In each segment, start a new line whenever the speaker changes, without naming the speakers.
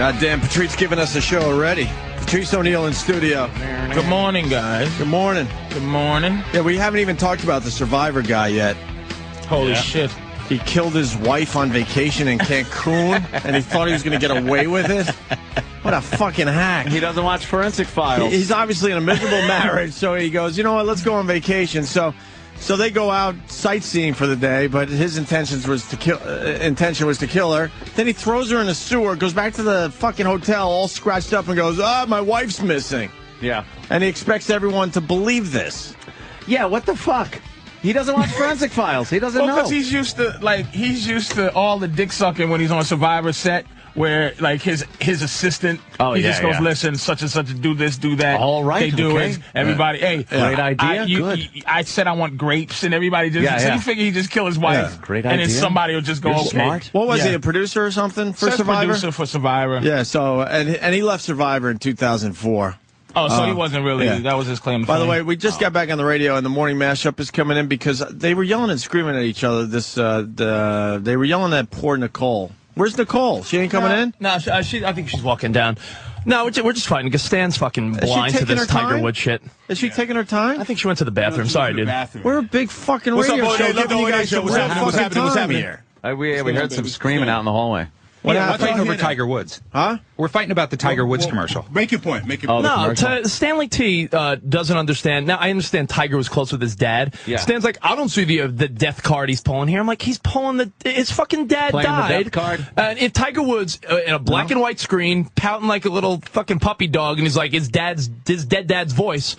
God damn, Patrice giving us a show already. Patrice O'Neill in studio.
Good morning, guys.
Good morning.
Good morning.
Yeah, we haven't even talked about the survivor guy yet.
Holy shit.
He killed his wife on vacation in Cancun, and he thought he was going to get away with it. What a fucking hack.
He doesn't watch Forensic Files.
He's obviously in a miserable marriage, so he goes, you know what, let's go on vacation. So, so they go out sightseeing for the day, but his intentions was to kill. Uh, intention was to kill her. Then he throws her in a sewer, goes back to the fucking hotel, all scratched up, and goes, ah, my wife's missing.
yeah.
And he expects everyone to believe this.
Yeah, what the fuck? He doesn't watch Forensic Files. He doesn't
Well,
know.
because he's used to like he's used to all the dick sucking when he's on Survivor set, where like his his assistant,
Oh,
he
yeah,
just goes,
yeah.
"Listen, such and such, do this, do that."
All right,
they do
okay.
it. Everybody, hey,
Great
I-
idea,
I, you-
good.
you- I said I want grapes, and everybody just
Yeah,
so
yeah.
you figure he just kill his wife,
Yeah.
Great
and
idea.
then somebody will just go,
You're
"Okay."
smart.
What was
Yeah.
he, a producer or something for
Says
Survivor?
producer for Survivor.
Yeah. So and and he left Survivor in 2004.
Oh, so he
Uh,
wasn't really.
yeah.
That was his claim. to
By the
fame.
Mm-hmm.
way, we just got back on the radio, and the morning mashup is coming in because they were yelling and screaming at each other. This, uh, the, they were yelling at poor Nicole. Where's Nicole? She ain't coming in.
No, she, uh, she, I think she's walking down. No, we're just, we're just fighting because Stan's fucking
she
blind to
taking her
this Tiger
time?
Woods shit.
Is she taking her time?
I think she went to the bathroom. Sorry, dude.
We're a big fucking
What's up,
radio
boy?
show.
Hey,
Giving
Lord,
you
hey,
guys some
what's
real
happening? What's
fucking
happening? What's
time
happening?
here.
Uh, we, we heard some screaming out in the hallway.
What
Yeah,
We're
happened?
I
fighting
thought-
over Tiger Woods.
Huh?
We're fighting about the Tiger Woods commercial.
Make your point. Make your
Oh,
point.
the
No,
commercial.
t- Stanley T uh, doesn't understand. Now I understand Tiger was close with his dad.
Yeah.
Stan's like, I don't see the uh, the death card he's pulling here. I'm like, he's pulling the his fucking dad
Playing the
died.
death card.
And if Tiger Woods uh, in a black and white screen, pouting like a little fucking puppy dog, and he's like, his dad's his dead dad's voice.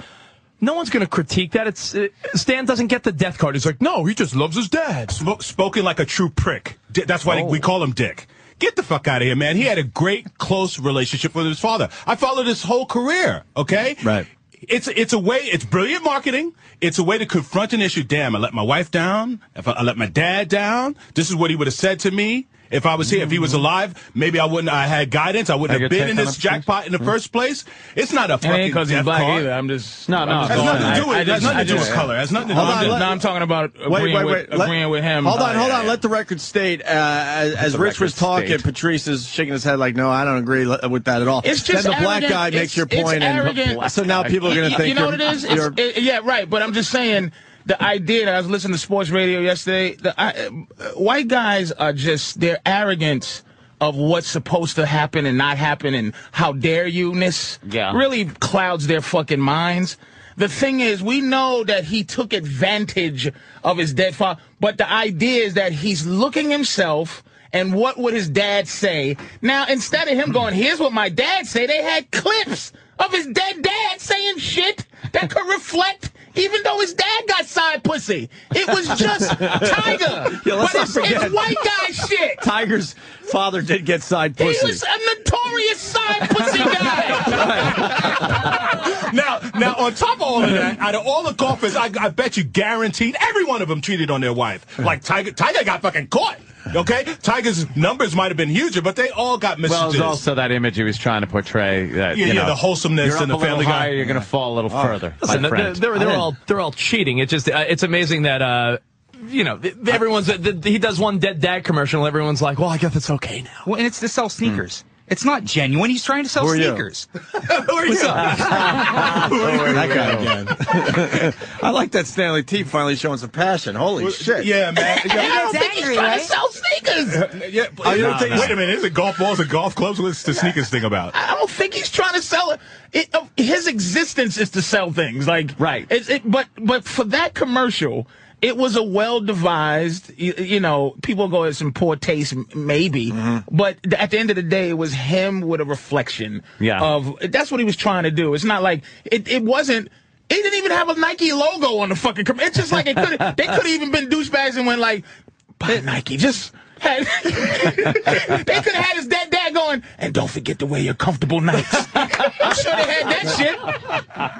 No one's gonna critique that. It's uh, Stan doesn't get the death card. He's like, no, he just loves his dad.
Sp- spoken like a true prick. Di- that's why
Oh.
we call him Dick. Get the fuck out of here, man. He had a great close relationship with his father. I followed his whole career. Okay,
Right.
It's it's a way. It's brilliant marketing. It's a way to confront an issue. Damn, I let my wife down. If I, I let my dad down, this is what he would have said to me. If I was here, if he
Mm-hmm.
was alive, maybe I wouldn't. I had guidance. I wouldn't
Take
have
your
been in
take on
this
it, please.
jackpot in the first place. It's not a
Hmm. It
fucking
ain't because he's
death
black
card.
either. I'm just
No, no,
I'm
It
just
has
going
nothing
I-
to do with.
I
It has
just-
nothing to
I
do with
just-
color. It has nothing to do
I'm
with.
Hold on,
just-
let-
no, I'm talking about agreeing,
Wait, wait, wait.
With, agreeing
Let-
with him.
Hold on,
Oh,
hold
yeah,
on. Let the record state. Uh, as as
the
Rich was
record
talking,
state.
Patrice is shaking his head like, "No, I don't agree li- with that at all."
It's just
then the black
arrogant.
guy
It's-
makes your
it's
point,
arrogant.
and so now people are going to
You-
think
You know
you're-
what it is? It's-
you're-
it- yeah, right. But I'm just saying the idea that I was listening to sports radio yesterday. The I, uh, white guys are just their arrogance of what's supposed to happen and not happen, and how dare you ness.
Yeah.
really clouds their fucking minds. The thing is, we know that he took advantage of his dead father, but the idea is that he's looking himself and what would his dad say? Now, instead of him going, here's what my dad say, they had clips of his dead dad saying shit that could reflect even though his dad got side pussy. It was just Tiger.
Yeah, let's
but
not
it's, it's
forget.
white guy shit.
Tiger's father did get side
He
pussy.
was a notorious side pussy guy.
Now, now, on top of all of that, out of all the golfers, I, I bet you guaranteed every one of them cheated on their wife. Like Tiger, Tiger got fucking caught. Okay, Tiger's numbers might have been huger, but they all got
Well,
messages.
it's also that image he was trying to portray. That,
Yeah,
you
yeah,
know,
the wholesomeness
you're
and the
up a little
Family Guy.
higher, You're going to fall a little
Oh.
Oh.
further. my
Listen, they're,
friend.
they're, they're all they're all cheating. It's just uh, it's amazing that uh, you know th- everyone's th- he does one dead dad commercial. and Everyone's like, well, I guess it's okay now.
Well, and it's to sell
Hmm.
sneakers. It's not genuine. He's trying to sell
Who are you?
sneakers.
Who are you?
Oh,
that guy again. I like that Stanley T finally showing some passion. Holy shit!
Yeah, man.
I
Yeah,
don't think he's
angry,
trying to
right?
sell sneakers.
yeah, yeah, but-
I don't think-
Wait a minute, is it golf balls and golf clubs? What's the sneakers thing about?
I don't think he's trying to sell it. it uh, his existence is to sell things, like
Right.
It's, it, but but for that commercial, it was a well devised. You, you know, people go it's in poor taste, m- maybe,
Mm-hmm.
but th- at the end of the day, it was him with a reflection.
Yeah.
of that's what he was trying to do. It's not like it. It wasn't. It didn't even have a Nike logo on the fucking. Com- it's just like it could. they could have even been douchebags and went like, buy Nike, just. Had, they could have had his dead dad going, and don't forget to wear your comfortable nights. I'm sure they had that shit.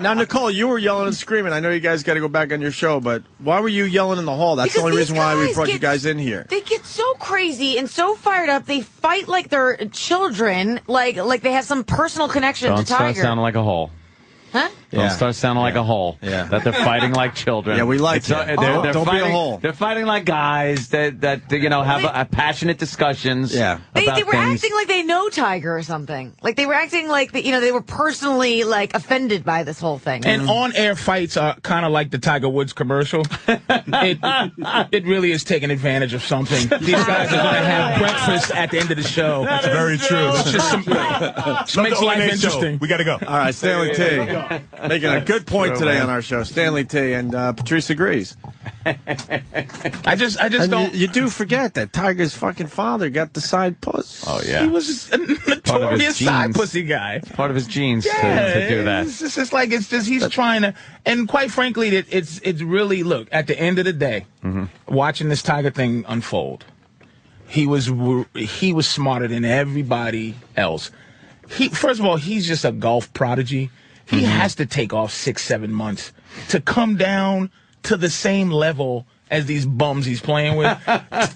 Now, Nicole, you were yelling and screaming. I know you guys got to go back on your show, but why were you yelling in the hall? That's the
Because
only
these
reason why we
guys
brought you
get-
guys in here.
They get so crazy and so fired up. They fight like they're children, like like they have some personal connection
Don't
to
start
Tiger.
sounding like a hole.
Huh?
Don't start sounding like a hole.
Yeah.
That they're fighting like children.
Yeah, we like
It's, uh,
you.
they're,
Oh,
they're
don't be a
fighting,
hole.
They're fighting like guys that, that you know, have
They-
a, a passionate discussions.
Yeah.
They,
about
they were
things.
acting like they know Tiger or something. Like they were acting like that. You know, they were personally like offended by this whole thing.
And
Mm.
on-air fights are kind of like the Tiger Woods commercial. it, it really is taking advantage of something. These guys are going to have breakfast at the end of the show.
That's very true.
It's just some, just
Love the
makes life
ONA show.
interesting.
We got to go.
All right, Stanley T. Making a good point today on our show. Stanley T. and uh, Patrice agrees.
I just, I just
And you,
don't.
you do forget that Tiger's fucking father got the side puss.
Oh, yeah.
He was a notorious side
genes.
pussy guy.
Part of his genes
Yeah,
to, to do that.
It's just, it's like it's just he's trying to, and quite frankly, it, it's it's really look at the end of the day, watching this Tiger thing unfold. He was w- he was smarter than everybody else. He first of all, he's just a golf prodigy. He
Mm-hmm.
has to take off six seven months to come down to the same level. As these bums he's playing with,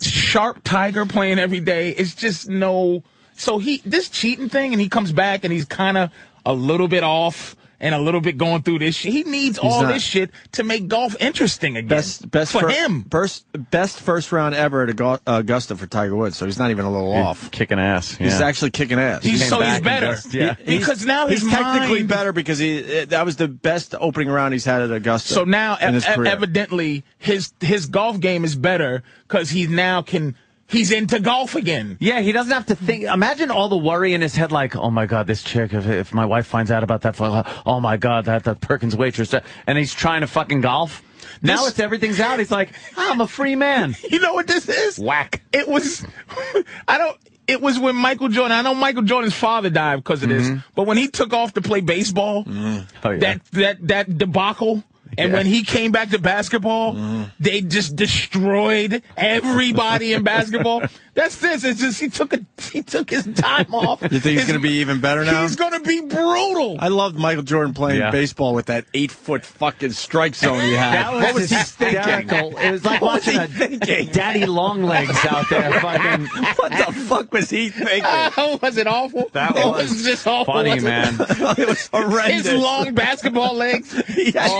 sharp tiger playing every day. It's just no. So he this cheating thing, and he comes back and he's kind of a little bit off and a little bit going through this. shit. He needs all
not-
this shit to make golf interesting again.
Best, best
for
fir-
him.
First, best first round ever at Agu- Augusta for Tiger Woods. So he's not even a little off.
Kicking ass.
He's
yeah.
actually kicking ass.
He's, so
back
he's
and
better.
just- yeah.
He- because now
he's
his
technically
mind-
better because he eh, that was the best opening round he's had at Augusta.
So now,
in his
e- e-
career.
evidently, his his golf game is better because he now can he's into golf again.
Yeah, he doesn't have to think. Imagine all the worry in his head, like, oh my god, this chick. If, if my wife finds out about that, fuck, oh my god, that that Perkins waitress. uh, And he's trying to fucking golf. Now
This-
it's everything's out. He's like, I'm a free man.
You know what this is?
Whack.
It was, I don't. It was when Michael Jordan. I know Michael Jordan's father died because of
Mm-hmm.
this, but when he took off to play baseball,
Oh, yeah.
that that that debacle. And
Yeah.
when he came back to basketball,
Mm-hmm.
they just destroyed everybody in basketball. That's this. It's just he took a he took his time off.
you think he's
His-
going to be even better now?
He's gonna be brutal.
I loved Michael Jordan playing
Yeah.
baseball with that eight foot fucking strike zone he had.
That was, hysterical. It was like
What was
watching
he
a daddy long legs out there fucking
what the fuck was he thinking?
was it awful?
That
it
was
was just awful.
funny,
wasn't it?
man.
it was horrendous.
His long basketball legs.
Yes.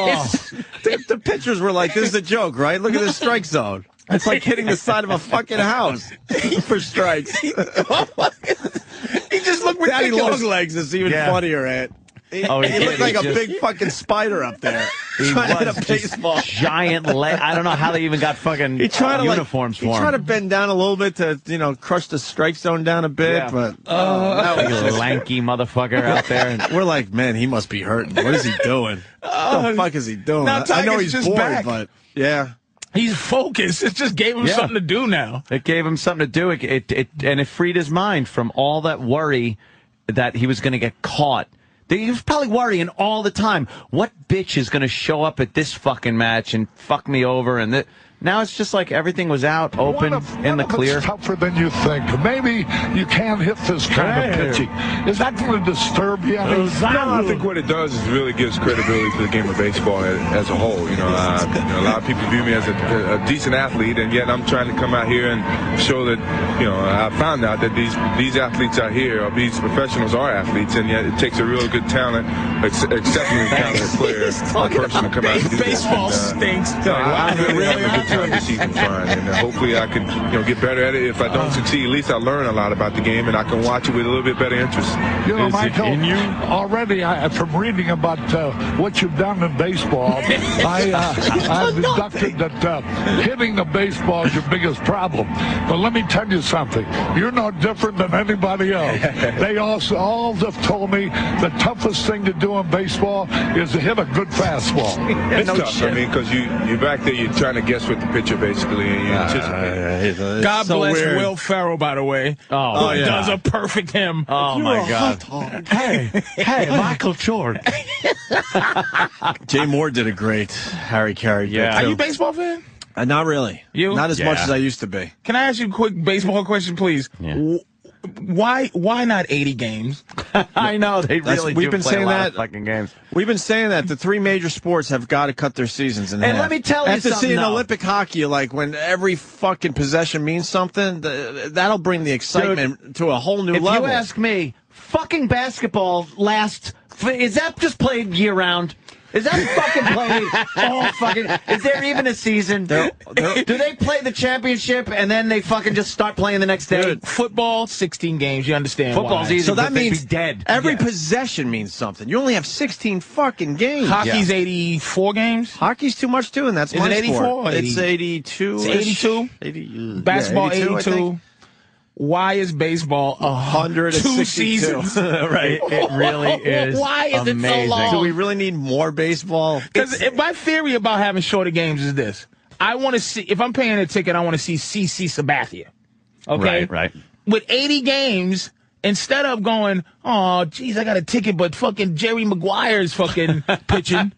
Oh.
the, the pitchers were like, "This is a joke, right? Look at this strike zone. It's like hitting the side of a fucking house for strikes."
He just looked
Daddy
ridiculous.
long legs is even
Yeah.
funnier, Ant. He,
Oh, he
he
did.
looked like
He
a
just-
big fucking spider up there.
He
trying to
was
hit a
just
baseball.
giant leg. I don't know how they even got fucking
He tried to like-
uniforms
He
for
tried to
him.
bend down a little bit to you know crush the strike zone down a bit,
Yeah.
but uh, that was
Like a
just-
lanky motherfucker out there. And,
We're like, man, he must be hurting. What is he doing? what the fuck is he doing?
now
I- I know
Tiger's
he's
just
bored,
back.
but yeah.
He's focused. It just gave him
Yeah.
something to do now.
It gave him something to do. It, it, it and it freed his mind from all that worry that he was going to get caught. That He was probably worrying all the time. What bitch is going to show up at this fucking match and fuck me over? And that now it's just like everything was out,
One
open,
of-
in
one
the
of it's
clear.
tougher than you think. Maybe you can't hit this kind of pitching. Is that going to disturb you? I mean,
No, I think what it does is really gives credibility to the game of baseball as, as a whole. You know, uh, you know, a lot of people view me as a, a decent athlete, and yet I'm trying to come out here and show that, you know, I found out that these these athletes out here, or these professionals are athletes, and yet it takes a real good talent, ex- exceptionally talented player, a person to come out and do this.
Baseball
And, uh,
stinks.
no, I, I really having a good time this season, Brian, and uh, hopefully I can, you know, get better at it. If I don't succeed, at least I learn a lot about the game, and I can watch it with a little bit better interest.
You know,
Is it
Michael,
in you?
already I, from reading about uh, what you've done in baseball, I, uh, I've deducted that uh, hitting the baseball is your biggest problem. But let me tell you something. You're no different than anybody else. They also all have told me the toughest thing to do in baseball is to hit a good fastball.
It's tough. I mean, because you you're back there, you're trying to guess what the pitcher basically, and you
Uh,
anticipate.
God
so
bless
weird.
Will Ferrell, by the way.
Oh,
who
yeah.
does a perfect him.
Oh my god!
hey,
Hey, Michael Jordan.
Jay Moore did a great Harry Carey. bit,
Yeah.
are
too.
you a baseball fan?
Uh, not really.
You?
Not as
Yeah.
much as I used to be.
Can I ask you a quick baseball question, please? Wh- Why why not 80 games?
I know they
That's-
really.
we've
do
been
play a
saying
lot
that-
of fucking games.
We've been saying that the three major sports have got to cut their seasons in
And
half.
let me tell you
After
something,
seeing
though.
Olympic hockey, like when every fucking possession means something, th- that'll bring the excitement to a whole new
If
level.
you ask me, fucking basketball lasts Is that just played year round? Is that fucking played all fucking? Is there even a season? Do they play the championship and then they fucking just start playing the next day?
football, 16 games. You understand?
Football's
why.
easy,
So that means
dead.
Every possession means something. You only have 16 fucking games.
Hockey's 84 games.
Hockey's too much too, and that's
Is
my
it 84
sport.
or 80?
It's 82.
It's 82?
80,
Basketball,
yeah, 82, I
82.
think.
Why is baseball a hundred two
162.
seasons?
right.
It really is.
Why is it
amazing.
so long?
Do we really need more baseball?
Because my theory about having shorter games is this: I want to see if I'm paying a ticket, I want to see CC Sabathia. Okay,
Right, right.
With 80 games, instead of going, oh, geez, I got a ticket, but fucking Jerry Maguire's fucking pitching,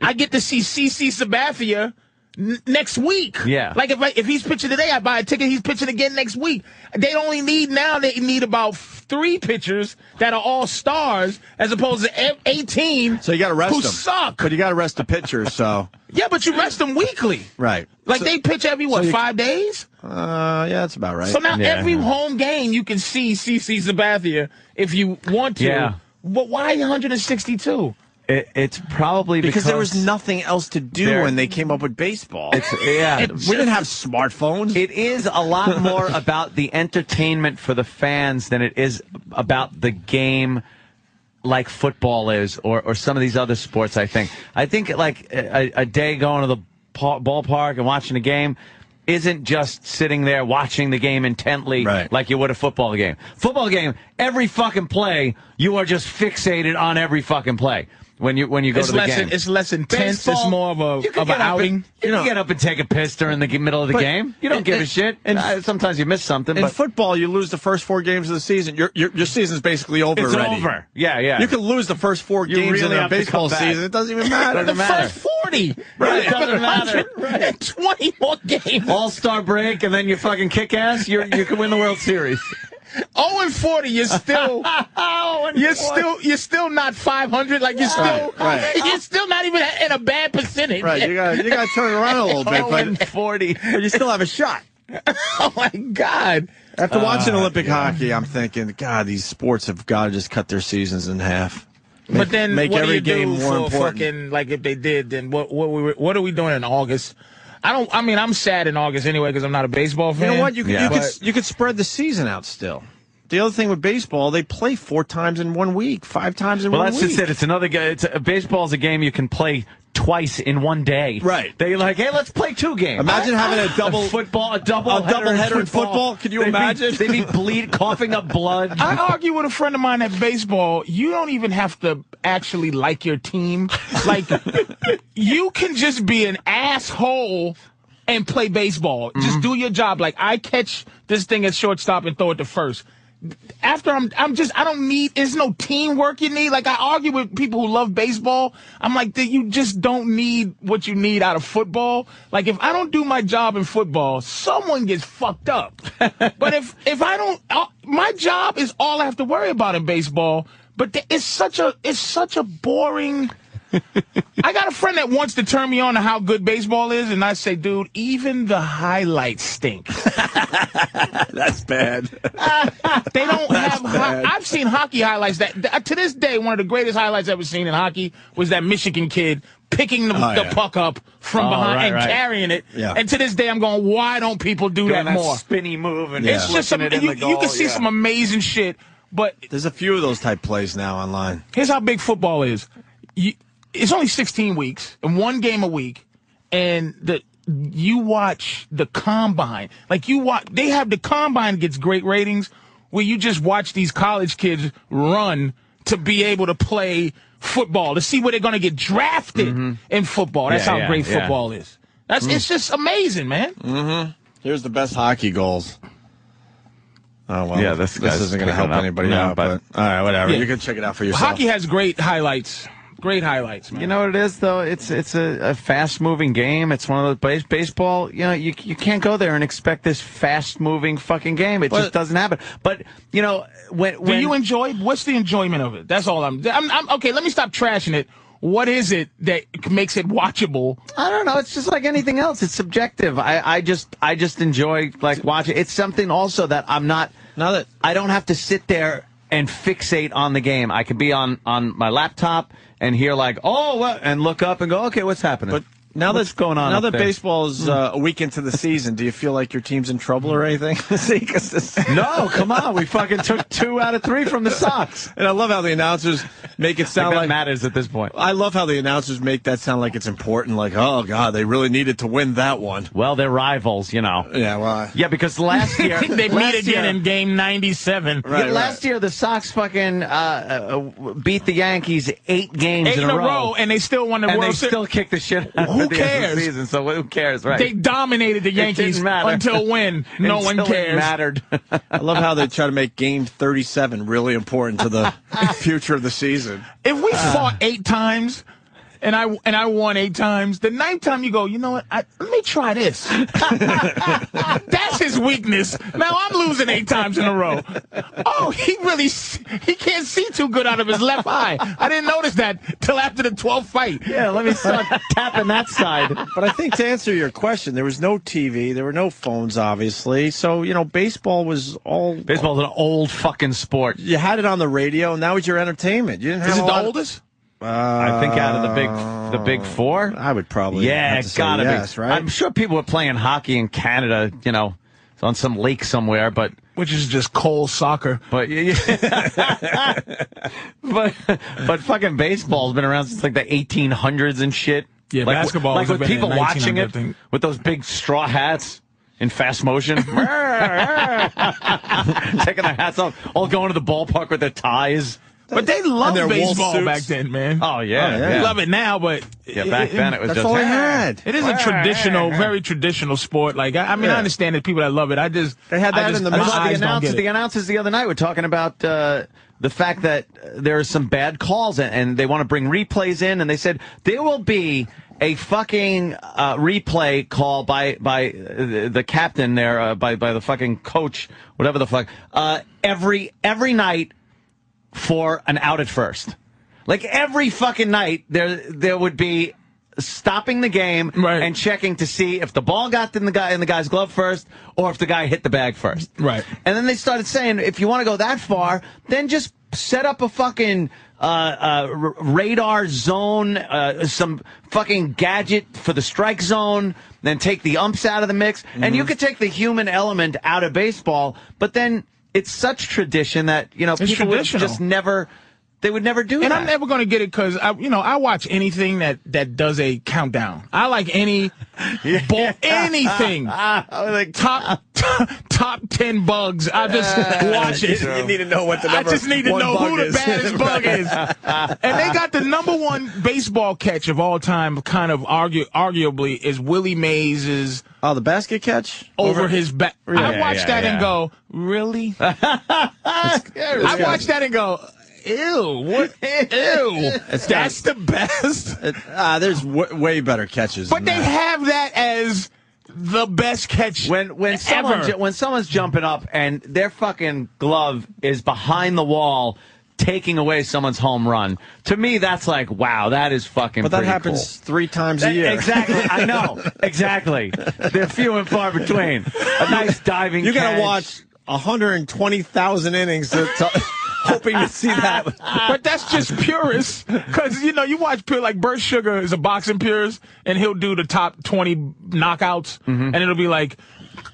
I get to see CC Sabathia. n- Next week,
Yeah.
Like if I, if he's pitching today, I buy a ticket. He's pitching again next week. They only need now. They need about three pitchers that are all stars, as opposed to eighteen.
So you got to rest
who
them.
suck.
But you got to rest the pitcher. So
Yeah, but you rest them weekly.
right.
Like
So-
they pitch every what
so you-
five days?
Uh, yeah, that's about right.
So now
Yeah.
every home game you can see CC Sabathia if you want to.
Yeah.
But why 162?
It, it's probably
because,
because,
there was nothing else to do
There-
when they came up with baseball.
It's, yeah,
we didn't have smartphones.
It is a lot more about the entertainment for the fans than it is about the game like football is or, or some of these other sports, I think. I think like a, a day going to the pa- ballpark and watching a game isn't just sitting there watching the game intently
Right.
like you would a football game. Football game, every fucking play, you are just fixated on every fucking play. When you when you go
It's
to the
less
game,
it's less intense. it's
Baseball,
more of
you
a
can
of an
get up and-
outing.
you can get up and take a piss during the g- middle of the
But-
game. You don't
and-
give a
and-
shit.
and-
Uh, sometimes you miss something.
In
but
football, you lose the first four games of the season. Your your, your season's basically over
it's
already.
over. Yeah, yeah.
You can lose the first four
You
games
really
in a
have to
baseball
come back.
season. It doesn't even matter.
the
doesn't matter.
first 40.
Right, it doesn't matter.
120 more games.
All Star break, and then you fucking kick ass. You you can win the World Series.
0 and 40, you're still
Oh,
you're still you're still not 500 like you're still
right.
you're still not even in a bad percentage.
Right, you got you got to turn around a little bit, but,
forty.
but you still have a shot.
Oh my god.
Uh,
After watching Olympic hockey, I'm thinking, God, these sports have got to just cut their seasons in half.
But then,
make
what
every
do you
game
do
more
for
important.
fucking like if they did? Then what? What we? were- What are we doing in August? I don't. I mean, I'm sad in August anyway because I'm not a baseball
You
fan.
know what? You could you
But-
could you could spread the season out still. The other thing with baseball, they play four times in one week, five times in
Well,
one
that's
week.
just it. It's another. ga- It's a, baseball's a game you can play twice in one day.
Right.
They like, hey, let's play two games.
Imagine having a double-
football, a double,
a double header in football. Could you
They'd be-
imagine?
They'd be bleed, coughing up blood.
I argue with a friend of mine that baseball, you don't even have to actually like your team. Like, you can just be an asshole and play baseball. Just do your job. Like, I catch this thing at shortstop and throw it to first. After I'm, I'm just, I don't need, there's no teamwork you need. Like, I argue with people who love baseball. I'm like, "Dude, you just don't need what you need out of football. Like, if I don't do my job in football, someone gets fucked up. but if, if I don't, uh, my job is all I have to worry about in baseball. But th- it's such a it's such a boring. I got a friend that wants to turn me on to how good baseball is, and I say, dude, even the highlights stink.
That's bad.
They don't have. Ho- I've seen hockey highlights that that- to this day one of the greatest highlights I've ever seen in hockey was that Michigan kid picking the, the
yeah.
puck up from
Oh,
behind
right,
and
right.
carrying it.
Yeah.
And to this day, I'm going, why don't people do that, more?
spinny move, and
Yeah.
It's just some.
Flicking it in
you,
the
you
goal,
can see
yeah.
some amazing shit, but
There's a few of those type plays now online.
here's how big football is. You, it's only 16 weeks and one game a week, and the you watch the combine. Like you watch, they have the combine gets great ratings where you just watch these college kids run to be able to play football to see where they're going to get drafted in football. That's
Mm-hmm. Yeah,
how
yeah,
great
yeah.
football is. That's
Mm.
it's just amazing, man.
Mm-hmm. Here's the best hockey goals. Oh well,
Yeah, this
this
guy's
isn't going to
picking
help
up.
anybody
No,
out. But,
but-
all right, whatever.
Yeah.
You can check it out for yourself.
Hockey has great highlights, great highlights, man.
You know what it is though? It's it's a, a fast moving game. It's one of those base, baseball. You know, you you can't go there and expect this fast moving fucking game. It just doesn't happen. But you know when
Do
when
you enjoy? What's the enjoyment of it? That's all I'm, I'm. I'm okay. Let me stop trashing it. What is it that makes it watchable?
I don't know. It's just like anything else. It's subjective. I, I just I just enjoy like watching. It's something also that I'm not.
Now that-
I don't have to sit there and fixate on the game. I could be on on my laptop and hear like, oh, what, and look up and go, okay, what's happening? But
Now
what's
that's
going on.
Now
up
that
there? Hmm.
baseball's uh, a week into the season, do you feel like your team's in trouble or anything? See, 'cause this-
no, come on, we fucking took two out of three from the Sox.
And I love how the announcers make it sound
Like that
like
matters at this point.
I love how the announcers make that sound like it's important. Like, oh god, they really needed to win that one.
Well, they're rivals, you know.
Yeah, well, I-
Yeah, because last year
they
last
meet again
year-
in game 97.
Yeah, last year the Sox fucking uh, uh, beat the Yankees eight games
Eight in a row, and they still won the
and
World
they
Series.
still kicked the shit out
Who
of the, end of
cares?
the season. So who cares, right?
They dominated the
It didn't
Yankees
matter.
until when no one
Until It
cares.
mattered.
I love how they try to make game 37 really important to the future of the season.
If we
Uh.
fought eight times and I and I won eight times, the ninth time you go, you know what? I, let me try this. That's his weakness. Now I'm losing eight times in a row. Oh, he really s- he can't see too good out of his left eye. I didn't notice that till after the twelfth fight.
yeah, let me start tapping that side.
But I think to answer your question, there was no TV, there were no phones, obviously. So you know, baseball was all
Baseball's an old fucking sport.
you had it on the radio, and that was your entertainment. You didn't have Uh,
Is
a
it the
lot of-
oldest?
I think out of the big the big four.
Uh, I would probably
Yeah,
have to
it's
say
gotta
yes,
be.
right?
I'm sure people were playing hockey in Canada, you know, on some lake somewhere, but
Which is just cold soccer.
but but but fucking baseball's been around since like the 1800s and shit.
Yeah,
like,
basketball
Like
was
with
invented
people
in
watching
1900,
it
I think.
with those big straw hats. In fast motion, taking their hats off, all going to the ballpark with their ties.
But they loved
their wolf
baseball
suits.
back then, man.
Oh yeah,
Oh, yeah.
yeah.
Love it now, but
Yeah, back then it was
That's
just
all I had.
It is a traditional, very traditional sport. Like I, I mean,
Yeah.
I understand that people that love it. I just
They had
I
that
just-
in the
my
middle
Well,
of
eyes
the,
don't
announcers,
get it.
the announcers the other night were talking about uh, the fact that uh, there are some bad calls and, and they want to bring replays in, and they said there will be a fucking uh, replay call by by uh, the, the captain there, uh, by by the fucking coach, whatever the fuck, uh, every every night for an out at first. Like every fucking night, there there would be stopping the game
Right.
and checking to see if the ball got in the guy in the guy's glove first or if the guy hit the bag first.
Right.
And then they started saying, if you want to go that far, then just set up a fucking uh, uh, r- radar zone, uh, some fucking gadget for the strike zone, then take the umps out of the mix. And you
Mm-hmm.
could take the human element out of baseball, but then it's such tradition that, you know,
It's
people would
traditional.
just never, they would never do
And
that.
I'm never gonna get it because I, you know, I watch anything that that does a countdown. I like any ball, anything. top top ten bugs. I just watch it.
You need to know what the
I
number
just need to
one
know who
bug
the
is.
baddest bug is. And they got the number one baseball catch of all time. Kind of argue, arguably, is Willie Mays's
Oh, the basket catch
over, his back. I
Yeah,
watched
yeah,
that
yeah.
and go, really? I watched that and go, ew, what? Ew, that's the best.
Ah, there's w- way better catches.
But they
than that.
have that as the best catch
when when someone
ever.
ju- when someone's jumping up and their fucking glove is behind the wall taking away someone's home run to me that's like wow that is fucking
but that
pretty
happens
cool.
three times
E,
a
That-
year.
Exactly, I know. Exactly, they're few and far between. A nice diving.
You gotta
catch.
watch 120,000 innings to, to, hoping to see that.
but that's just purist because you know you watch pure like Bert Sugar is a boxing purist and he'll do the top twenty knockouts and it'll be like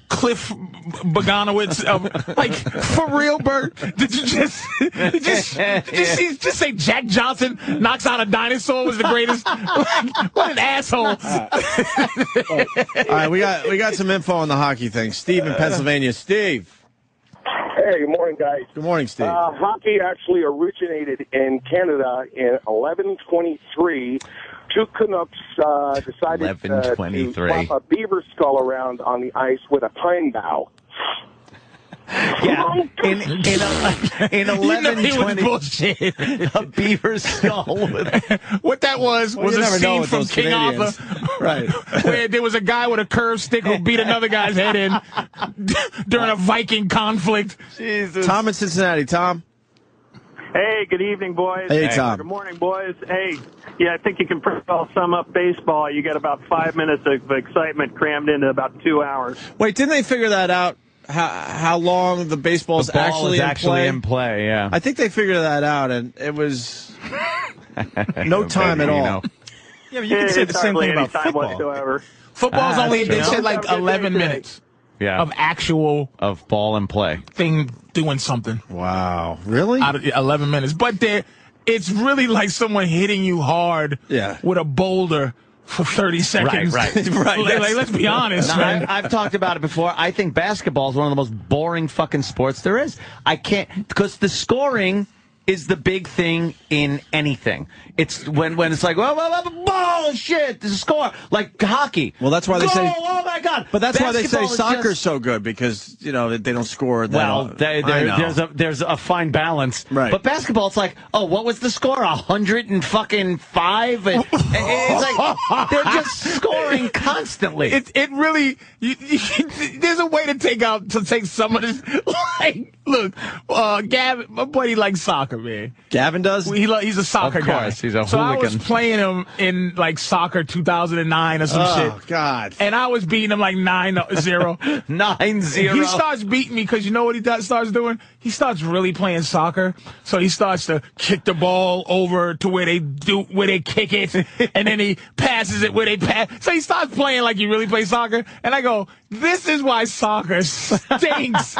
Cliff Boganowitz of like for real Bert did you just did you just did you see- just say Jack Johnson knocks out a dinosaur was the greatest Like, what an asshole
All right, we got we got some info on the hockey thing. Steve in Pennsylvania. Steve,
Hey, good morning, guys.
good morning, Steve.
Uh, hockey actually originated in Canada in 1123. Two Canucks uh, decided uh, to
1123.
flap a beaver skull around on the ice with a pine bough.
Yeah, in in, a, in
you know
eleven
he was
twenty,
bullshit
a beaver skull. With,
what that was was
you
a
never know
scene
with
from
those
King
Canadians.
Arthur
Right.
where there was a guy with a curved stick who beat another guy's head in during a Viking conflict.
Tom in Cincinnati. Tom.
Hey, good evening, boys.
Hey, Tom.
Good morning, boys. Hey, yeah, I think you can pretty well sum up baseball. You got about five minutes of excitement crammed into about two hours.
Wait, didn't they figure that out? how, how long the baseball is
The ball
actually
is actually in play, yeah.
I think they figured that out, and it was no time at
Maybe, you
all.
know.
Yeah,
you can say the same thing about football.
Whatsoever.
Football's
Ah,
only
that's
they
true.
said like eleven minutes
yeah.
of actual
of ball and play.
thing doing something.
Wow, really?
Out of eleven minutes, but there, it's really like someone hitting you hard.
Yeah.
with a boulder for thirty seconds.
Right, right,
Like- like, let's be honest,
No,
man.
I, have talked about it before. I think basketball is one of the most boring fucking sports there is. I can't because the scoring is the big thing in anything. It's when when it's like, well, well, well, bullshit, the score like hockey.
Well, that's why they
Goal,
say.
oh my god.
But that's why they
Basketball
say
is
soccer's
just-
so good because you know they don't score. That
Well, they,
I
there-
know.
there's a there's a fine balance,
Right.
But basketball, it's like, oh, what was the score? A hundred and fucking five, and and it's like they're just scoring constantly.
It it really you, you- there's a way to take out to take some of this. Like, look, uh, Gavin, my buddy likes soccer, man.
Gavin does.
He lo- he's a soccer
Of
guy.
course, he's a
so I was
hooligan.
playing him in like soccer 2009 or some
Oh,
shit,
God.
and I was beating him like nine uh, zero.
Nine zero.
He starts beating me because you know what he does, starts doing? He starts really playing soccer. So he starts to kick the ball over to where they do where they kick it, and then he passes it where they pass. So he starts playing like he really plays soccer. And I go, this is why soccer stinks.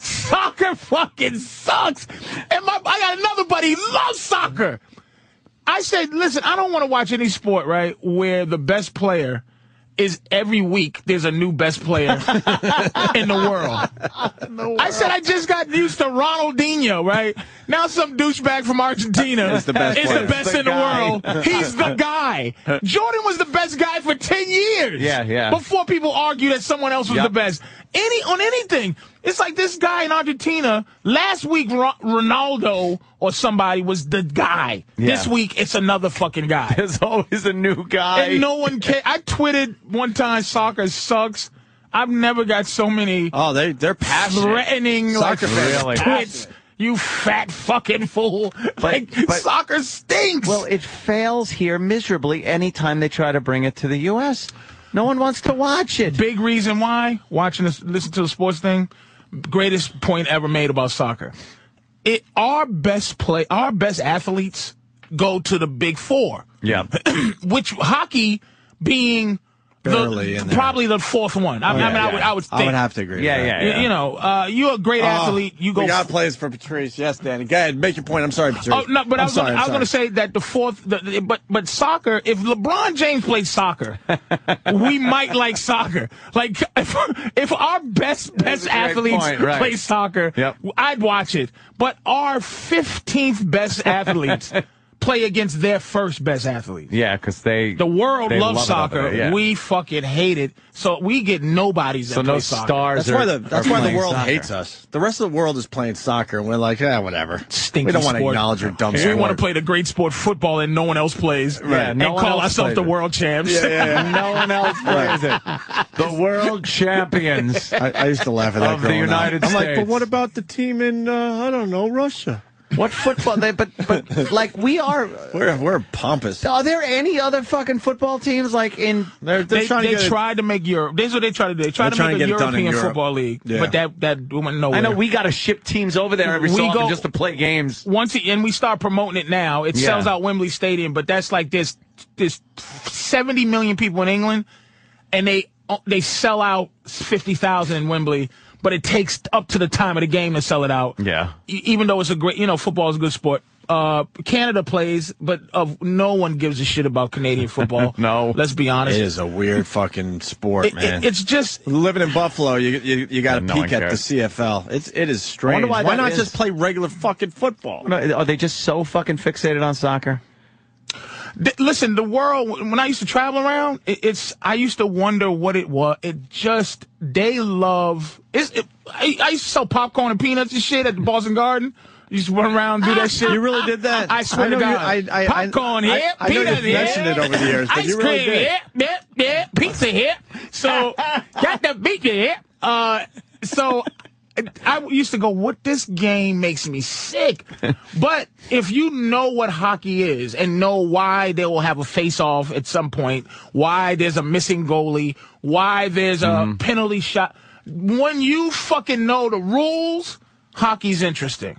soccer fucking sucks. And my I got another buddy he loves soccer. I said, listen, I don't want to watch any sport, right, where the best player is every week there's a new best player in the world. I said I just got used to Ronaldinho, right? Now some douchebag from Argentina
Is the best
is
player.
the best
The
in the
guy.
world. He's the guy. Jordan was the best guy for 10 years.
Yeah, yeah.
Before people argue that someone else was
Yep.
the best. Any on anything. It's like this guy in Argentina last week Ro- Ronaldo or somebody was the guy.
Yeah.
This week it's another fucking guy.
There's always a new guy.
And no one can. I tweeted one time, soccer sucks. I've never got so many
Oh, they they're passionate.
threatening like
Soccer fans.
Really?
tweets. You fat fucking fool! like
but-
soccer stinks.
Well, it fails here miserably anytime they try to bring it to the U.S. No one wants to watch it.
Big reason why watching this, listen to the sports thing. Greatest point ever made about soccer. It our best play, our best athletes go to the big four.
Yeah.
which hockey being the-
Barely in there.
probably the fourth one. I mean, I, mean I, would, I would think.
I would have to agree.
Yeah,
with
yeah,
that.
You-
yeah.
You know, uh, you're a great athlete. You go.
Oh, We got plays for Patrice. Yes, Danny. Go ahead. Make your point. I'm sorry, Patrice.
Oh no! But
I'm
I was
sorry,
gonna, I was
I'm
going to
sorry.
say that the fourth, the, the- but but soccer. If LeBron James played soccer, we might like soccer. Like if, if our best best
a great
athletes
point, right.
play soccer,
Yep.
I'd watch it. But our fifteenth best athletes play against their first best athlete.
Yeah, because they
The world
they
loves
love it over
soccer.
there, yeah.
We fucking hate it. So we get nobodies that
so no
play soccer.
stars.
That's
are,
why the that's
are
why the
playing
world
soccer.
hates us. The rest of the world is playing soccer, and we're like, yeah, whatever.
Stinky
we don't want to
sport.
acknowledge your dumb
We
sport.
want to play the great sport football and no one else plays.
Right.
And
No one
call
else
ourselves
plays
the
it.
world champs.
Yeah, yeah, yeah.
No one else plays it. The world champions.
I, I used to laugh at that.
Of the
growing up.
United
I'm like, but
States.
what about the team in uh, I don't know Russia?
What football? They, but but like we are.
We're we're pompous.
Are there any other fucking football teams like in?
They're, they're
They,
trying
they
to get it-
tried to make Europe. This is what they tried to do. They tried
They're
to
trying
make
to
a
get it done in
European
Europe.
football league,
Yeah.
but that that went nowhere.
I know we got to ship teams over there every
We
so often
go-
just to play games.
once it, and we start promoting it now. It
Yeah.
sells out Wembley Stadium, but that's like this this 70 million people in England and they they sell out 50,000 in Wembley, but it takes up to the time of the game to sell it out.
Yeah.
E- Even though it's a great, you know, football is a good sport. Uh, Canada plays, but of no one gives a shit about Canadian football.
No.
let's be honest.
It is a weird fucking sport,
It- it-
man.
it's just
Living in Buffalo, you you, you got to
Yeah, no
peek
one
at the
cares.
CFL. It's it is strange.
wonder why
Why,
that
not
is.
just play regular fucking football?
Are they just so fucking fixated on soccer?
Th- listen, the world. When I used to travel around, it, it's I used to wonder what it was. It just they love. It's, it, I, I used to sell popcorn and peanuts and shit at the Boston Garden. You just run around and do that shit.
You really did that?
I swear
I
to
know
God.
you- I- I- I-
popcorn
I-
here,
I know
peanut
you've
here,
mentioned it over the years, but
ice
you really
cream
did.
here, yeah, yeah, pizza here. So got the beat here. Uh, so I used to go, what this game makes me sick. But if you know what hockey is and know why they will have a face
Mm-hmm.
off at some point, why there's a missing goalie, why there's a penalty shot. when you fucking know the rules, hockey's interesting.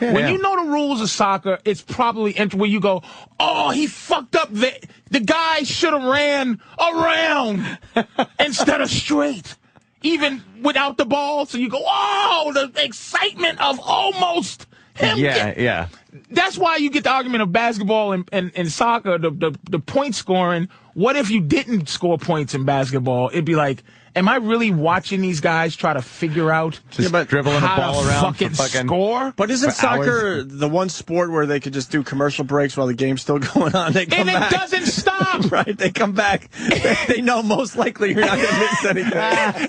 Yeah,
when
yeah.
you know the rules of soccer, it's probably int- where you go, oh, he fucked up. The, the guy should have ran around instead of straight, even without the ball. So you go, oh, the excitement of almost him
yeah,
get-
yeah.
that's why you get the argument of basketball and, and, and soccer, the, the, the point scoring. What if you didn't score points in basketball? It'd be like, am I really watching these guys try to figure out
Just dribbling the
how
ball
to
around for
fucking,
fucking-
score?
But isn't
for hours?
soccer the one sport where they could just do commercial breaks while the game's still going on? They come
And it
back.
doesn't stop.
right, they come back. They, they know most likely you're not going to miss anything.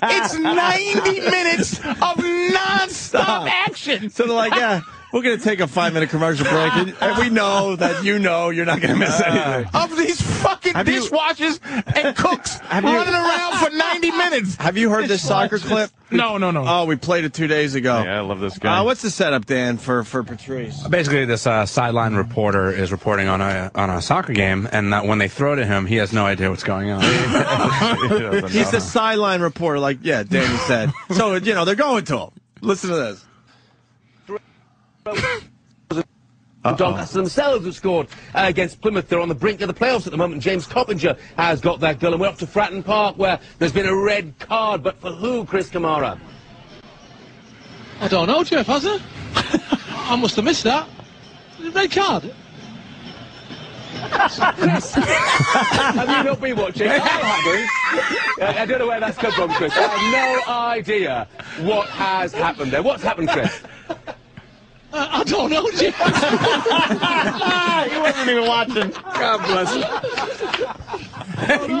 it's 90 minutes of nonstop action.
So they're like, yeah, we're going to take a five minute commercial break, and, and we know that you know you're not going to miss
Ah.
anything.
Of these fucking
Have you-
dishwashers and cooks
Have you-
running around for 90 minutes.
Have you heard this soccer clip?
No, no, no.
Oh, we played it two days ago.
I love this
Uh, what's the setup, Dan, for, for Patrice?
Basically, this uh, sideline reporter is reporting on a on a soccer game, and that when they throw to him, he has no idea what's going on.
He's the sideline reporter, like, yeah, Danny said. so, you know, they're going to him. Listen to this.
And Doncaster themselves have scored uh, against Plymouth. They're on the brink of the playoffs at the moment. James Coppinger has got that goal, and we're up to Fratton Park, where there's been a red card. But for who, Chris Kamara?
I don't know, Jeff, has it? I must have missed that. Red card.
Chris, have you not been watching? I haven't. Uh, I don't know where that's come from, Chris. I have no idea what has happened there. What's happened, Chris?
Uh, I don't know, Jeff.
you wasn't even watching. God bless him.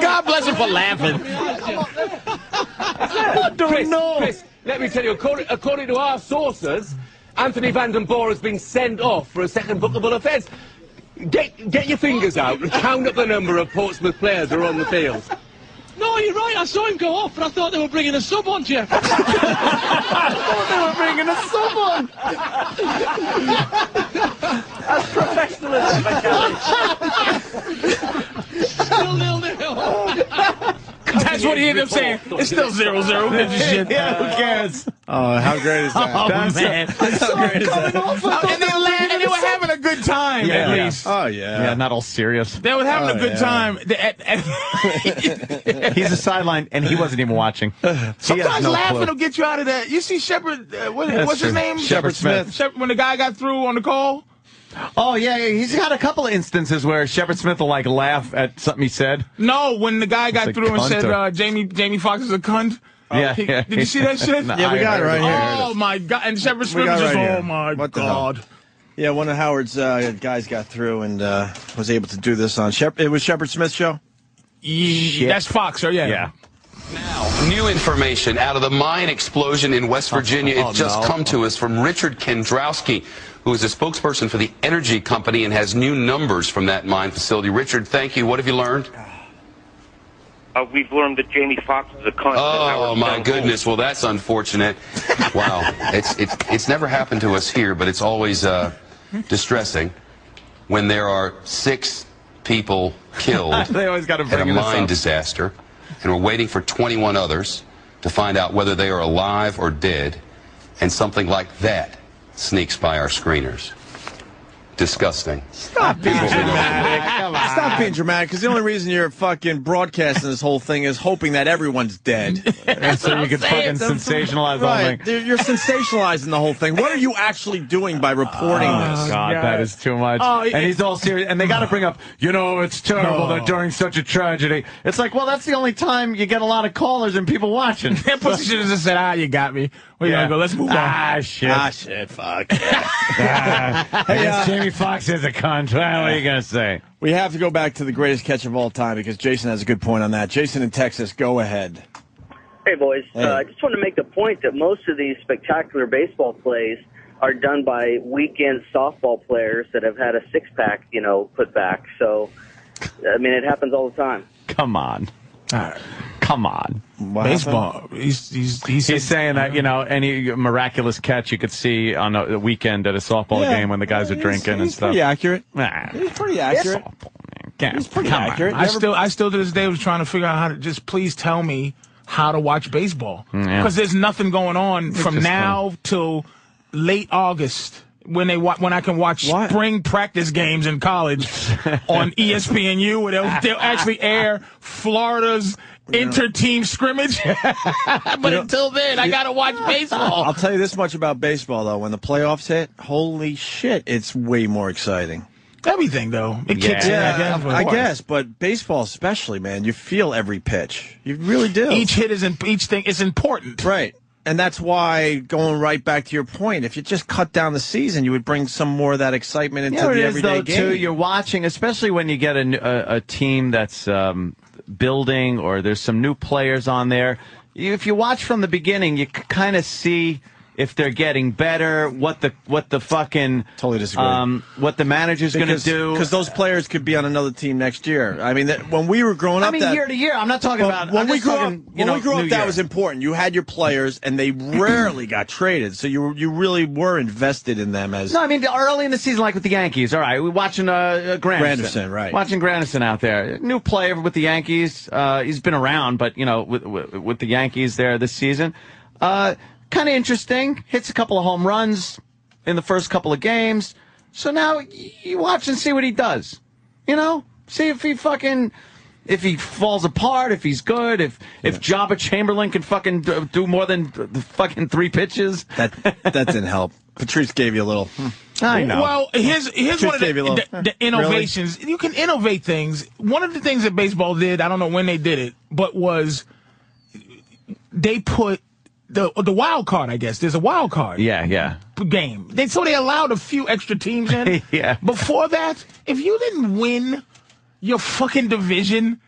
God bless him for laughing.
I don't Chris, know. Chris, let me tell you, according, according to our sources, Anthony Van Den Boer has been sent off for a second bookable offence. Get, get your fingers out and count up the number of Portsmouth players who are on the field.
no, you're right. I saw him go off, but I thought they were bringing a sub on, Jeff. I thought they were bringing a sub on. That's professionalism, Still nil nil.
That's what he ended up saying. It's still zero zero. Who gives a shit?
Yeah, who
cares?
Oh, how great is that?
Oh,
That's-
man.
how great is
and
that?
they, la- and they were having a good time,
Yeah.
at
Yeah.
least.
Oh, yeah.
Yeah, not all serious.
They were having
Oh,
a good
yeah.
time. They- at- at-
He's a sideline, and he wasn't even watching. He has
Sometimes
no
laughing
clue.
will get you out of that. You see Shepard, uh, what,
That's
what's his
true.
name?
Shepard Smith.
Shep- when the guy got through on the call?
Oh yeah, yeah, he's got a couple of instances where Shepard Smith will like laugh at something he said.
No, when the guy got
It's a
through and
cunt
said
or-
uh, Jamie Jamie Foxx is a cunt. Uh,
Yeah,
he-
yeah.
Did you see that shit?
No, Yeah, we I got it heard right it. here.
Oh my god! And Shepard
We
Smith
got
was just,
right here.
oh my
What the hell?
god.
Yeah, one of Howard's uh, guys got through and uh, was able to do this on Shep. It was Shepard Smith's show.
Ye- That's Fox, right? Yeah. Yeah.
New information out of the mine explosion in West Virginia.
Oh,
It's just
no.
come to us from Richard Kendrowski, who is a spokesperson for the energy company and has new numbers from that mine facility. Richard, thank you. What have you learned?
Uh, we've learned that Jamie Foxx is a cunt.
Oh my goodness! Well, that's unfortunate. Wow, it's it's it's never happened to us here, but it's always uh, distressing when there are six people killed
They always gotta
in a
bring this
mine
up.
disaster, and we're waiting for 21 others to find out whether they are alive or dead, and something like that sneaks by our screeners. Disgusting.
Stop being dramatic. Stop being dramatic because the only reason you're fucking broadcasting this whole thing is hoping that everyone's dead.
And so you could fucking sensationalize the whole
right.
thing.
You're- You're sensationalizing the whole thing. What are you actually doing by reporting this?
Oh, God, that is too much.
Oh, it-
and he's all serious. And they got to bring up, you know, it's terrible
No.
that during such a tragedy. It's like, well, that's the only time you get a lot of callers and people watching.
"Oh, That pussy should have just said, "Ah, you got me." We
Yeah.
gotta go. Let's move on. Ah,
Ah, shit. Ah,
shit. Fuck.
hey, Jamie Foxx is a cunt. Well, what are you going to say?
We have to go back to the greatest catch of all time because Jason has a good point on that. Jason in Texas, go ahead.
Hey, boys.
Hey.
Uh, I just want to make the point that most of these spectacular baseball plays are done by weekend softball players that have had a six pack, you know, put back. So, I mean, it happens all the time.
Come on. Come on.
Baseball. Oh, He's, he's, he's,
saying that, you know, any miraculous catch you could see on a a weekend at a softball
Yeah.
game when the guys are
He's-
drinking and
he's
stuff.
pretty accurate.
Nah.
He's pretty accurate.
He's
pretty accurate.
I still, I still to this day was trying to figure out how to just please tell me how to watch baseball
Mm,
Yeah.
because there's nothing going on from
Interesting.
now till late August when they wa- when I can watch spring practice games in college on E ESPNU where they'll, they'll actually air Florida's inter-team scrimmage. but
You know-
until then, I
you-
gotta watch baseball.
I'll tell you this much about baseball, though. When the playoffs hit, holy shit, it's way more exciting.
Everything, though. It kicks in, I guess,
yeah,
but-
I guess, but baseball especially, man, you feel every pitch. You really do.
Each hit is in, each thing is important.
Right. And that's why going right back to your point, if you just cut down the season, you would bring some more of that excitement into
You know what
the
it is,
everyday
though,
game.
too. You're watching, especially when you get a, n- a- a team that's um, building or there's some new players on there. You, if you watch from the beginning, you kind of see if they're getting better, what the what the fucking
totally disagree.
um, what the manager's going to do.
because 'cause those players could be on another team next year. I mean, that, when we were growing
I
up,
mean,
that,
year to year, I'm not talking
Well,
about-
when
I'm
we
just
grew
talking,
up.
you
When
know,
we grew up,
new
that
year.
was important. You had your players, and they rarely got traded, so you were- you really were invested in them as
No, I mean early in the season, like with the Yankees. All right, we're watching uh, uh, Granderson.
Granderson, right.
Watching Granderson out there, new player with the Yankees. Uh, he's been around, but you know, with with, with the Yankees there this season, uh, kind of interesting. Hits a couple of home runs in the first couple of games. So now y- you watch and see what he does. You know, see if he fucking. If he falls apart, if he's good, if if Jabba Chamberlain can fucking do, do more than uh, fucking three pitches,
that that didn't help. Patrice gave you a little.
I know.
Well, here's here's
Just
one of the,
gave you a little,
the- the
"Eh,
innovations. You can innovate things. One of the things that baseball did, I don't know when they did it, but was they put the the wild card. I guess there's a wild card
yeah, yeah.
game. They, so they allowed a few extra teams in.
Yeah.
Before that, if you didn't win your fucking division.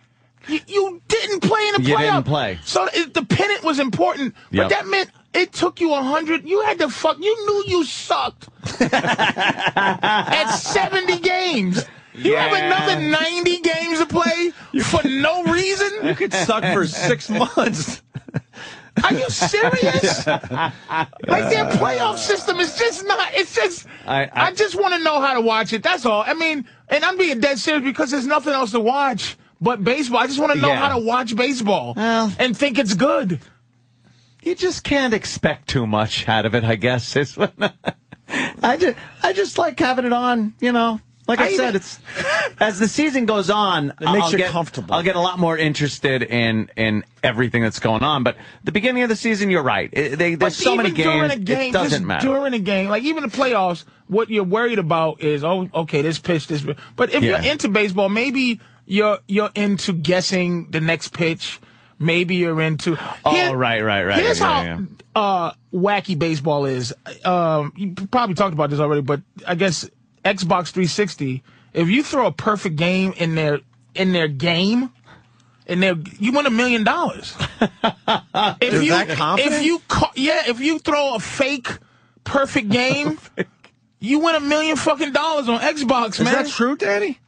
You, you didn't play in the
You
playoff.
didn't play.
So it, the pennant was important, but
Yep.
that meant it took you a hundred. You had to fuck. You knew you sucked at 70 games. You have another 90 games to play for no reason?
You could suck for six months.
Are you serious? Like
Uh.
their playoff system is just not. It's just. I,
I-
I, just want to know how to watch it. That's all. I mean, and I'm being dead serious because there's nothing else to watch but baseball. I just want to know
Yeah.
how to watch baseball and think it's good.
you just can't expect too much out of it. I guess is what I just I just like having it on. You know, like I,
I-
said, it's as the season goes on, it
makes
I'll
you
get,
comfortable.
I'll get a lot more interested in in everything that's going on. But the beginning of the season, you're right. It- they, there's so many
even during
games.
a game,
it
just
doesn't matter.
During a game, like even the playoffs, what you're worried about is oh, okay, this pitch, this. pitch. But if
Yeah.
you're into baseball, maybe you're you're into guessing the next pitch. Maybe you're into.
Oh, right, right, right.
Here's
Yeah,
how
yeah.
Uh, wacky baseball is. Um, you probably talked about this already, but I guess Xbox 360. If you throw a perfect game in their in their game, in their you win a million dollars. If
They're
you
that confident?
if you ca- yeah, if you throw a fake perfect game, you win a million fucking dollars on Xbox, man.
that true, Danny?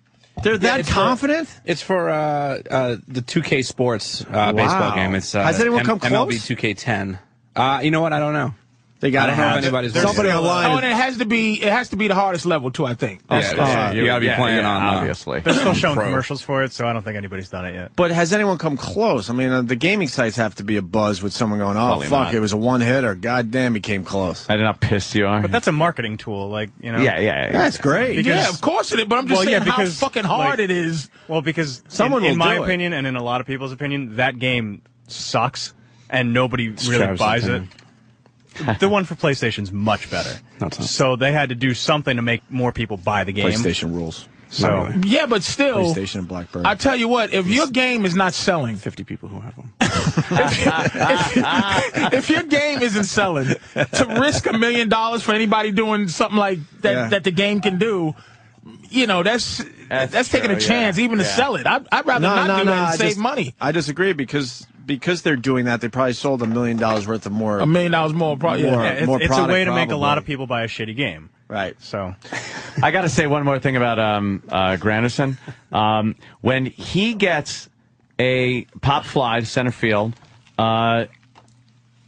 They're
Yeah,
that
it's for-
confident?
it's for uh, uh, the 2K Sports uh, baseball game. It's uh,
Has anyone come
MLB
close?
2K10. Uh, you know what? I don't know.
They
I don't know if anybody's listening.
Oh, and it has to be it has to be the hardest level too. I think.
Yeah, yeah, you gotta be
yeah,
playing
yeah,
on uh,
obviously.
They're still showing
Pro.
commercials for it, so I don't think anybody's done it yet.
But has anyone come close? I mean, uh, the gaming sites have to be a buzz with someone going, "Oh
Probably
fuck,
not.
it was a one hitter. God damn, he came close."
I did not piss you off.
But that's a marketing tool, like you know.
Yeah, yeah, yeah. That's great.
yeah, of course it is. But I'm just
Well,
saying
yeah,
how
because,
fucking hard it
like-
is.
Well, because
Someone
someone, in,
will
my
do it.
opinion, and in a lot of people's opinion, that game sucks, and nobody really
Travis's
buys
opinion.
it. the one for PlayStation's much better. So they had to do something to make more people buy the game.
PlayStation rules.
So
Yeah, but still,
PlayStation and BlackBerry.
I tell you what, if your game is not selling, 50 people who have them. if, if your game isn't selling, to risk a million dollars for anybody doing something like that
Yeah.
that the game can do, you know, that's that's, taking a
true, yeah.
chance even to
Yeah.
sell it. I'd, I'd rather not do that and
I
save
just-
money.
I disagree because because they're doing that, they probably sold a million dollars worth of more.
A million dollars more, probably.
More,
Yeah, it's,
more
it's a
product,
way to make a lot
probably.
of people buy a shitty game.
Right.
So
I got to say one more thing about um, uh, Granderson. Um, when he gets a pop fly to center field, uh,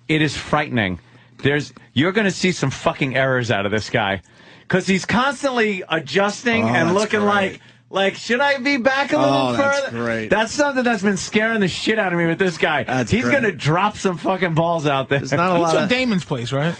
it is frightening. There's you're going to see some fucking errors out of this guy because he's constantly adjusting
Oh,
and
that's
looking
great.
like. Like, should I be back a little
Oh, that's
further?
great.
That's something that's been scaring the shit out of me with this guy. He's
great.
going to drop some fucking balls out there. There's
he took Damon's place, right?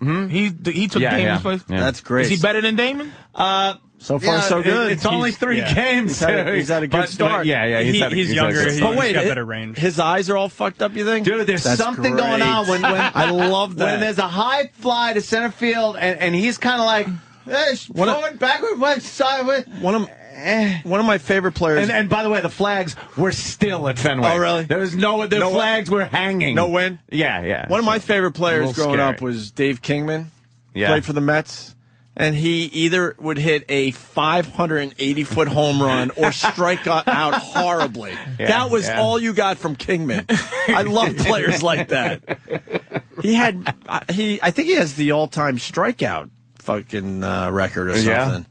Mm-hmm. He he took
Yeah,
Damon's
yeah,
place.
yeah. Hmm? That's great.
Is he better than Damon?
Uh,
So far, so good.
it's only
He's-
three
yeah.
games.
He's had a- he's had a good
But- but
start.
yeah, yeah, he's,
He-
had a,
he's
had a
younger,
good
he-
start.
he's got
it-
better range. His eyes are all fucked up. You think,
dude? There's
That's
something going on when,
great.
when
I love that.
when there's a high fly to center field and, and he's kind of like eh,
One of-
forward, backward, left, sideward.
One of one of my favorite players.
And, and by the way, the flags were still at Fenway.
Oh, really?
There was no the
No-
flags were hanging.
No win?
Yeah, yeah.
One of my favorite
A
players
little
growing
scary.
up was Dave Kingman.
Yeah.
Played for the Mets. And he either would hit a 580 foot home run or strike o- out horribly.
Yeah,
that was
yeah.
all you got from Kingman. I love players like that. He had I- he I think he has the all time strikeout fucking uh, record or
Yeah.
something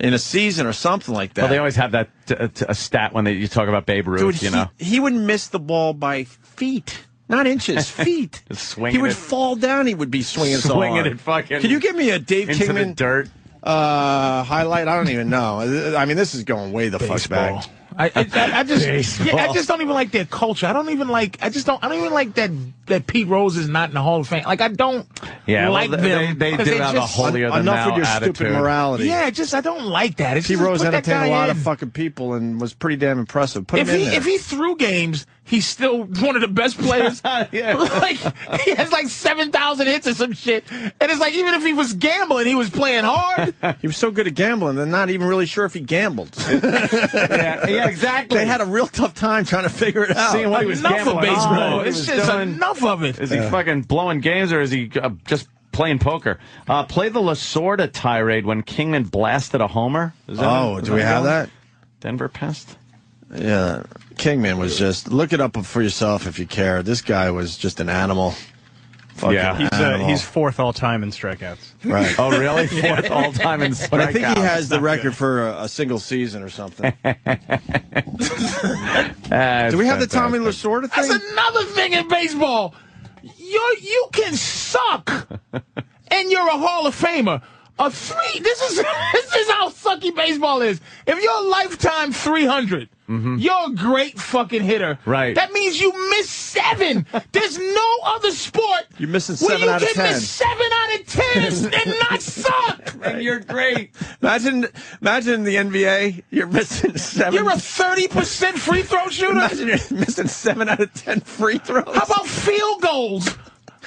in a season or something like that.
Well, they always have that t- t- a stat when they, you talk about Babe Ruth.
Dude,
you know,
he, he would miss the ball by feet, not inches, feet.
Just swinging
he would
it.
fall down. He would be swinging so
Swinging
hard.
it fucking
Can you give me a Dave
into the
Kingman
dirt
uh, highlight? I don't even know. I mean, this is going way the fuck
I,
back.
I, I- I just
Baseball.
yeah, I just don't even like their culture. I don't even like I just don't I don't even like that that Pete Rose is not in the Hall of Fame. Like I don't
Yeah, well,
like
they-
them.
they- they
'cause
do have a
just-
holier than
Enough with
now
your
attitude.
stupid morality.
Yeah, just I don't like that. It's
Pete
just
Rose
put that
entertained a
guy
lot
in.
of fucking people and was pretty damn impressive. Put
if
him in
he
there.
if he threw games, he's still one of the best players. yeah. Like he has like seven thousand hits or some shit. And it's like even if he was gambling, he was playing hard.
He was so good at gambling, they're not even really sure if he gambled. yeah,
yeah, exactly.
They had a real tough time trying to figure it out.
Seeing what he was
Enough of
gambling on,
baseball.
what he
It's
was
just
doing.
enough of it.
Is he fucking blowing games or is he uh, just playing poker? Uh, play the Lasorda tirade when Kingman blasted a homer. Is that
Oh,
is
do we
that
have
one?
that?
Denver Pest?
Yeah, Kingman was just look it up for yourself if you care. This guy was just an animal. Fucking
he's uh,
animal.
he's fourth all time in strikeouts.
right.
Oh, really? Fourth all-time in
But I think he
strikeouts.
has the
Not
record for a, a single season or something.
Do
Do we have the Tommy Lasorda thing?
That's another thing in baseball. You you can suck, and you're a Hall of Famer. A three. This is this is how sucky baseball is. If you're a lifetime 300,
Mm-hmm.
you're a great fucking hitter.
Right.
That means you miss seven. There's no other sport.
You're missing
where
seven
you
out of
can
ten.
miss seven out of ten and, and not suck.
And you're great.
Imagine, imagine the NBA. You're missing seven.
You're a 30% free throw shooter.
Imagine you're missing seven out of ten free throws.
How about field goals?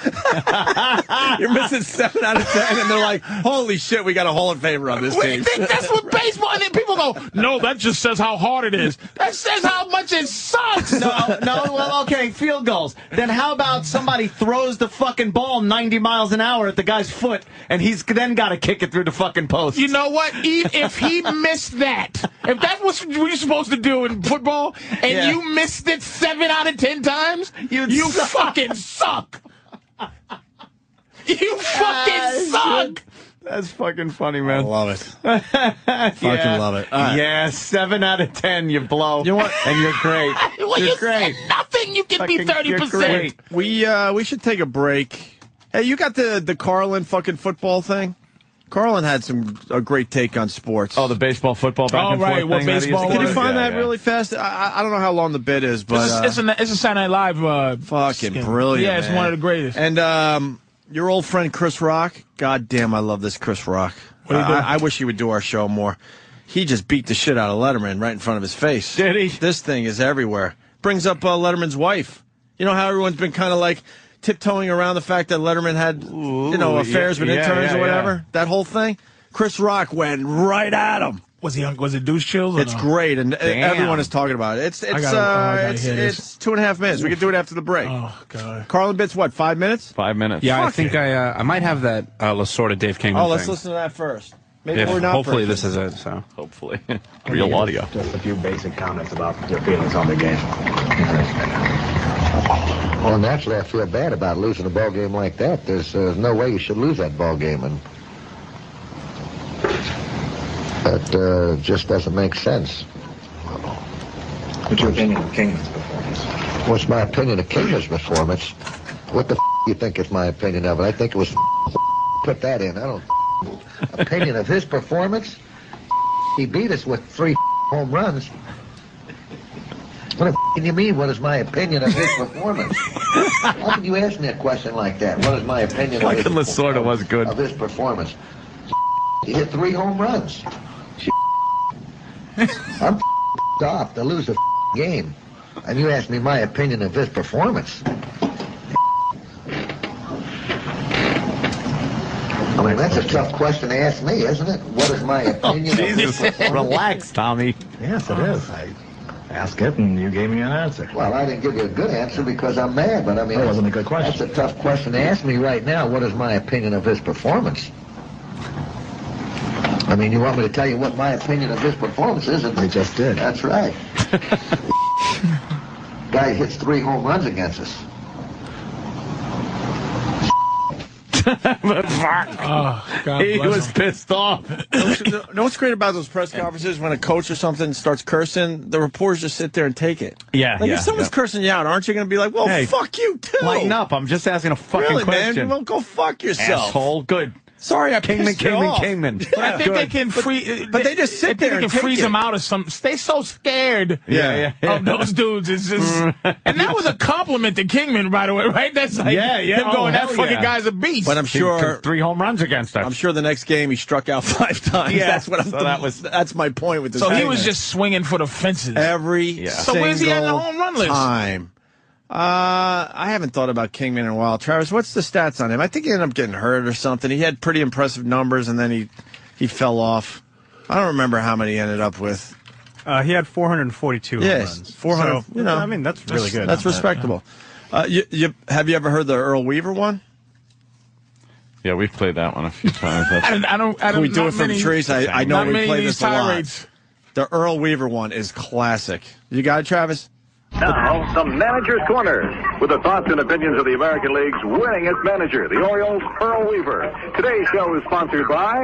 You're missing seven out of ten, and they're like, "Holy shit, we got a Hall of Famer on this
Wait,
team."
think that's what baseball. And then people go, "No, that just says how hard it is. That says how much it sucks."
No, no, well, okay, field goals. Then how about somebody throws the fucking ball 90 miles an hour at the guy's foot, and he's then got to kick it through the fucking post?
You know what? E- If he missed that, if that's what you're supposed to do in football, and
Yeah.
you missed it seven out of ten times, you
suck.
fucking suck. You
Ah,
fucking suck.
That's fucking funny, man.
love it.
Fucking
love it. All right.
Yeah, seven out of ten, you blow. You
what?
And you're great.
Well,
you're
you
great.
said nothing. You can be
Fucking-
thirty
you're great.
percent.
We uh we should take a break. Hey, you got the the Carlin fucking football thing? Carlin had some a great take on sports.
Oh, the baseball, football, back
All
and
right,
forth
what
thing that he used
baseball
to
Can
do?
you find
Yeah,
that
yeah.
really fast? I- I, I don't know how long the bit is, but
It's, a- it's,
uh,
a, it's a Saturday Night Live. Uh,
fucking brilliant.
Yeah, it's
man.
one of the greatest.
And um, your old friend Chris Rock. God damn, I love this Chris Rock. Uh,
do you do?
I, I wish he would do our show more. He just beat the shit out of Letterman right in front of his face. Did he? This thing is everywhere. Brings up uh, Letterman's wife. You know how everyone's been kind of like tiptoeing around the fact that Letterman had you know
Ooh,
affairs
yeah,
with
yeah,
interns
yeah, yeah.
or whatever. That whole thing. Chris Rock went right at him.
Was he on? Was it douche chills? or
It's
no?
great, and uh,
Damn.
everyone is talking about it. It's it's
gotta- oh, I
uh,
gotta
it's,
hear this.
it's two and a half minutes. We can do it after the break.
Oh god.
Carlin Bits, what five minutes?
Five minutes.
Yeah, I
Fuck
think
it.
I uh, I might have that uh, Lasorda Dave Kingman.
Oh, let's
thing.
listen to that first. Maybe
If-
we're not.
hopefully
perfect.
this is it. So
Hopefully. Real audio.
Just a few basic comments about your feelings on the game.
Well, naturally, I feel bad about losing a ball game like that. There's uh, no way you should lose that ball game, and that uh, just doesn't make sense.
What's your opinion of Kingman's performance?
What's my opinion of Kingman's performance? What the f- you think is my opinion of it? I think it was put that in. I don't opinion of his performance. He beat us with three home runs. What the f- can you mean? What is my opinion of his performance? How can you ask me a question like that? What is my opinion of his,
Fucking Lasorda was good.
of his performance? He hit three home runs. I'm f***ed off to lose a f- game, and you ask me my opinion of his performance. I mean, that's a tough question to ask me, isn't it? What is
Oh,
my opinion? of his performance?
Oh, Relax, Tommy.
Yes, it is. I asked it, and you gave me an answer. Well, I didn't give you a good answer because I'm mad, but I mean,
That wasn't a good question.
That's a tough question to ask me right now. What is my opinion of his performance? I mean, you want me to tell you what my opinion of his performance is? And they just did. That's right. Guy hits three home runs against us.
oh,
God
he
bless
was
him.
pissed off.
know know what's great about those press conferences when a coach or something starts cursing, the reporters just sit there and take it.
Yeah,
like
yeah,
if someone's
yeah.
cursing you out, aren't you going to be like, "Well,
Hey,
fuck you too"?
Lighten up. I'm just asking a fucking
really,
question.
man? Well, go fuck yourself,
Asshole. Good.
Sorry, I
Kingman,
pissed you
Kingman,
off.
Kingman.
But I think
Good.
they can free.
But they just sit
I think
there
They
and
can
take
freeze
it.
them out of some. They so scared.
Yeah, yeah.
Of those dudes, it's just. and that was a compliment to Kingman, by the way, right? That's like
Yeah, yeah.
Him going,
Oh,
that
hell
fucking
yeah."
guy's a beast.
But I'm sure
three home runs against us.
I'm sure the next game he struck out five times.
Yeah,
that's what I'm.
so that was-
that's my point with this.
So he
segment.
was just swinging for the fences.
every
So where's he at in the
single
home run list?
Time. Uh, I haven't thought about Kingman in a while. Travis, what's the stats on him? I think he ended up getting hurt or something. He had pretty impressive numbers, and then he he fell off. I don't remember how many he ended up with.
Uh, he had 442 home
yes,
runs.
four hundred.
So,
you know,
I mean, that's really good.
That's respectable. Uh, you, you, have you ever heard the Earl Weaver one?
Yeah, we've played that one a few times.
I don't. I don't. I
Can
don't
we do
not
it from
many-
trees? I, I know
not
we
many
play
of
this
these
a lot.
tirades.
The Earl Weaver one is classic. You got it, Travis?
Now, the Manager's Corner, with the thoughts and opinions of the American League's winningest manager, the Orioles' Earl Weaver. Today's show is sponsored by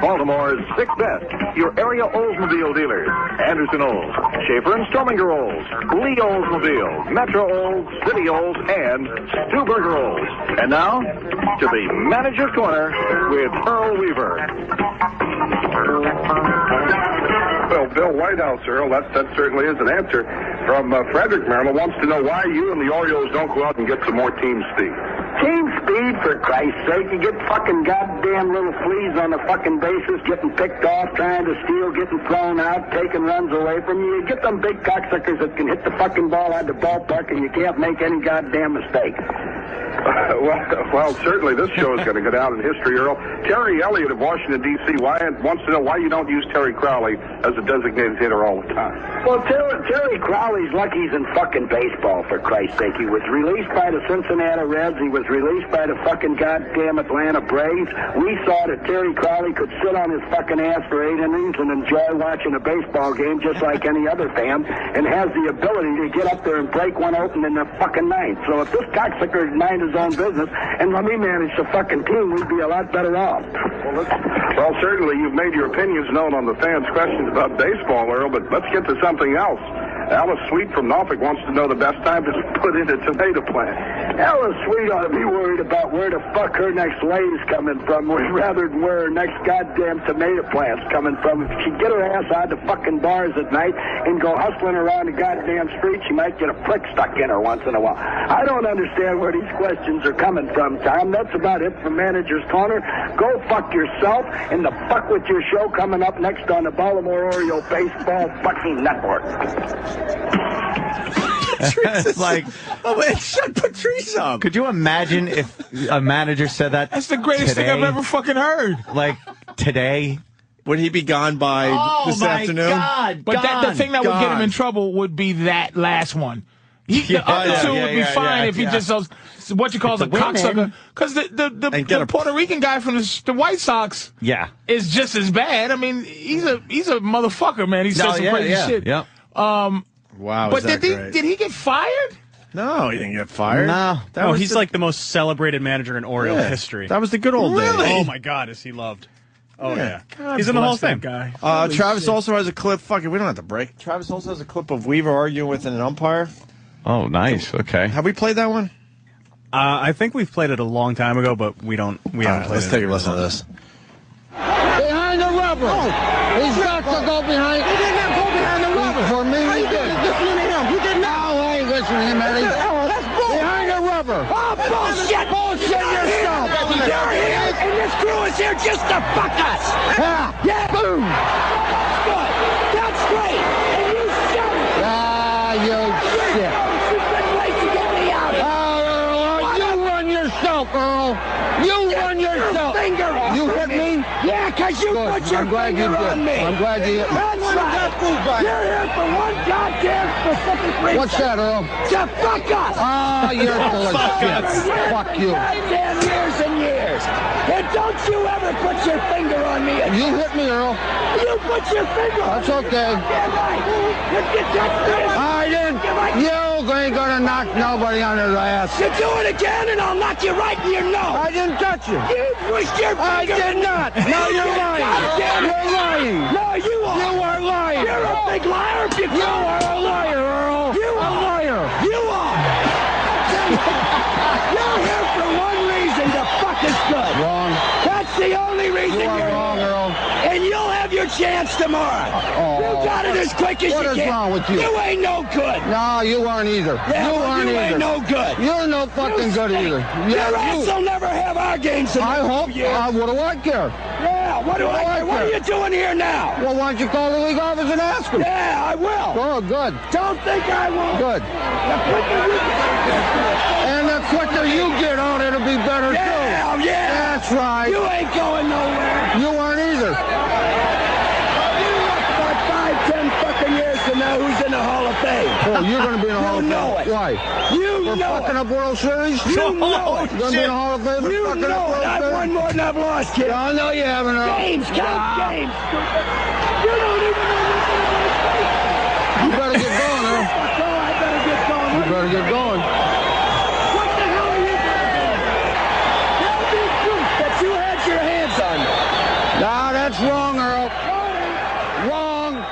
Baltimore's Six Best, your area Oldsmobile dealers, Anderson Olds, Schaefer and Strominger Olds, Lee Oldsmobile, Metro Olds, City Olds, and Stuberger Olds. And now, to the Manager's Corner with Earl Weaver. Well, Bill Whitehouse, Earl, that, that certainly is an answer. From uh, Frederick, Maryland, wants to know why you and the Orioles don't go out and get some more team speed.
Team speed, for Christ's sake. You get fucking goddamn little fleas on the fucking bases, getting picked off, trying to steal, getting thrown out, taking runs away from you. You get them big cocksuckers that can hit the fucking ball out of the ballpark and you can't make any goddamn mistake.
well, well, certainly this show is going to go down in history, Earl. Terry Elliott of Washington, D.C., why, wants to know why you don't use Terry Crowley as a designated hitter all the time.
Well, Terry, Terry Crowley's lucky he's in fucking baseball, for Christ's sake. He was released by the Cincinnati Reds. He was released by the fucking goddamn Atlanta Braves. We saw that Terry Crowley could sit on his fucking ass for eight innings and enjoy watching a baseball game just like any other fan and has the ability to get up there and break one open in the fucking ninth. So if this cocksucker mind his own business and let me manage the fucking team, we'd be a lot better off.
Well, certainly you've made your opinions known on the fans' questions about baseball, Earl, but let's get to something else. Alice Sweet from Norfolk wants to know the best time to put in a tomato plant.
Ella Sweet ought to be worried about where the fuck her next lady's coming from, rather than where her next goddamn tomato plant's coming from. If she get her ass out of the fucking bars at night and go hustling around the goddamn street, she might get a prick stuck in her once in a while. I don't understand where these questions are coming from, Tom. That's about it for Manager's Corner. Go fuck yourself and the fuck with your show coming up next on the Baltimore Oriole Baseball fucking network.
it's like, oh, man, shut Patrice up.
Could you imagine if a manager said that? That's
the greatest thing I've ever fucking heard.
Like today,
would he be gone by
Oh
this
my
afternoon?
God! But that the thing that would get him in trouble would be that last one. He, the
Yeah,
other
yeah,
two
yeah,
would be
yeah,
fine
yeah,
if he
yeah.
just those, what you call
It's
a
a win,
cocksucker.
man.
Because the the, the,
And get
the
a-
Puerto Rican guy from the, the White Sox
yeah.
is just as bad. I mean, he's a he's a motherfucker, man. He says
No,
some
yeah,
crazy
yeah,
shit.
yeah.
Um,
Wow,
but
is that
did he
great.
did he get fired?
No, he didn't get fired.
That Oh, he's like the most celebrated manager in Oriole
Yeah.
history.
That was the good old days.
Oh my God, is he loved? Oh yeah,
God
he's in the Hall of
bless
Fame.
that Guy. Uh,
Holy
Travis
shit.
also has a clip. Fuck it, we don't have to break. Travis also has a clip of Weaver arguing with an umpire.
Oh, nice. Okay.
Have we played that one?
Uh, I think we've played it a long time ago, but we don't. We haven't played
let's
it.
take a listen to this.
Oh.
Behind the rubber. He's got to go behind. He did not go behind. Oh,
oh, this crew is here just to fuck us. Yeah. Boom. That's good. That's great. And you shut it. Ah, you shit. Oh, You run yourself, Earl. You run yourself. Finger off you hit me? Yeah, because you put your finger on me. I'm glad you hit me. That's right. You're here for one goddamn specific reason.
What's that, Earl?
To fuck us.
Ah, you're full of
Fuck
shit.
us.
Fuck you.
Nine damn years and years. And don't you ever put your finger on me.
You hit me, Earl.
You put your finger on me.
That's okay. I didn't. You ain't gonna knock nobody on his ass.
You do it again, and I'll knock you right in your nose.
I didn't touch you.
You pushed your finger.
I did not. No, you're lying. You're lying.
No, you are.
You are lying.
You're a big liar. If you,
You are a liar, Earl.
You
a liar.
You are. You're here for one reason to fuck us good.
Wrong.
That's the only reason you are
wrong, Earl.
And you'll have your chance tomorrow.
Oh.
you got it as quick as
What
you
is
can.
wrong with you?
You ain't no good.
No, you aren't either.
Yeah,
you
well,
aren't
you
either.
ain't no good.
You're no fucking
You
good
stink.
either.
Your ass will never have our games in
I
the
hope.
years.
Uh, what do I care?
Yeah, what do
Well,
I,
I
what are
care.
you doing here now?
Well, why don't you call the league office and ask them?
Yeah, I will.
Oh, good.
Don't think I won't.
Good. And the quicker you get on, it'll be better
Yeah,
too.
yeah.
That's right.
You ain't going nowhere.
You aren't either.
You look for five, ten fucking years to know who's in the Hall of Fame.
Oh, you're going to be in the
You
Hall of Fame.
know it.
Why?
You
We're
know
fucking
it.
up World Series.
You know it.
You're going to be in the Hall of Fame. We're
You
fucking up
know
World
it. I've
Series.
won more than I've lost, kid.
I know you haven't. Earl.
Games, count games. You don't even know nothing about
You better get going, Earl.
Oh, I better get going.
You better get going.
What the hell are you doing? Tell me the truth that you had your hands on me.
Nah, that's wrong, Earl. Wrong.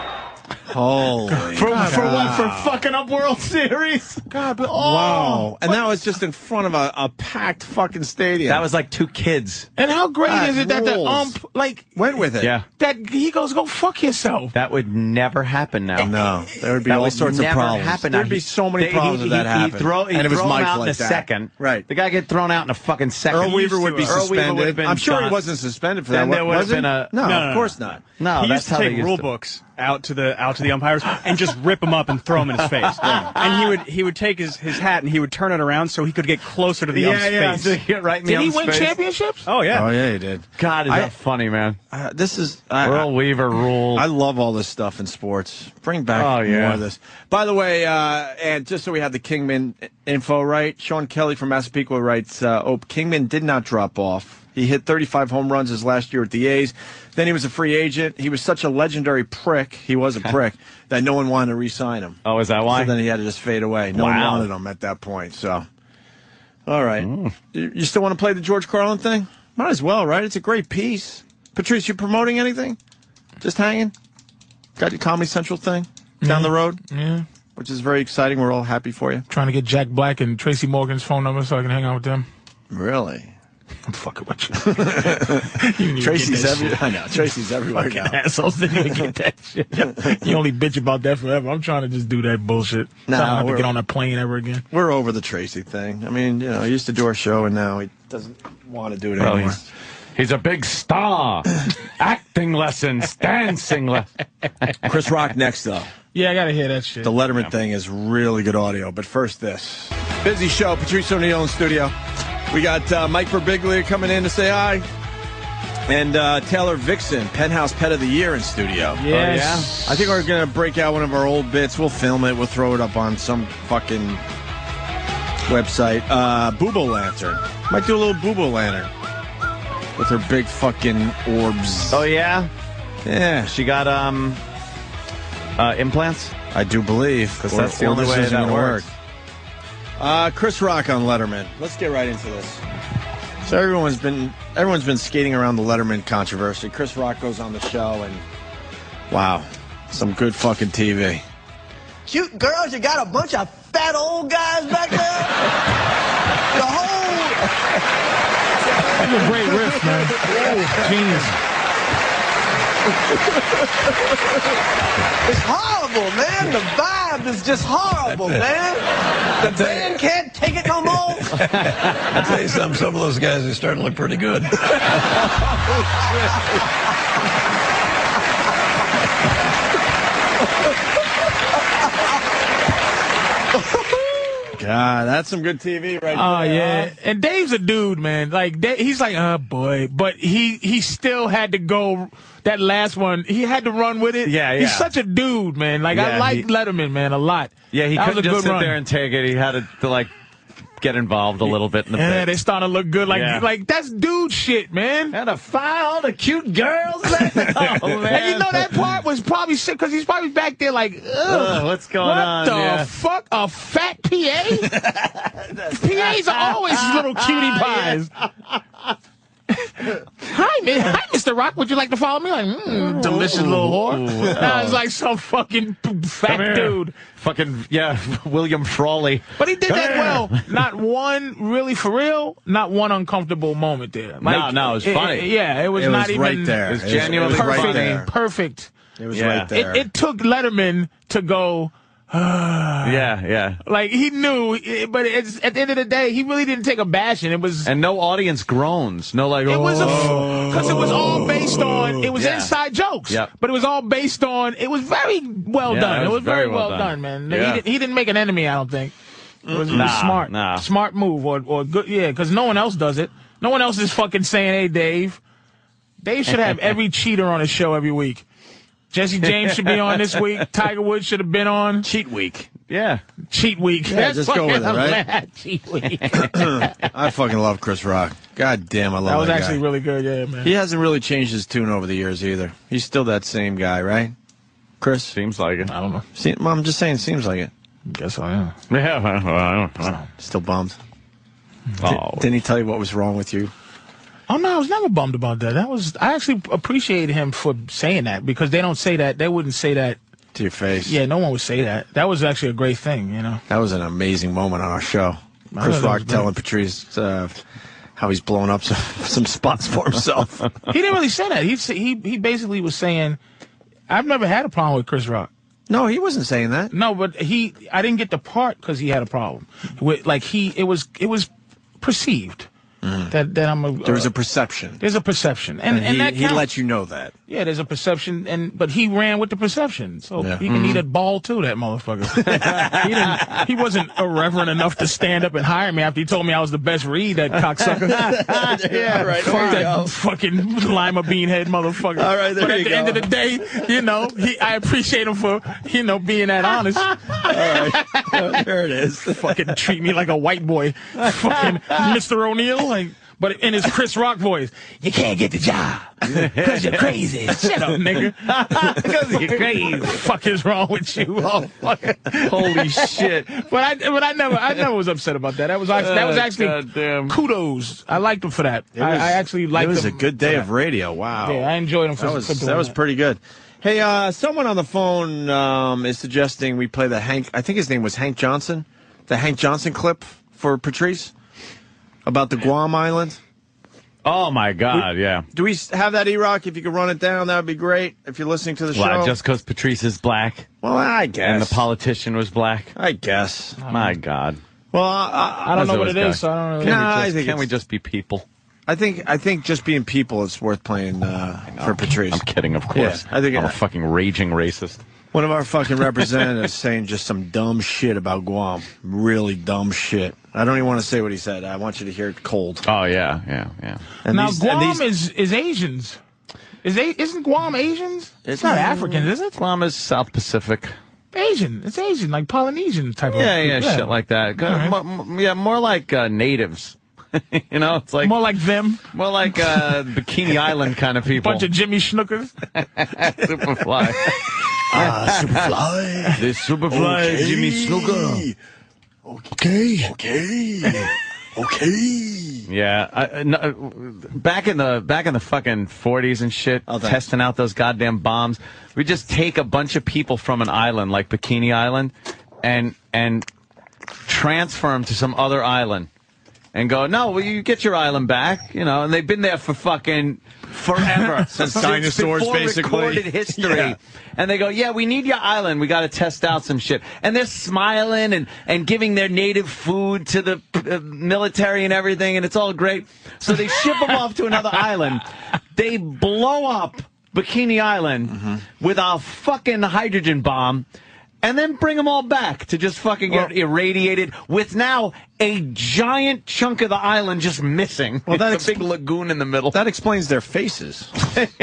Holy
For, for what?
cow.
For
Ah.
fucking up World Series?
God, but
Oh,
wow! And that was just in front of a, a packed fucking stadium.
That was like two kids.
And how great
That
is it that the
rules.
ump like
went with it.
Yeah.
that he goes go fuck yourself?
That would never happen now.
No, there would be
that
all
would
sorts of
never
problems.
Happen.
There'd
now.
be
He-
so many
they-
problems
he,
if that
he,
happened.
He throw, he
and it was
throw him
Mike
out
like
in a
that.
second.
Right.
The guy get thrown out in a fucking second.
Earl Weaver would be
Earl Weaver
suspended.
would've been
I'm sure
done.
he wasn't suspended for that.
Then there
was
would've
he?
been a-
no,
No,
of course not.
No,
he
that's
used to
how they
take
used
rule
to-
books out to the out to the umpires and just rip them up and throw them in his face. And he would he would take his, his hat and he would turn it around so he could get closer to the
Yeah,
ump's
yeah,
face.
so
Get right in the
Did he
ump's
win
face.
championships?
Oh yeah.
Oh yeah, he did.
God, is
I-
that funny, man?
Uh, this is I,
Earl Weaver ruled.
I love all this stuff in sports. Bring back
Oh, yeah.
more of this. By the way, uh, and just so we have the Kingman info right, Sean Kelly from Massapequa writes, uh, oh, Kingman did not drop off. He hit 35 home runs his last year at the A's. Then he was a free agent. He was such a legendary prick. He was a prick that no one wanted to re-sign him.
Oh, is that why?
So then he had to just fade away. No
Wow.
one wanted him at that point. So, all right. You you still want to play the George Carlin thing? Might as well, right? It's a great piece. Patrice, you promoting anything? Just hanging? Got your Comedy Central thing down
Mm-hmm.
the road,
Yeah,
which is very exciting. We're all happy for you.
trying to get Jack Black and Tracy Morgan's phone number so I can hang out with them.
Really?
I'm fucking with you. you need to
Tracy's
get that
every.
shit.
I know. Tracy's everywhere
Fucking
now.
assholes didn't even get that shit. You only bitch about that forever. I'm trying to just do that bullshit.
Nah,
So I don't have to
we're-
get on a plane ever again.
We're over the Tracy thing. I mean, you know, he used to do our show, and now he doesn't want to do it
Well,
anymore.
he's, he's a big star. Acting lessons, dancing lessons.
Chris Rock next, though.
Yeah, I gotta hear that shit.
The Letterman thing is really good audio. But first, this busy show. Patrice O'Neill in studio. We got uh, Mike Birbiglia coming in to say hi, and uh, Taylor Vixen, Penthouse Pet of the Year, in studio.
Yes.
I think we're gonna break out one of our old bits. We'll film it. We'll throw it up on some fucking website. Uh, Boobo Lantern might do a little Boobo Lantern with her big fucking orbs.
Oh yeah,
yeah,
she got um uh, implants.
I do believe
Because
Or-
that's the
or
only
this
way
isn't
that
gonna
works.
Uh, Chris Rock on Letterman. Let's get right into this. So everyone's been everyone's been skating around the Letterman controversy. Chris Rock goes on the show, and wow, some good fucking TV.
Cute girls, you got a bunch of fat old guys back there. the whole
That's a great riff, man. Genius.
It's horrible, man. The vibe is just horrible, man. The band can't take it no more.
I tell you something, some of those guys are starting to look pretty good.
God, that's some good TV right
Oh
there.
yeah,
huh?
and Dave's a dude, man. Like Da- he's like, oh boy, but he he still had to go. That last one, he had to run with it.
Yeah,
He's
yeah.
such a dude, man. Like I
Yeah,
like
he-
Letterman, man, a lot.
Yeah, he
That was a
couldn't just
good
sit
run.
there and take it. He had to, to, like get involved a little bit in the
yeah,
bit.
they starting to look good. Like
Yeah.
like that's dude shit, man.
And a file, the cute girls. Oh, man.
And you know that part was probably sick because he's probably back there like, Ugh,
Ugh, what's going
what
on?
the
Yeah.
fuck? A fat PA? PAs are always little cutie pies. hi, mi- hi, Mr. Rock. Would you like to follow me? Like, mm, delicious little
Ooh,
whore. Nah, it's
oh.
like some fucking p-
Come
fat
here.
dude.
Fucking yeah, William Frawley.
But he did
Come
that
here.
well. Not one really for real. Not one uncomfortable moment there. Like,
no, it was funny.
yeah, it was
It
not
was
even
right there. It was It was- it genuinely was right
perfect.
there.
Perfect. It
was Yeah. right there.
It, took Letterman to go. "Ah."
Yeah, yeah.
Like he knew, eh, but it's, at the end of the day, he really didn't take a bashing. It was
And no audience groans. No like.
it was a
"Oh."
because it was all based on it was
Yeah.
inside jokes,
Yep.
but it was all based on it was very well
Yeah,
done.
it
It
was
was very,
very
well
well
done,
done.
man.
Yeah.
He, didn't, he didn't make an enemy, I don't think. It was, it was
Nah,
smart,
nah.
smart move or or good, yeah, because no one else does it. No one else is fucking saying, "Hey, Dave." Dave should have every cheater on his show every week. Jesse James should be on this week. Tiger Woods should have been on cheat week.
Yeah,
cheat week.
Yeah, just go with it, right?
cheat week.
I fucking love Chris Rock. God damn, I love
that was
that guy.
actually really good, yeah, man.
He hasn't really changed his tune over the years either. He's still that same guy, right? Chris seems
like it.
I don't know.
See, well, I'm just saying, seems like it.
Guess I am.
Yeah, well, I don't know.
Still bummed.
Oh.
Did, not he tell you what was wrong with you?
Oh no, I was never bummed about that. That was I actually appreciated him for saying that because they don't say that. They wouldn't say that
to your face.
Yeah, no one would say that. That was actually a great thing, you know.
That was an amazing moment on our show.
I
Chris
thought that
Rock
was great.
telling Patrice uh, how he's blown up some, some spots for himself.
He didn't really say that. He he he basically was saying, "I've never had a problem with Chris Rock."
No, he wasn't saying that.
No, but he I didn't get the part because he had a problem with like he it was it was perceived that that I'm a
Mm. there was a perception,
there's a perception and
and,
and
he,
that
he
counts.
let you know that.
Yeah, there's a perception, and but he ran with the perception, so
Yeah.
he can eat
Mhm.
a ball too. That motherfucker. he, didn't, he wasn't irreverent enough to stand up and hire me after he told me I was the best read. That cocksucker.
Yeah, right, there
Fuck
you go.
that fucking lima bean head motherfucker.
All right, there
but at
you
the
go.
end of the day, you know, he, I appreciate him for you know being that honest.
there it is.
fucking treat me like a white boy. Fucking Mr. O'Neill, like. But in his Chris Rock voice, you can't get the job because you're crazy. Shut up, nigga. Because
you're crazy.
What the fuck is wrong with you? Oh, fucking.
Holy shit.
But I, but I never, I never was upset about that. That
Uh,
was, act- that was
Oh,
actually
goddamn.
kudos. I liked him for that.
It
I,
was-
I actually liked
It was
him
a good day
for
of
that.
radio. Wow.
Yeah, I enjoyed him for-
that. Was,
for doing
that was
that.
pretty good. Hey, uh, someone on the phone um, is suggesting we play the Hank. I think his name was Hank Johnson, the Hank Johnson clip for Patrice about the Guam Island.
Oh my God! yeah.
Do we s- have that E Rock? If you could run it down, that would be great. If you're listening to the show,
Why? Just because Patrice is black?
Well, I
And the
guess.
politician was black.
I guess.
My God.
well, I,
I don't know what
it
it
is.
is, so I don't really-
Nah,
Can, we,
I
just,
think
can we
it's-
just be people?
I think I think just being people, it's worth playing uh, for Patrice.
I'm kidding, of course.
I think
I'm a
it-
fucking raging racist.
One of our fucking representatives saying just some dumb shit about Guam. Really dumb shit. I don't even want to say what he said. I want you to hear it cold.
Oh yeah, yeah, yeah.
now
these-
Guam
these-
is is Asians. Is a, isn't Guam Asians? It's, not African, is it?
Guam is South Pacific.
Asian. It's Asian, like Polynesian type of.
Yeah, yeah, shit like that.
All right.
Mo- mo- yeah, more like uh, natives. you know, it's like
More like them.
more like uh, Bikini Island kind of people.
Bunch of Jimmy Schnookers.
Superfly.
Ah, Superfly.
The Superfly
Okay.
Jimmy Snooker.
Okay. Okay. Okay.
Yeah, I, I- no, uh, back in the back in the fucking forties and shit,
Oh, thanks.
testing out those goddamn bombs. We just take a bunch of people from an island like Bikini Island, and and transfer them to some other island, and go. No, well, you get your island back, you know. And they've been there for fucking forever
Since dinosaurs,
before
basically.
recorded history.
Yeah.
And they go, yeah, we need your island. We got to test out some shit. And they're smiling and and giving their native food to the uh, military and everything, and it's all great. So they ship them off to another island. They blow up Bikini Island with a fucking hydrogen bomb. And then bring them all back to just fucking get irradiated with now a giant chunk of the island just missing. Well, that's a big lagoon in the middle.
That explains their faces.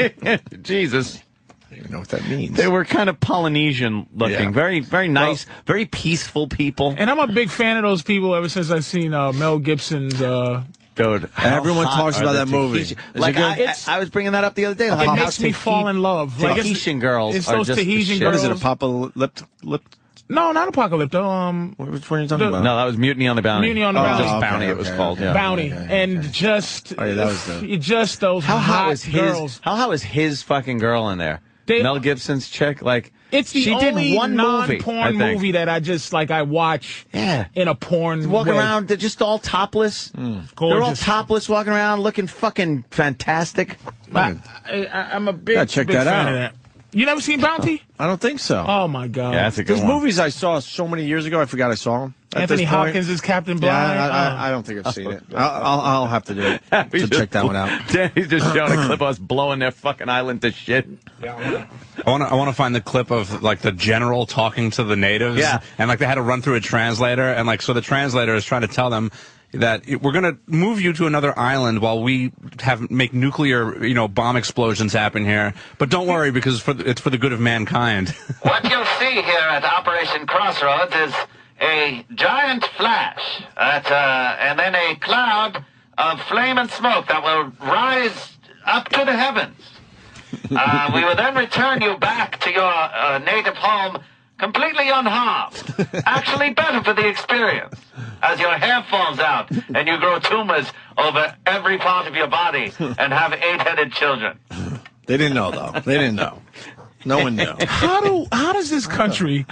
Jesus.
I don't even know what that means.
They were kind of Polynesian looking,
Yeah.
very, very nice, very peaceful people.
And I'm a big fan of those people ever since I've seen uh, Mel Gibson's. Uh,
Dude,
how
Everyone
hot
talks
are
about
the
that movie.
Tahitian-
Is
Like,
it good?
I- It's-
I was bringing that up the other day.
It makes me fall in love. Like, it's-
Tahitian girls
It's
are
those
just the
Tahitian
shit.
girls.
What is it, a
apocalypse? Lip,
no, not apocalypto. Um,
which one are you
talking about?
No, that was Mutiny on the Bounty.
Mutiny on the Bounty.
Just
Oh,
Bounty,
okay,
it was
okay,
called. yeah.
Bounty and just
Oh, yeah, that was the-
f- just those
How
hot
hot was his?
girls.
How hot was his fucking girl in there? Mel Gibson's chick. Like
It's the
she
only
did one movie. I
non-porn
think.
movie, that I just like. I watch in a porn.
Walking
way. Mm.
around, they're just all topless. They're all
Gorgeous.
topless, walking around, looking fucking fantastic.
I, I, I'm a big,
Gotta check
big
that
fan
out.
of that. You never seen Bounty?
I don't think so.
Oh my god!
There's movies I saw so many years ago, I forgot I saw them. At
Anthony
this point-
Hopkins is Captain
Yeah,
Blind.
I,
Oh.
I, I don't think I've seen it. I'll, I'll, I'll have to do it to check that one out.
Danny's just showing a clip of us blowing their fucking island to shit.
I want to I want to find the clip of like the general talking to the natives.
Yeah.
And like they had to run through a translator, and like so the translator is trying to tell them that it- we're gonna move you to another island while we have make nuclear you know bomb explosions happen here. But don't worry because for the, it's for the good of mankind.
What you see here at Operation Crossroads is a giant flash, at, uh, and then a cloud of flame and smoke that will rise up to the heavens. Uh, we will then return you back to your uh, native home completely unharmed. Actually, better for the experience, as your hair falls out and you grow tumors over every part of your body and have eight-headed children.
They didn't know though. They didn't know. No one knew.
how do how does this country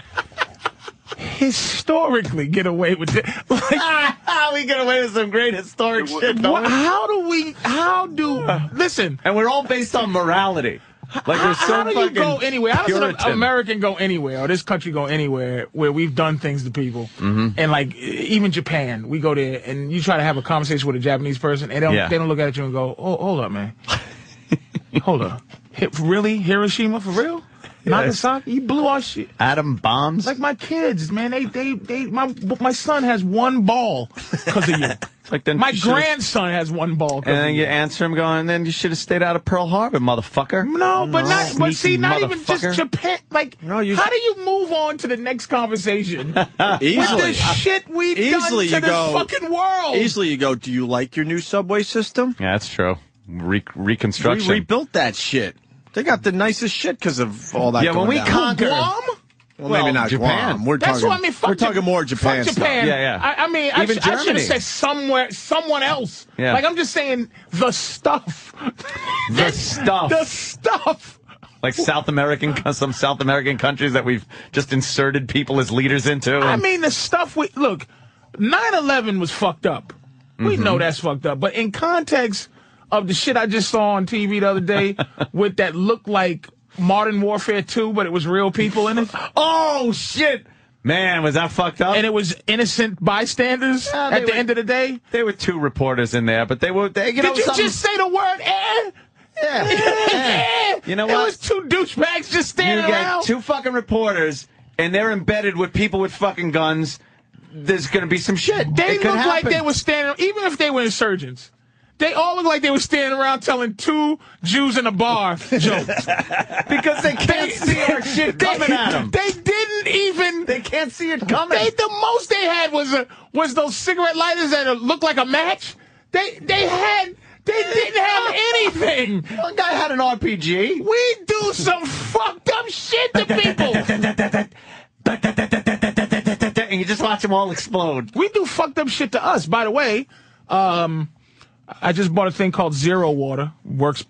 historically get away with it? Like,
we get away with some great historic shit.
Wha- how do we? How do? Listen,
and we're all based on morality. Like
how,
we're so
how do you
fucking
go anywhere? How does an
Puritan.
American go anywhere, or this country go anywhere where we've done things to people?
Mhm.
And like e- even Japan, we go there and you try to have a conversation with a Japanese person, and they don't
Yeah.
they don't look at you and go, "Oh, hold up, man, hold up, Hi- really Hiroshima for real? Nagasaki, you blew our shit."
Atom bombs.
Like my kids, man. They, they, they. My, my son has one ball because of you.
like then
my
you should've-
grandson has one ball. 'cause
And
of
then
you.
you answer him going, then you should have stayed out of Pearl Harbor, motherfucker.
No, but not. But see,
Sneaky
not even
motherfucker.
just Japan. Like, how do you move on to the next conversation?
Easily.
with the shit we
Easily
done to
you
this
go.
fucking world.
Easily you go. Do you like your new subway system?
Yeah, that's true. Re- reconstruction.
We rebuilt that shit. They got the nicest shit because of all that.
Yeah, when
going
we
down.
conquered-
Guam?
Well, maybe not
Japan.
Guam. We're
That's
talking.
what I mean. Fuck
we're talking
Japan.
more Japan.
Fuck
stuff.
Japan.
Yeah, yeah.
I, I mean, I, sh-
Even
I should
Germany.
have said somewhere, someone else.
Yeah.
Like I'm just saying the stuff.
the stuff.
The stuff.
Like South American, some South American countries that we've just inserted people as leaders into.
I
and-
mean, the stuff we look. 9/11 was fucked up. We
Mm-hmm.
know that's fucked up. But in context of the shit I just saw on TV the other day, with that looked like Modern Warfare 2, but it was real people in it. Oh shit!
Man, was that fucked up?
And it was innocent bystanders
they
at the
were-
end of the day.
there were two reporters in there, but they were, they, you know,
Did you
something-
just say the word eh?
Yeah. You know
It
what?
was two douchebags just
you
standing
get
around.
two fucking reporters, and they're embedded with people with fucking guns. There's going to be some shit.
They
It could
look like
happen.
they were standing, even if they were insurgents. They all look like they were standing around telling two Jews in a bar jokes
because they can't see our shit coming
they,
at 'em.
They didn't even.
They can't see it coming.
They, the most they had was a, was those cigarette lighters that looked like a match. They they had. They didn't have anything.
One guy had an RPG.
We do some fucked up shit to people.
and you just watch them all explode.
We do fucked up shit to us. By the way, um, I just bought a thing called Zero Water. Works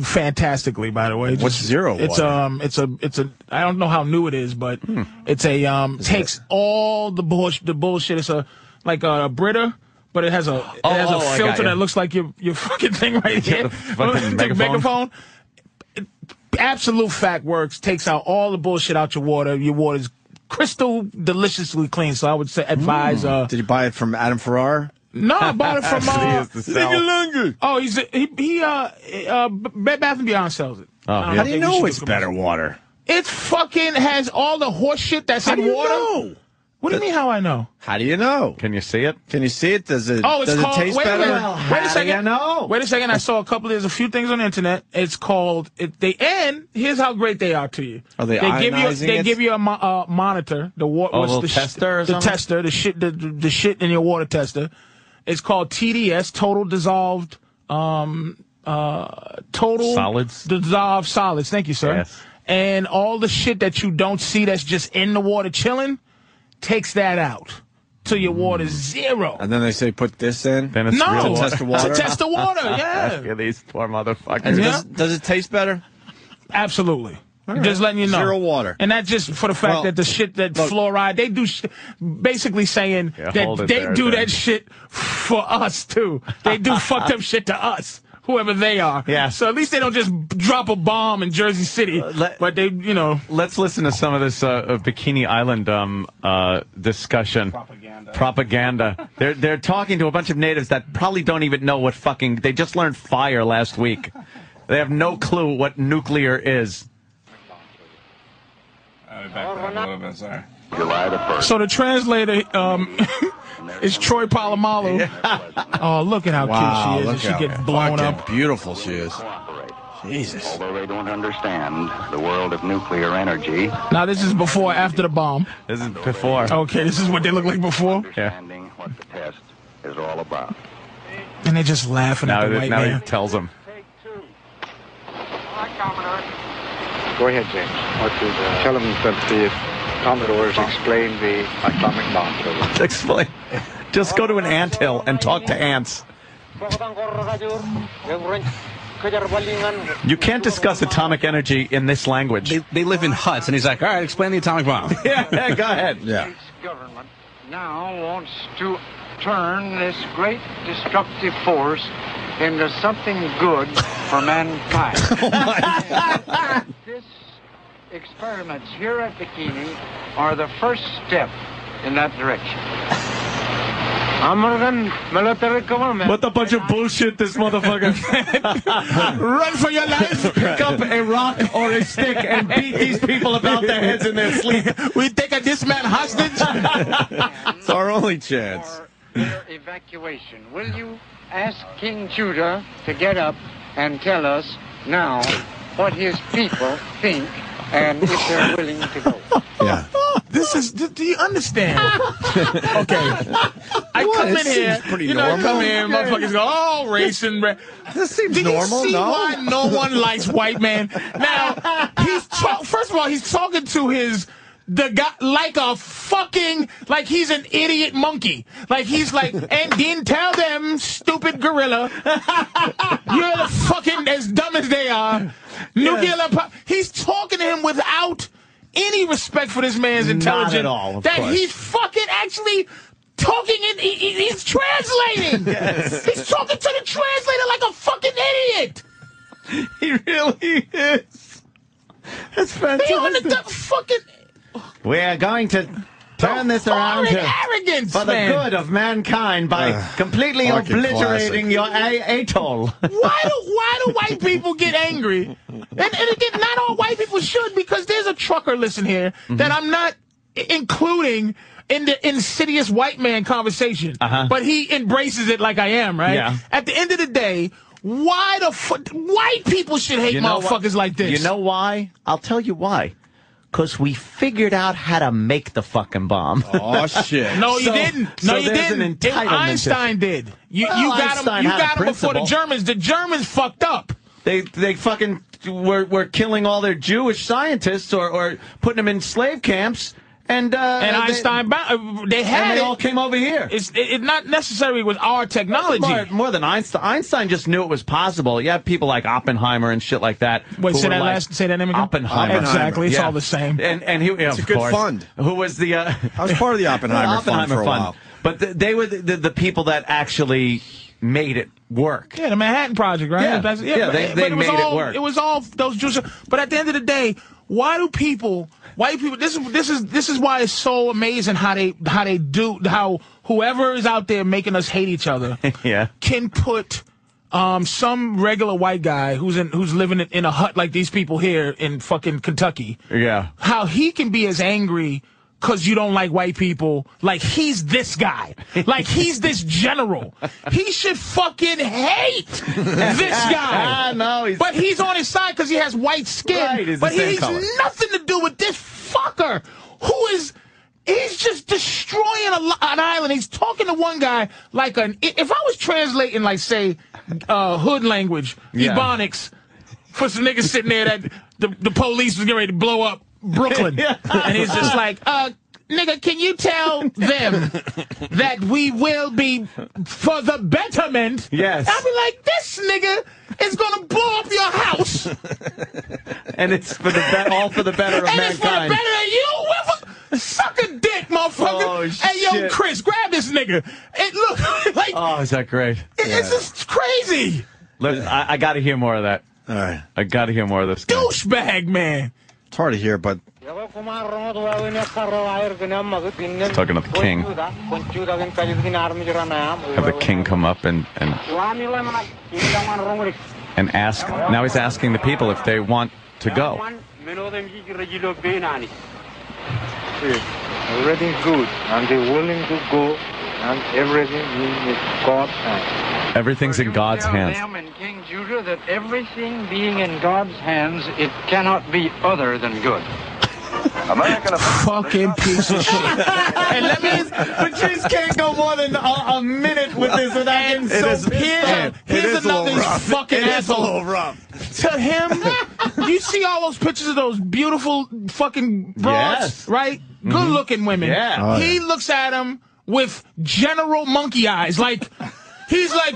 fantastically, by the way.
What's Zero
It's
Water?
um, it's a, it's a. I don't know how new it is, but
Hmm.
it's a um, takes all the bullshit. The bullshit. It's a like a Brita, but it has a it
Oh,
has a
oh, I got
filter
you.
that looks like your your fucking thing right
Yeah,
here.
the fucking
The
megaphone.
megaphone. Absolute Fact Works takes out all the bullshit out your water. Your water's crystal deliciously clean. So I would say advise. Uh,
Mm. Did you buy it from Adam Farrar?
no, I bought it from.
That's what he
Uh,
used to sell. Nigga
Oh, he's he, he uh, uh Bed Bath and Beyond sells it.
Oh,
I don't
how do you
think we
know
should
it's better water?
It's fucking has all the horse shit that's in water. What do you mean? How I know?
How do you know?
Can you see it?
Can you see it? Does it?
Oh, it's
does
called.
it taste
wait,
better?
A minute, wait a second. Wait a second. I saw a couple. There's a few things on the internet. It's called. It, they and here's how great they are to you.
Are they
give you.
ionizing
They
it?
give you a mo- uh, monitor. The water.
Oh, a little
the sh-
tester or
The
something?
tester. The shit. The, the the shit in your water tester. It's called TDS. Total dissolved. Um. Uh. Total
Solids?
Dissolved solids. Thank you, sir.
Yes.
And all the shit that you don't see that's just in the water chilling takes that out. So your water's zero.
And then they say put this in. Then
it's No, real
to test the
to
water.
test the water, yeah.
Look at these poor motherfuckers.
And does, does it taste better?
Absolutely.
All right.
Just letting you know.
Zero water.
And that's just for the fact
Well,
that the shit that fluoride, they do sh- basically saying
Yeah, hold
that
it
they
there,
do
then.
that shit for us too. They do fucked up shit to us, whoever they are. Yeah. So at least they don't just drop a bomb in Jersey City.
Uh,
but they, you know.
Let's listen to some of this uh, uh, Bikini Island um, uh, discussion. Propaganda. Propaganda. They're they're talking to a bunch of natives that probably don't even know what fucking. They just learned fire last week. They have no clue what nuclear is.
July the 1st.
So the translator um, is Troy Palomalo. Oh, look at how cute she
wow,
is.
look
and she
how
gets blown
fucking
up.
Beautiful she is.
Jesus. Although they don't understand the world of nuclear energy,
Now this is before, or after the bomb.
This is before.
Okay, this is what they look like before.
understanding what the test is all about.
And they're just laughing
Now,
at the
that-
white
now
man.
he tells them.
Go ahead, James. What is, uh, tell them that the Commodores explained the atomic bomb to them.
Explain. Just go to an anthill and talk to ants. You can't discuss atomic energy in this language. They,
they live in huts, and he's like, all right, explain the atomic bomb.
yeah, go ahead.
Yeah.
government now wants to turn this great destructive force into something good for mankind.
Oh,
this experiments here at Bikini are the first step in that direction. American military government.
What a bunch of bullshit this motherfucker.
Run for your life.
Pick up a rock or a stick and beat these people about their heads in their sleep.
We taking this man hostage.
It's our only chance.
their evacuation. Will you ask King Judah to get up and tell us now what his people think and if they're willing to go?
Yeah.
Oh, this is. Do, do you understand? okay. I
What?
come
It
in here.
seems pretty
you know, I come
normal.
in, motherfuckers go, oh, race and ra-"
This seems
Do
normal,
you see
no?
why no one likes white man? Now, he's talk- first of all, he's talking to his the guy like a fucking like he's an idiot monkey. Like he's like, and then tell them, stupid gorilla, you're the fucking as dumb as they are. Nuclear. po- he's talking to him without any respect for this man's
Not
intelligence.
at all, of
that
course.
he's fucking actually talking and he, he- he's translating.
Yes.
He's talking to the translator like a fucking idiot.
He really is. That's fantastic.
He on the dumb fucking
We are going to turn this around
foreign
here
arrogance,
for the
man.
good of mankind by
Ugh,
completely
fucking
obliterating
classic.
your a- atoll.
why do why do white people get angry? And, and again, not all white people should because there's a trucker listen here
Mm-hmm.
that I'm not i- including in the insidious white man conversation.
Uh-huh.
But he embraces it like I am, right?
Yeah.
At the end of the day, why the fu- white people should hate
what-
motherfuckers like this?
You know why? I'll tell you why. Because we figured out how to make the fucking bomb.
Oh shit.
No, you
So-
didn't.
so
No, you
there's an
didn't. It-
entitlement
Einstein
issue.
did. You
Well,
you got
Einstein
him. You
had a
got him before the
principle.
Germans. The Germans fucked up.
They they fucking were were killing all their Jewish scientists or, or putting them in slave camps and uh,
and
they-
Einstein, bo- uh, they had
and they
it.
all came over here.
It's it, it not necessarily was our technology.
More, more than Einstein. Einstein just knew it was possible. You have people like Oppenheimer and shit like that.
Wait,
who
say
were
that
like-
last. Say that name again.
Oppenheimer.
Exactly. It's
Yeah.
all the same.
And and he, yeah,
It's a
of
good
course.
fund.
Who was the? Uh,
I was part of the Oppenheimer,
Oppenheimer
fund for a
fund.
while.
But th- they were the, the, the people that actually made it work.
Yeah, the Manhattan Project, right?
Yeah.
That's-
Yeah,
but-
they-
but
they
was
made it
all,
work.
It was all those Jews. But at the end of the day, why do people? Why do people? This is this is this is why it's so amazing how they how they do how whoever is out there making us hate each other
yeah.
can put um, some regular white guy who's in who's living in- in a hut like these people here in fucking Kentucky.
Yeah.
How he can be as angry because you don't like white people, like he's this guy, like he's this general. He should fucking hate this guy.
I know, he's-
but he's on his side because he has white skin.
Right, he's the
but
same
he's
color.
nothing to do with this fucker who is. He's just destroying a, li- an island. He's talking to one guy like an. i- If I was translating, like say, uh, hood language,
Yeah.
ebonics, for some niggas sitting there that the, the police was getting ready to blow up Brooklyn, and he's just like, uh, nigga, can you tell them that we will be for the betterment?
Yes.
I'll be like, this nigga is gonna blow up your house, and
And it's for the be- all for the better of
it's for the better
mankind.
than you. Will suck a dick, motherfucker.
Oh,
hey, yo,
shit.
Chris, grab this nigga. It look like
Oh, is that great?
it- it's just crazy.
Look, I, I got to hear more of that. All right. I got to hear more of this. guy.
Douchebag, man.
It's hard to hear, but
talking to the king. Have the king come up and, and,
and ask. Now he's asking the people if they want to go.
Everything good, and they're willing to go, and everything is God's hand.
Everything's in God's
Tell
hands.
them in King Judah that everything being in God's hands, it cannot be other than good.
American
fucking piece of shit.
and let me, Patrice can't go more than a, a minute with this without getting so
Here's,
pissed.
here's another fucking asshole. to him, you see all those pictures of those beautiful fucking broads,
Yes. Mm-hmm.
right? Good looking women.
Yeah. Oh,
he
yeah.
looks at him with general monkey eyes, like. He's like,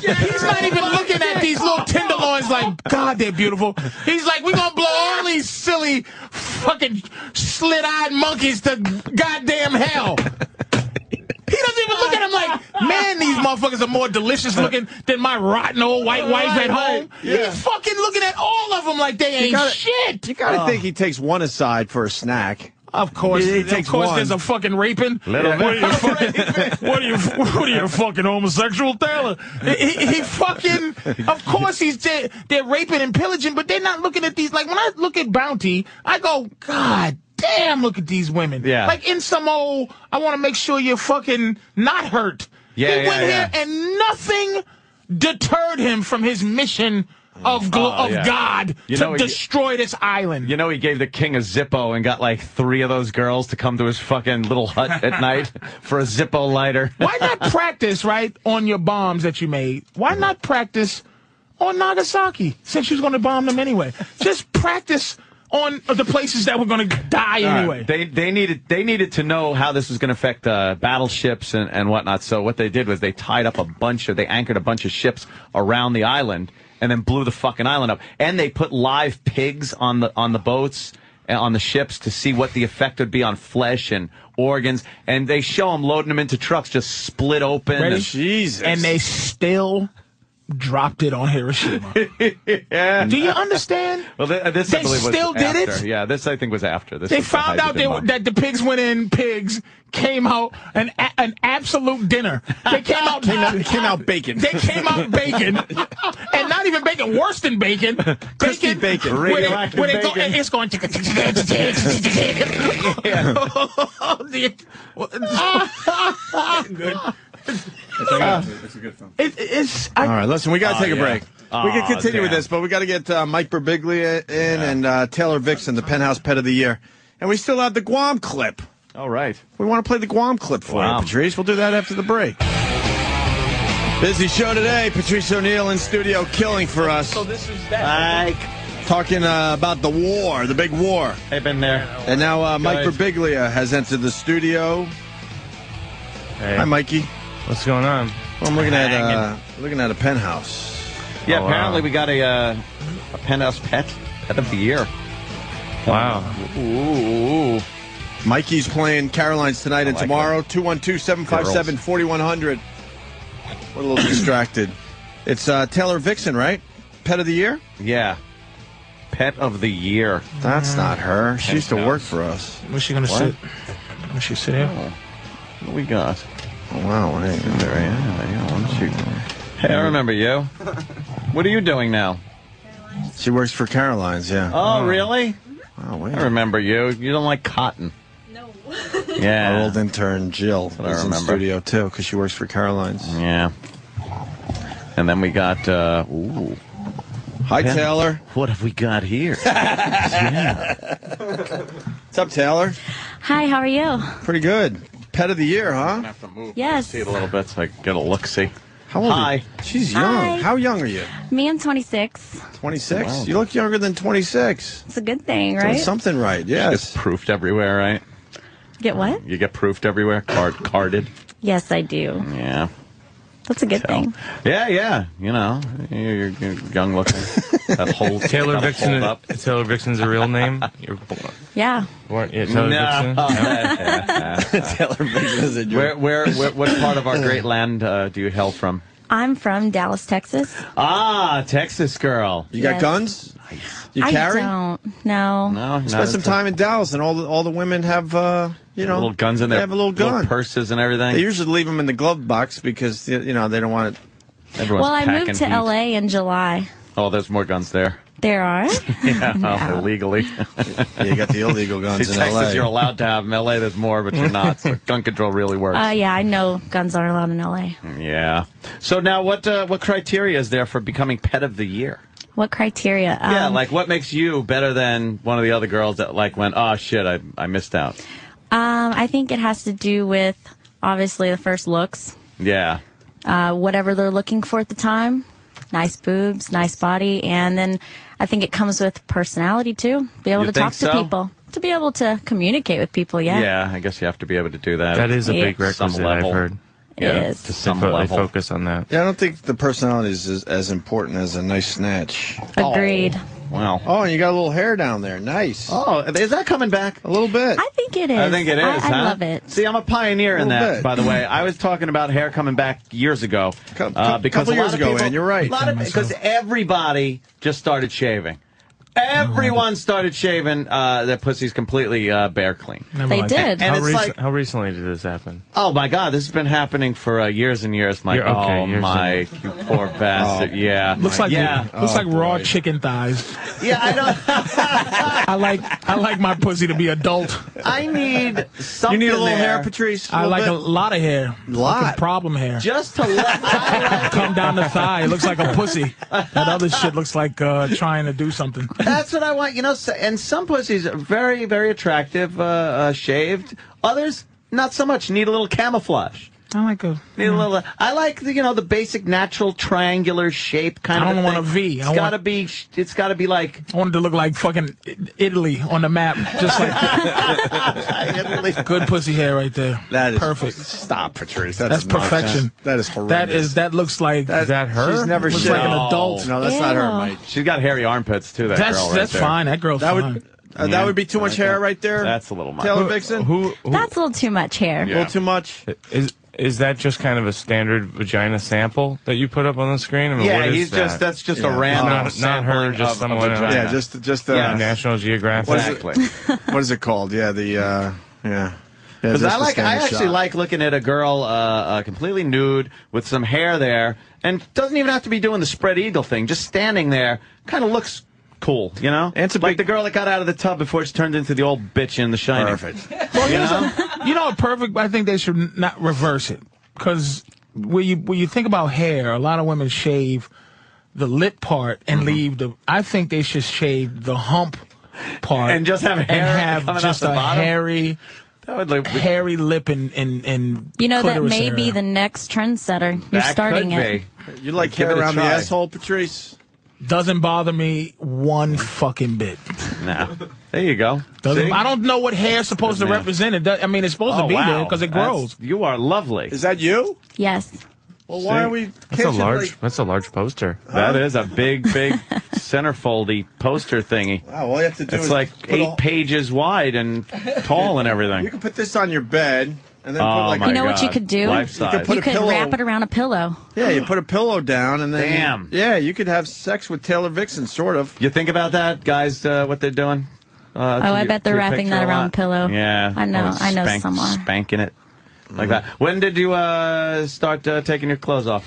he's not even looking at these little tenderloins like, God, they're beautiful. He's like, we're gonna blow all these silly fucking slit eyed monkeys to goddamn hell. He doesn't even look at him like, man, these motherfuckers are more delicious looking than my rotten old white wife at
Right,
home.
right. Yeah.
He's fucking looking at all of them like they ain't
gotta-
shit.
you got to
Oh.
think he takes one aside for a snack.
Of course,
he, he
of
takes
course,
one.
there's a fucking raping.
Little
what, Are you, fucking, what are you? What are you? a Fucking homosexual Taylor. He, he- he fucking. Of course, he's they're, they're raping and pillaging, but they're not looking at these. Like when I look at Bounty, I go, God damn, look at these women.
Yeah.
Like in some old, I want to make sure you're fucking not hurt.
Yeah,
He
yeah,
went
yeah.
here and nothing deterred him from his mission of glo-
Oh,
of
yeah.
God
You
to
know, he-
destroy this island.
You know, he gave the king a Zippo and got like three of those girls to come to his fucking little hut at night for a Zippo lighter.
Why not practice, right, on your bombs that you made? Why not practice on Nagasaki since you was going to bomb them anyway? Just practice on the places that were going to die
All right.
anyway.
They they needed they needed to know how this was going to affect uh, battleships and, and whatnot. So what they did was they tied up a bunch of they anchored a bunch of ships around the island and then blew the fucking island up. And they put live pigs on the on the boats and on the ships to see what the effect would be on flesh and organs. And they show them loading them into trucks, just split open.
Ready?
and-
And they still dropped it on Hiroshima.
yeah.
Do you understand?
Well, th- this I
They
believe was
still did it?
after. Yeah, this I think was after. This
they
was the
found out
hydrogen
they,
bomb.
were- that the pigs went in pigs came out an a- an absolute dinner. They came out
Came out- came out bacon.
They came out bacon, and not even bacon, worse than bacon. Crispy
bacon.
Where they,
Radioactive
where they go,
bacon.
it's going.
It's a good film.
It, it's.
All right, listen, we got to
Oh,
take a
yeah.
break. we can
Aw,
continue with
damn.
this, but we got to get uh, Mike Birbiglia in and uh, Taylor Vixen, the Penthouse Pet of the Year. And we still have the Guam clip.
All right.
We want to play the Guam clip for
Wow.
you, Patrice. We'll do that after the break. Busy show today. Patrice O'Neill in studio killing for us. So
this is
Mike. Talking uh, about the war, the big war.
They've been there.
And now uh, Mike
Guys.
Birbiglia has entered the studio.
Hey.
Hi, Mikey.
What's going on?
Well, I'm looking at
Hanging.
uh, looking at a penthouse.
Yeah,
Oh, wow.
apparently we got a uh, a penthouse pet pet of the year.
Wow.
Ooh.
Mikey's playing Caroline's tonight and
I like
tomorrow. 212 757 4100. We're a little distracted. It's uh, Taylor Vixen, right? Pet of the year?
Yeah. Pet of the year.
That's not her.
Ten
She used to work for us.
Where's she gonna
What?
sit?
Where's she sit here?
Oh, What we got?
Oh, wow. Hey,
there I am. I want you. Hey, I remember you. What are you doing now?
She works for Caroline's, yeah.
Oh, really?
Oh, wait.
I remember you. You don't like cotton. No. yeah.
Our old intern, Jill, is
what I
in
remember.
studio, too, because she works for Caroline's.
Yeah. And then we got. Uh, ooh.
Hi,
Pet-
Taylor.
What have we got here?
What's up, Taylor?
Hi, how are you?
Pretty good. Pet of the year, huh?
Yes.
See it a little bit so I can get a look see.
How old
Hi.
Are you? She's young.
Hi.
How young are you?
Me, I'm 26.
26?
Wow.
You look younger than 26.
It's a good thing,
Doing
right?
something right,
You
yes.
get proofed everywhere, right?
Get what?
You get proofed everywhere. Card carded.
Yes, I do.
Yeah.
That's a good thing.
Yeah, yeah. You know, you're, you're young looking. That whole
Taylor
that
Vixen.
hold Up.
Taylor Vixen's a real name. You're born.
Yeah.
Weren't you Taylor Vixen?
Taylor Vixen's a where, where, where, what part of our great land uh, do you hail from?
I'm from Dallas, Texas.
Ah, Texas girl.
You got
Yes.
guns? You
I
carry?
don't. No.
No, no,
Spend some
it's a-
time in Dallas, and all the, all the women have, uh, you know,
little guns in
They
there.
have a little gun.
purses and everything.
they usually leave them in the glove box because you know they don't want it.
Everyone's
Well, I moved to LA in July.
Oh, there's more guns there.
There are.
Yeah, illegally.
you got the illegal guns
See,
in
Texas,
LA.
you're allowed to have them. LA, there's more, but you're not. So gun control really works.
Uh, yeah, I know guns aren't allowed in LA.
yeah. So now, what uh, what criteria is there for becoming pet of the year?
What criteria?
yeah,
Um,
like what makes you better than one of the other girls that like went, oh shit, I I missed out.
um, I think it has to do with obviously the first looks,
Yeah.
uh, whatever they're looking for at the time. Nice boobs, nice body, and then I think it comes with personality too. Be able
You
to talk
think so?
to people, to be able to communicate with people. Yeah.
I guess you have to be able to do that.
That is a
Yeah.
big requisite. I've heard.
It Yeah, is.
to some
they fo-
level.
They focus on that.
Yeah, I don't think the personality is as, as important as a nice snatch.
Agreed.
Wow.
Oh, and you got a little hair down there. Nice.
Oh, is that coming back?
A little bit.
I think it is.
I think it is.
I,
huh?
I love it.
See, I'm a pioneer in
Little
that.
bit.
By the way, I was talking about hair coming back years ago. Uh, because
couple
a lot
years
of
ago,
people,
Ann, you're right.
a lot of- Because everybody just started shaving. Everyone started shaving uh, their pussies completely uh, bare clean.
Never
They
mind.
did.
And
How
it's
recent-
like, how recently did this happen?
Oh my God, this has been happening for uh, years and years, Mike.
You're- okay,
oh
years
my,
and-
you poor
Oh,
bastard. Yeah,
Oh. Looks like
yeah.
looks like raw chicken thighs.
Yeah, I don't.
I like I like my pussy to be adult.
I need something.
need a little
there.
hair, Patrice? I like a lot of hair.
Lot.
Fucking problem hair.
Just to let
Come down the thigh. It looks like a pussy. That other shit looks like uh, trying to do something.
That's what I want, you know. so- And some pussies are very, very attractive, uh, uh, shaved. Others, not so much. Need a little camouflage.
I like a.
Need a little. I like the, you know, the basic natural triangular shape kind
I
of.
don't want
a
a V.
It's
I want-
gotta be. sh- It's gotta be like.
I wanted to look like fucking I- Italy on the map. Just like good pussy hair right there.
That is
perfect.
Stop, Patrice.
That's, perfection.
That is horrendous.
That is that looks like
That- Is that her? she's never
looks
shaved.
like an
No.
adult.
No, that's not her, Ew. Mike.
She's got hairy armpits too. That
That's-
girl right
that's
there.
fine. That girl's
That would-
fine.
uh, that would be too much hair right there.
That's a little much.
Taylor Vixen.
Who?
That's a little too much hair.
Yeah.
Too much.
Is is that just kind of a standard vagina sample that you put up on the screen? I mean,
Yeah,
what is
he's
that?
just- that's just a
It's
random
Not, not her,
sampling
just
of a
someone. else.
vagina.
Yeah, just just uh,
Yeah, National Geographic.
What is it- what is it called? Yeah, the uh, yeah. Yeah,
Because
just
I
the
like, I
standard
actually
shot.
like looking at a girl uh, uh, completely nude with some hair there, and doesn't even have to be doing the spread eagle thing. Just standing there, kind of looks cool, you know. like the girl that got out of the tub before she turned into the old bitch in The Shining. Perfect.
Well, here's a- you know, what perfect. I think they should not reverse it because when you when you think about hair, a lot of women shave the lip part and
Mm-hmm.
leave the. I think they should shave the hump part
And just have hair
and have
coming out
just
the
a
bottom?
hairy,
that would look
hairy lip and and and.
You know that
clitoris
may
hair.
be the next trendsetter. You're starting it.
You like
Give
hair
it a
around the
try.
asshole, Patrice?
Doesn't bother me one fucking bit.
No. There you go.
Doesn't,
See?
I don't know what hair's supposed to
Yeah.
represent. It. does- I mean, it's supposed
Oh,
to be there
wow.
because it
That's-
grows.
you are lovely. Is
that you?
Yes.
Well, why are we?
That's a
can't you,
large.
like-
that's a large poster.
That is a big, big centerfoldy poster thingy.
Wow, all you have to do
It's
is
like
put
eight
all-
pages wide and tall and
You
everything.
can put this on your bed and then
Oh,
put like
my
you know what you
God.
could do?
Life-size.
You could,
Put a pillow-
wrap it around a pillow.
Yeah, you put a pillow down and then
Damn.
yeah, you could have sex with Taylor Vixen, sort of.
You think about that, guys? Uh, what they're doing? Uh,
Oh,
to
I
your-
bet they're
to your
wrapping
picture
that
a
around
lot.
pillow.
Yeah,
I know-
Oh,
I know
spank-
some are.
spanking it
Mm.
like that. When did you uh, start uh, taking your clothes off?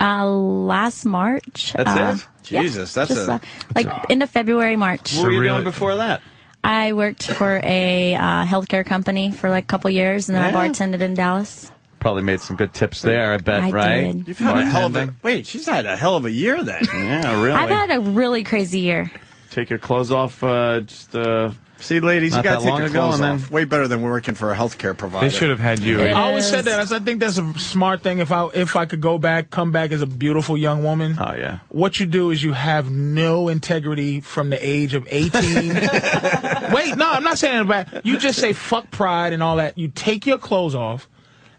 Uh, last March.
That's
uh,
it.
yeah, just, uh, like end of February, March.
What were you doing before that?
I worked for a uh, healthcare company for like a couple years, and then
Yeah.
I bartended in Dallas.
Probably made some good tips there. I bet,
I
right?
did.
You've had a hell of a wait. She's had a hell of a year then.
yeah, really.
I've had a really crazy year.
take your clothes off. Uh, just uh,
see, ladies, you
not
gotta
that
take
long
your
ago,
clothes
and then
off. Way better than working for a healthcare provider.
They should have had you.
I always said that. I said, I think that's a smart thing. If I if I could go back, come back as a beautiful young woman.
Oh yeah.
What you do is you have no integrity from the age of eighteen. Wait, no, I'm not saying about. You just say fuck pride and all that. You take your clothes off,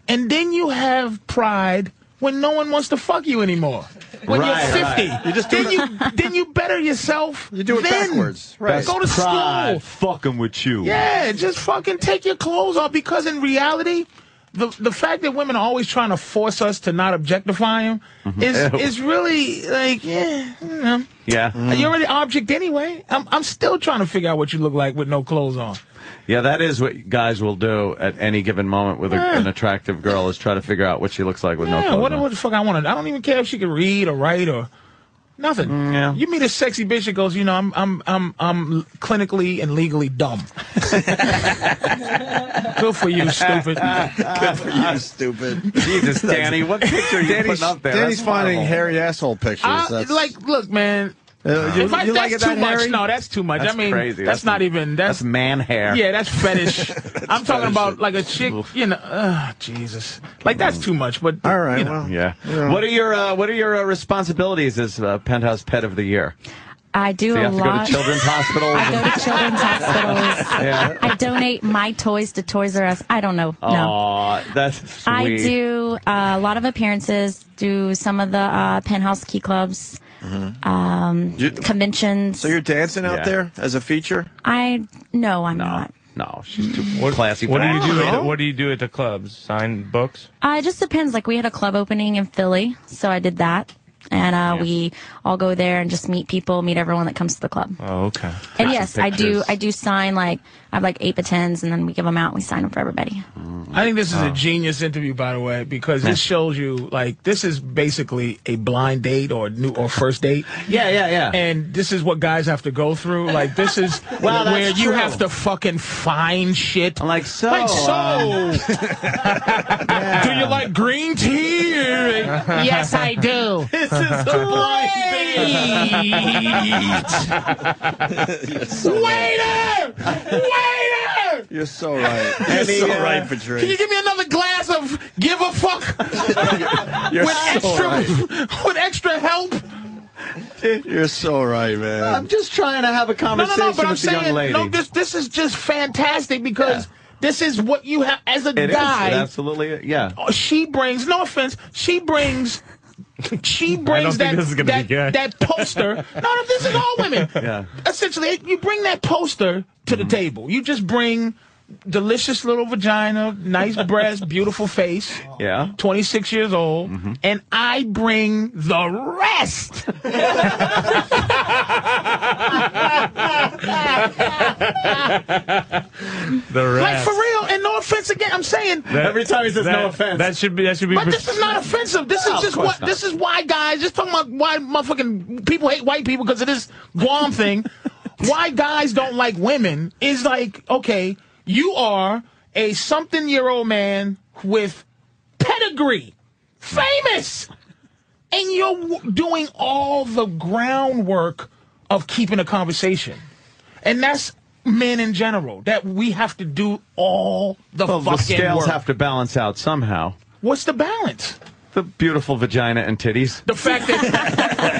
and then you have pride when no one wants to fuck you anymore. When
Right,
you're 50,
right.
you just then you then you better yourself. You
do it backwards, right.
Go to
That's
school.
pride.
fucking with you.
Yeah, just fucking take your clothes off because in reality, the the fact that women are always trying to force us to not objectify them is
Ew.
is really like yeah, you know.
Yeah.
Mm.
You're already object anyway. I'm I'm still trying to figure out what you look like with no clothes on.
Yeah, that is what guys will do at any given moment with a,
Yeah.
an attractive girl is try to figure out what she looks like with no
Yeah,
clothes
what,
on.
what the fuck I want to? I don't even care if she can read or write or nothing.
Mm, yeah.
You meet a sexy bitch that goes, you know, I'm I'm I'm I'm clinically and legally dumb. Good for you, stupid.
Good for you, stupid.
Jesus, Danny, what picture are you
Danny's,
putting up there?
Danny's
That's
finding
horrible.
hairy asshole pictures.
I-
That's-
like, look, man.
Uh, you-
if I,
you like
that's
it
too
that
much.
hairy?
No, that's too much.
That's
I mean,
crazy.
That's,
That's-
not even. That's,
That's man hair.
Yeah, that's fetish. I'm talking
fetish
about
shit.
like a chick. You know, uh, Jesus, like that's too much. But all right, you know.
Yeah. What are your uh, What are your uh, responsibilities as uh, penthouse pet of the year?
I do,
Do you
a
have to go
lot.
to children's hospitals?
I go to children's hospitals.
Yeah.
I donate my toys to Toys R Us. I don't know. no.
Aw, Uh, that's sweet.
I do uh, a lot of appearances, do some of the uh, penthouse key clubs, um,
You-
conventions.
Mm-hmm. so you're dancing out
Yeah.
there as a feature?
I no, I'm not.
No, she's too classy.
What do
for
you
that.
do? At, what do you do at the clubs? Sign books.
Uh, it just depends. Like we had a club opening in Philly, so I did that, and uh, we all go there and just meet people, meet everyone that comes to the club.
Oh, okay.
and yes, I do. I do sign like I have like eight by tens, and then we give them out. and We sign them for everybody.
I think this is a
Oh.
genius interview, by the way, because this shows you like this is basically a blind date or new or first date.
Yeah, yeah, yeah.
And this is what guys have to go through. Like this is
Wow, that's
where you
true.
have to fucking find shit. I'm
like so.
Like so.
uh,
Do you like green tea?
uh,
yes, I do.
This is a
Waiter! Waiter!
You're so right.
You're
Danny,
so
uh,
right, Can you give me another glass of give a fuck
You're
with
so
extra
right.
with extra help?
You're so right, man.
I'm just trying to have a
No, no,
conversation
no. But I'm
with the young
saying
lady.
no. This this is just fantastic because this is what you have as a
It is.
guy.
It absolutely. Yeah.
Oh, she brings no offense she brings she brings
think
that
this is gonna be
that,
good.
that poster no no, this is all women
Yeah.
essentially you bring that poster to the table you just bring delicious little vagina nice breast beautiful face
Yeah.
26 years old
Mm-hmm.
and i bring the rest
The
like
rest.
for real and no offense again i'm saying
That-
Every time he says
that-
no offense.
That should be. That should be.
But
pres-
this is not offensive. This
No,
is
of
just
course
what
not.
this is why guys just talking about why motherfucking people hate white people because of this Guam thing. why guys don't like women is like okay, you are a something year old man with pedigree, famous, and you're w- doing all the groundwork of keeping a conversation, and that's men in general that we have to do all the
Well,
fucking
the scales
work.
have to balance out somehow.
What's the balance?
The beautiful vagina and titties.
The fact that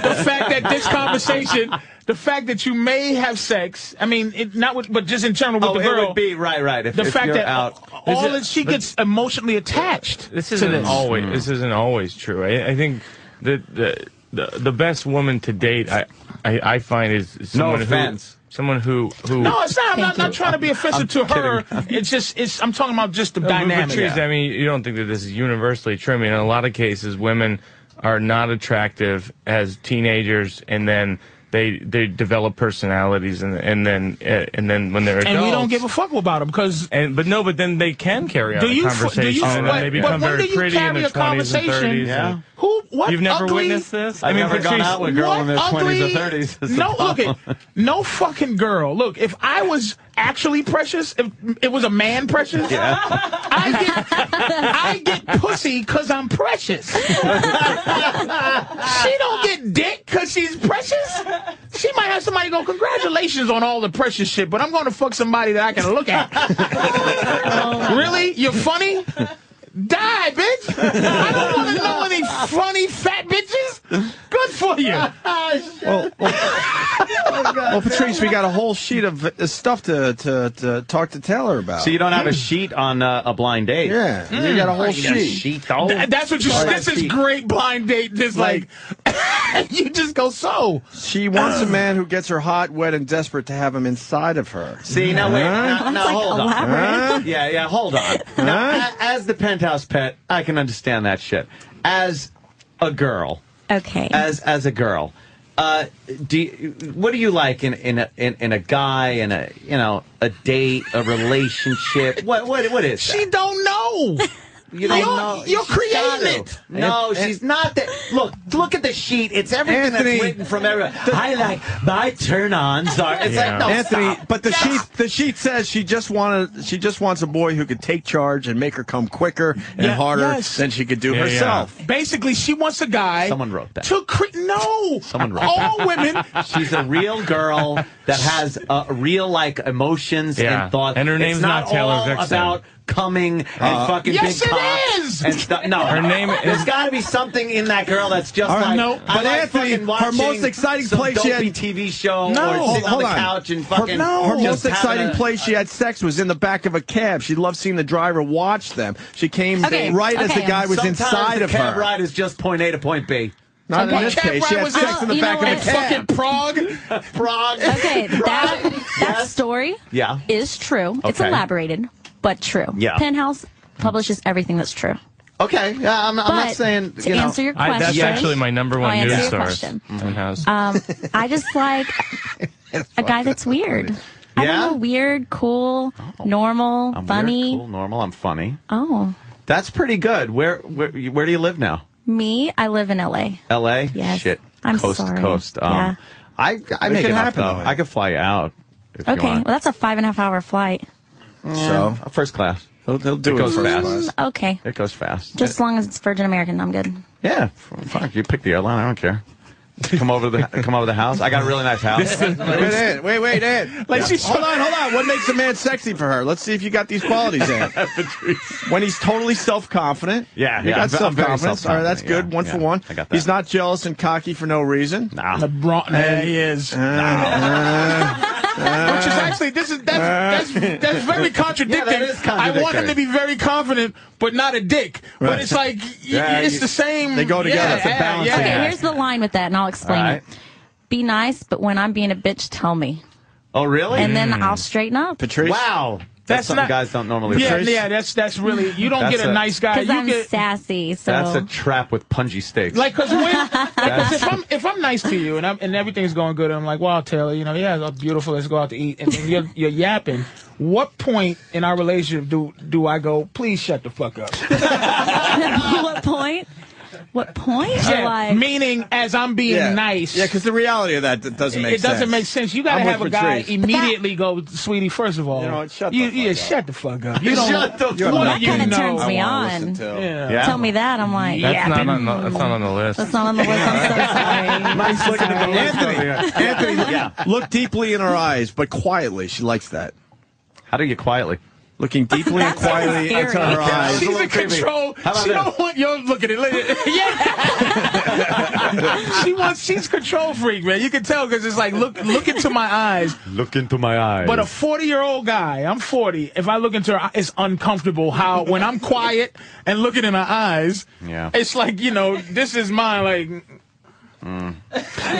the fact that this conversation, the fact that you may have sex, I mean, it, not with, but just in general with
Oh,
the
it
girl.
would be right, right. If,
the
if
fact
you're
that
out,
all
This
that
is-
she gets emotionally attached.
This
to
isn't
this.
always. This isn't always true. I, I think the, the the the best woman to date, I I, I find is someone
offense.
who someone who who.
No, it's not. I'm not, not trying to be offensive to
I'm
her. It's just, it's. I'm talking about just the
No, but- but
dynamic.
Teresa, I mean, you don't think that this is universally true. I mean, in a lot of cases, women are not attractive as teenagers, and then they they develop personalities, and and then uh, and then when they're adults,
and we don't give a fuck about them because.
And but no, but then they can carry on
Do
a
you? f-
conversation.
Do you?
and
but,
they
but when
become very
do you
pretty in
carry
their
a
20s and 30s.
conversation?
and-
Who? What?
You've never
ugly,
witnessed this?
I've never gone
Patrice,
out with a girl
what
in their
ugly,
20s or 30s. That's the
No, look
problem.
at no fucking girl. Look, if I was actually precious, if it was a man precious, I get I get pussy because I'm precious. she don't get dick because she's precious. She might have somebody go, congratulations on all the precious shit, but I'm going to fuck somebody that I can look at. really? You're funny? Die, bitch! I don't want to know any funny fat bitches. Good for you.
Well, Well, Patrice, we got a whole sheet of uh, stuff to, to, to talk to Taylor about.
So you don't have a sheet on uh, a blind date. Hmm.
Yeah, Mm. you got a whole
You got a
sheet.
sheet, oh. though.
Th- that's what you.
Sorry.
This is great blind date. Just like, you just go so.
She wants a man who gets her hot, wet, and desperate to have him inside of her.
See, now wait, now, now hold on.
Huh?
Yeah, yeah, hold on. Now, a- as the penthouse pet, I can understand that shit. As a girl,
Okay.
as as a girl, uh, do you, what do you like in in a, in, in a guy in a you know a date a relationship? What what what is?
She don't know.
You don't
You're-
know.
you're
She's got
creating
to.
it.
No,
And-
she's not that. Look, look at the sheet. It's everything
Anthony,
that's written from everywhere. I like my turn-ons are. It's like no,
Anthony,
stop.
but the sheet the sheet says she just wanted she just wants a boy who could take charge and make her come quicker and
Yeah,
harder
yes.
than she could do herself.
Basically, she wants a guy.
Someone wrote that.
To cre- no.
Someone wrote
All
that.
women.
She's a real girl that has uh, real like emotions
Yeah.
and thoughts.
And her name's
it's not,
not Taylor
all
Vixen.
about coming and
Uh,
fucking
Yes,
big
it
cock
is!
and stuff. No,
Her name is-
There's got to be something in that girl that's just
All
like.
right, no,
I
but
like
Anthony,
fucking
her
watching
most exciting
some
place she
dopey
had-
TV show or
No,
sitting on
hold
the
on.
couch and
Her-
fucking.
no, her
just
most
having
exciting
a-
place she had sex was in the back of a cab. She loved seeing the driver watch them. She came
Okay, um,
right as the
okay.
guy was
Sometimes
inside
the
of
cab
her.
ride is just point A to point B.
Not in this
Cab
case. She
ride
had
was e-
sex
in-
in the
you
back
know
of a
what?
cab.
Fucking Prague.
Prague.
Okay, that that story
Yeah.
is true. It's
Okay.
elaborated, but true.
Yeah.
Penthouse publishes everything that's true.
Okay, yeah, I'm, I'm
But
not saying
to
you know,
answer your
I, that's
question-
actually my number
I'll
one
answer
news
your
source.
question.
Penthouse.
Um, I just like a guy that's weird. I
Yeah? Oh.
don't know, weird, cool, normal,
I'm
funny.
weird, cool, normal. I'm funny.
Oh,
That's pretty good. Where where where do you live now?
me. I live in L.A.
L.A.
Yes.
Shit.
I'm
coast
sorry.
to coast. Um,
Yeah.
I I
It
make
could
it
happen,
happen.
though.
I could fly you out. If
Okay,
You
well
want.
that's a five and a half hour flight.
So
Uh, first class.
he'll, he'll do
it goes
first
fast.
class.
Mm, Okay,
It goes fast.
just as long as it's Virgin American, I'm good.
yeah. f- Fuck. You pick the airline. I don't care. Come over to the come over to the house. I got a really nice house.
Wait, Ed, wait, wait, Ed.
Like
Yeah.
she's-
hold on, hold on. What makes a man sexy for her? Let's see if you got these qualities, Ed. when he's totally self confident.
Yeah,
you
yeah, I'm
got
ve-
self
I'm very
confidence. All right, that's
self-confident,
good.
yeah,
one for
yeah.
one.
I got
He's
that.
not jealous and cocky for no reason. Uh,
nah.
LeBron. Yeah, he is. Which is actually this is
Uh.
that's that's, that's very contradicting.
Yeah, Uh. that is
I want him
contradictory.
to be very confident, but not a dick. But
Right.
it's like y-
Yeah,
it's
you-
the same.
they go together.
Yeah,
It's a balance
yeah,
act.
Okay,
yeah.
here's the line with that, and I'll explain
All right.
it. Be nice, but when I'm being a bitch, tell me,
Oh really?
and then I'll straighten up.
Patrice.
wow.
That's
That's, something
not-
guys don't normally.
Yeah,
appreciate.
yeah, that's that's really you don't
That's
get a,
a-
nice guy.
Because
You
I'm
get
sassy, so
That's a trap with punji stakes.
Like, cause when, like, 'cause
That's-
if I'm if I'm nice to you and I'm and everything's going good, I'm like, wow, Taylor, you know, yeah, that's beautiful. Let's go out to eat, and then you're, you're yapping. What point in our relationship do do I go? Please shut the fuck up.
what point? What point? Or
Yeah,
like,
meaning as I'm being
Yeah.
nice.
Yeah, because the reality of that d- doesn't make
it
sense.
doesn't make sense. You gotta
I'm with
have a guy
Patrice.
immediately go, sweetie. First of all,
You know what, shut the
you,
fuck
yeah,
up."
shut the fuck up. You don't.
Shut the
what
well, that
do you
kind of
know?
turns me
I wanna
on.
listen to-
Yeah.
Yeah.
Tell me that, I'm like,
that's
yapping.
not on the that's not
Mm-hmm.
on the list.
That's not on the list. I'm so sorry.
Mike's looking at the list over here.
Anthony, Anthony
Yeah.
look deeply in her eyes, but quietly. She likes that.
How do you quietly?
looking deeply and quietly into her eyes.
She's in control. She don't want your look at it. Look at it. yeah. she wants. She's control freak, man. You can tell because it's like look, look into my eyes.
Look into my eyes.
But a 40 year old guy, I'm 40. If I look into her, it's uncomfortable. How when I'm quiet and looking in her eyes,
Yeah.
it's like you know this is mine. Like
Mm.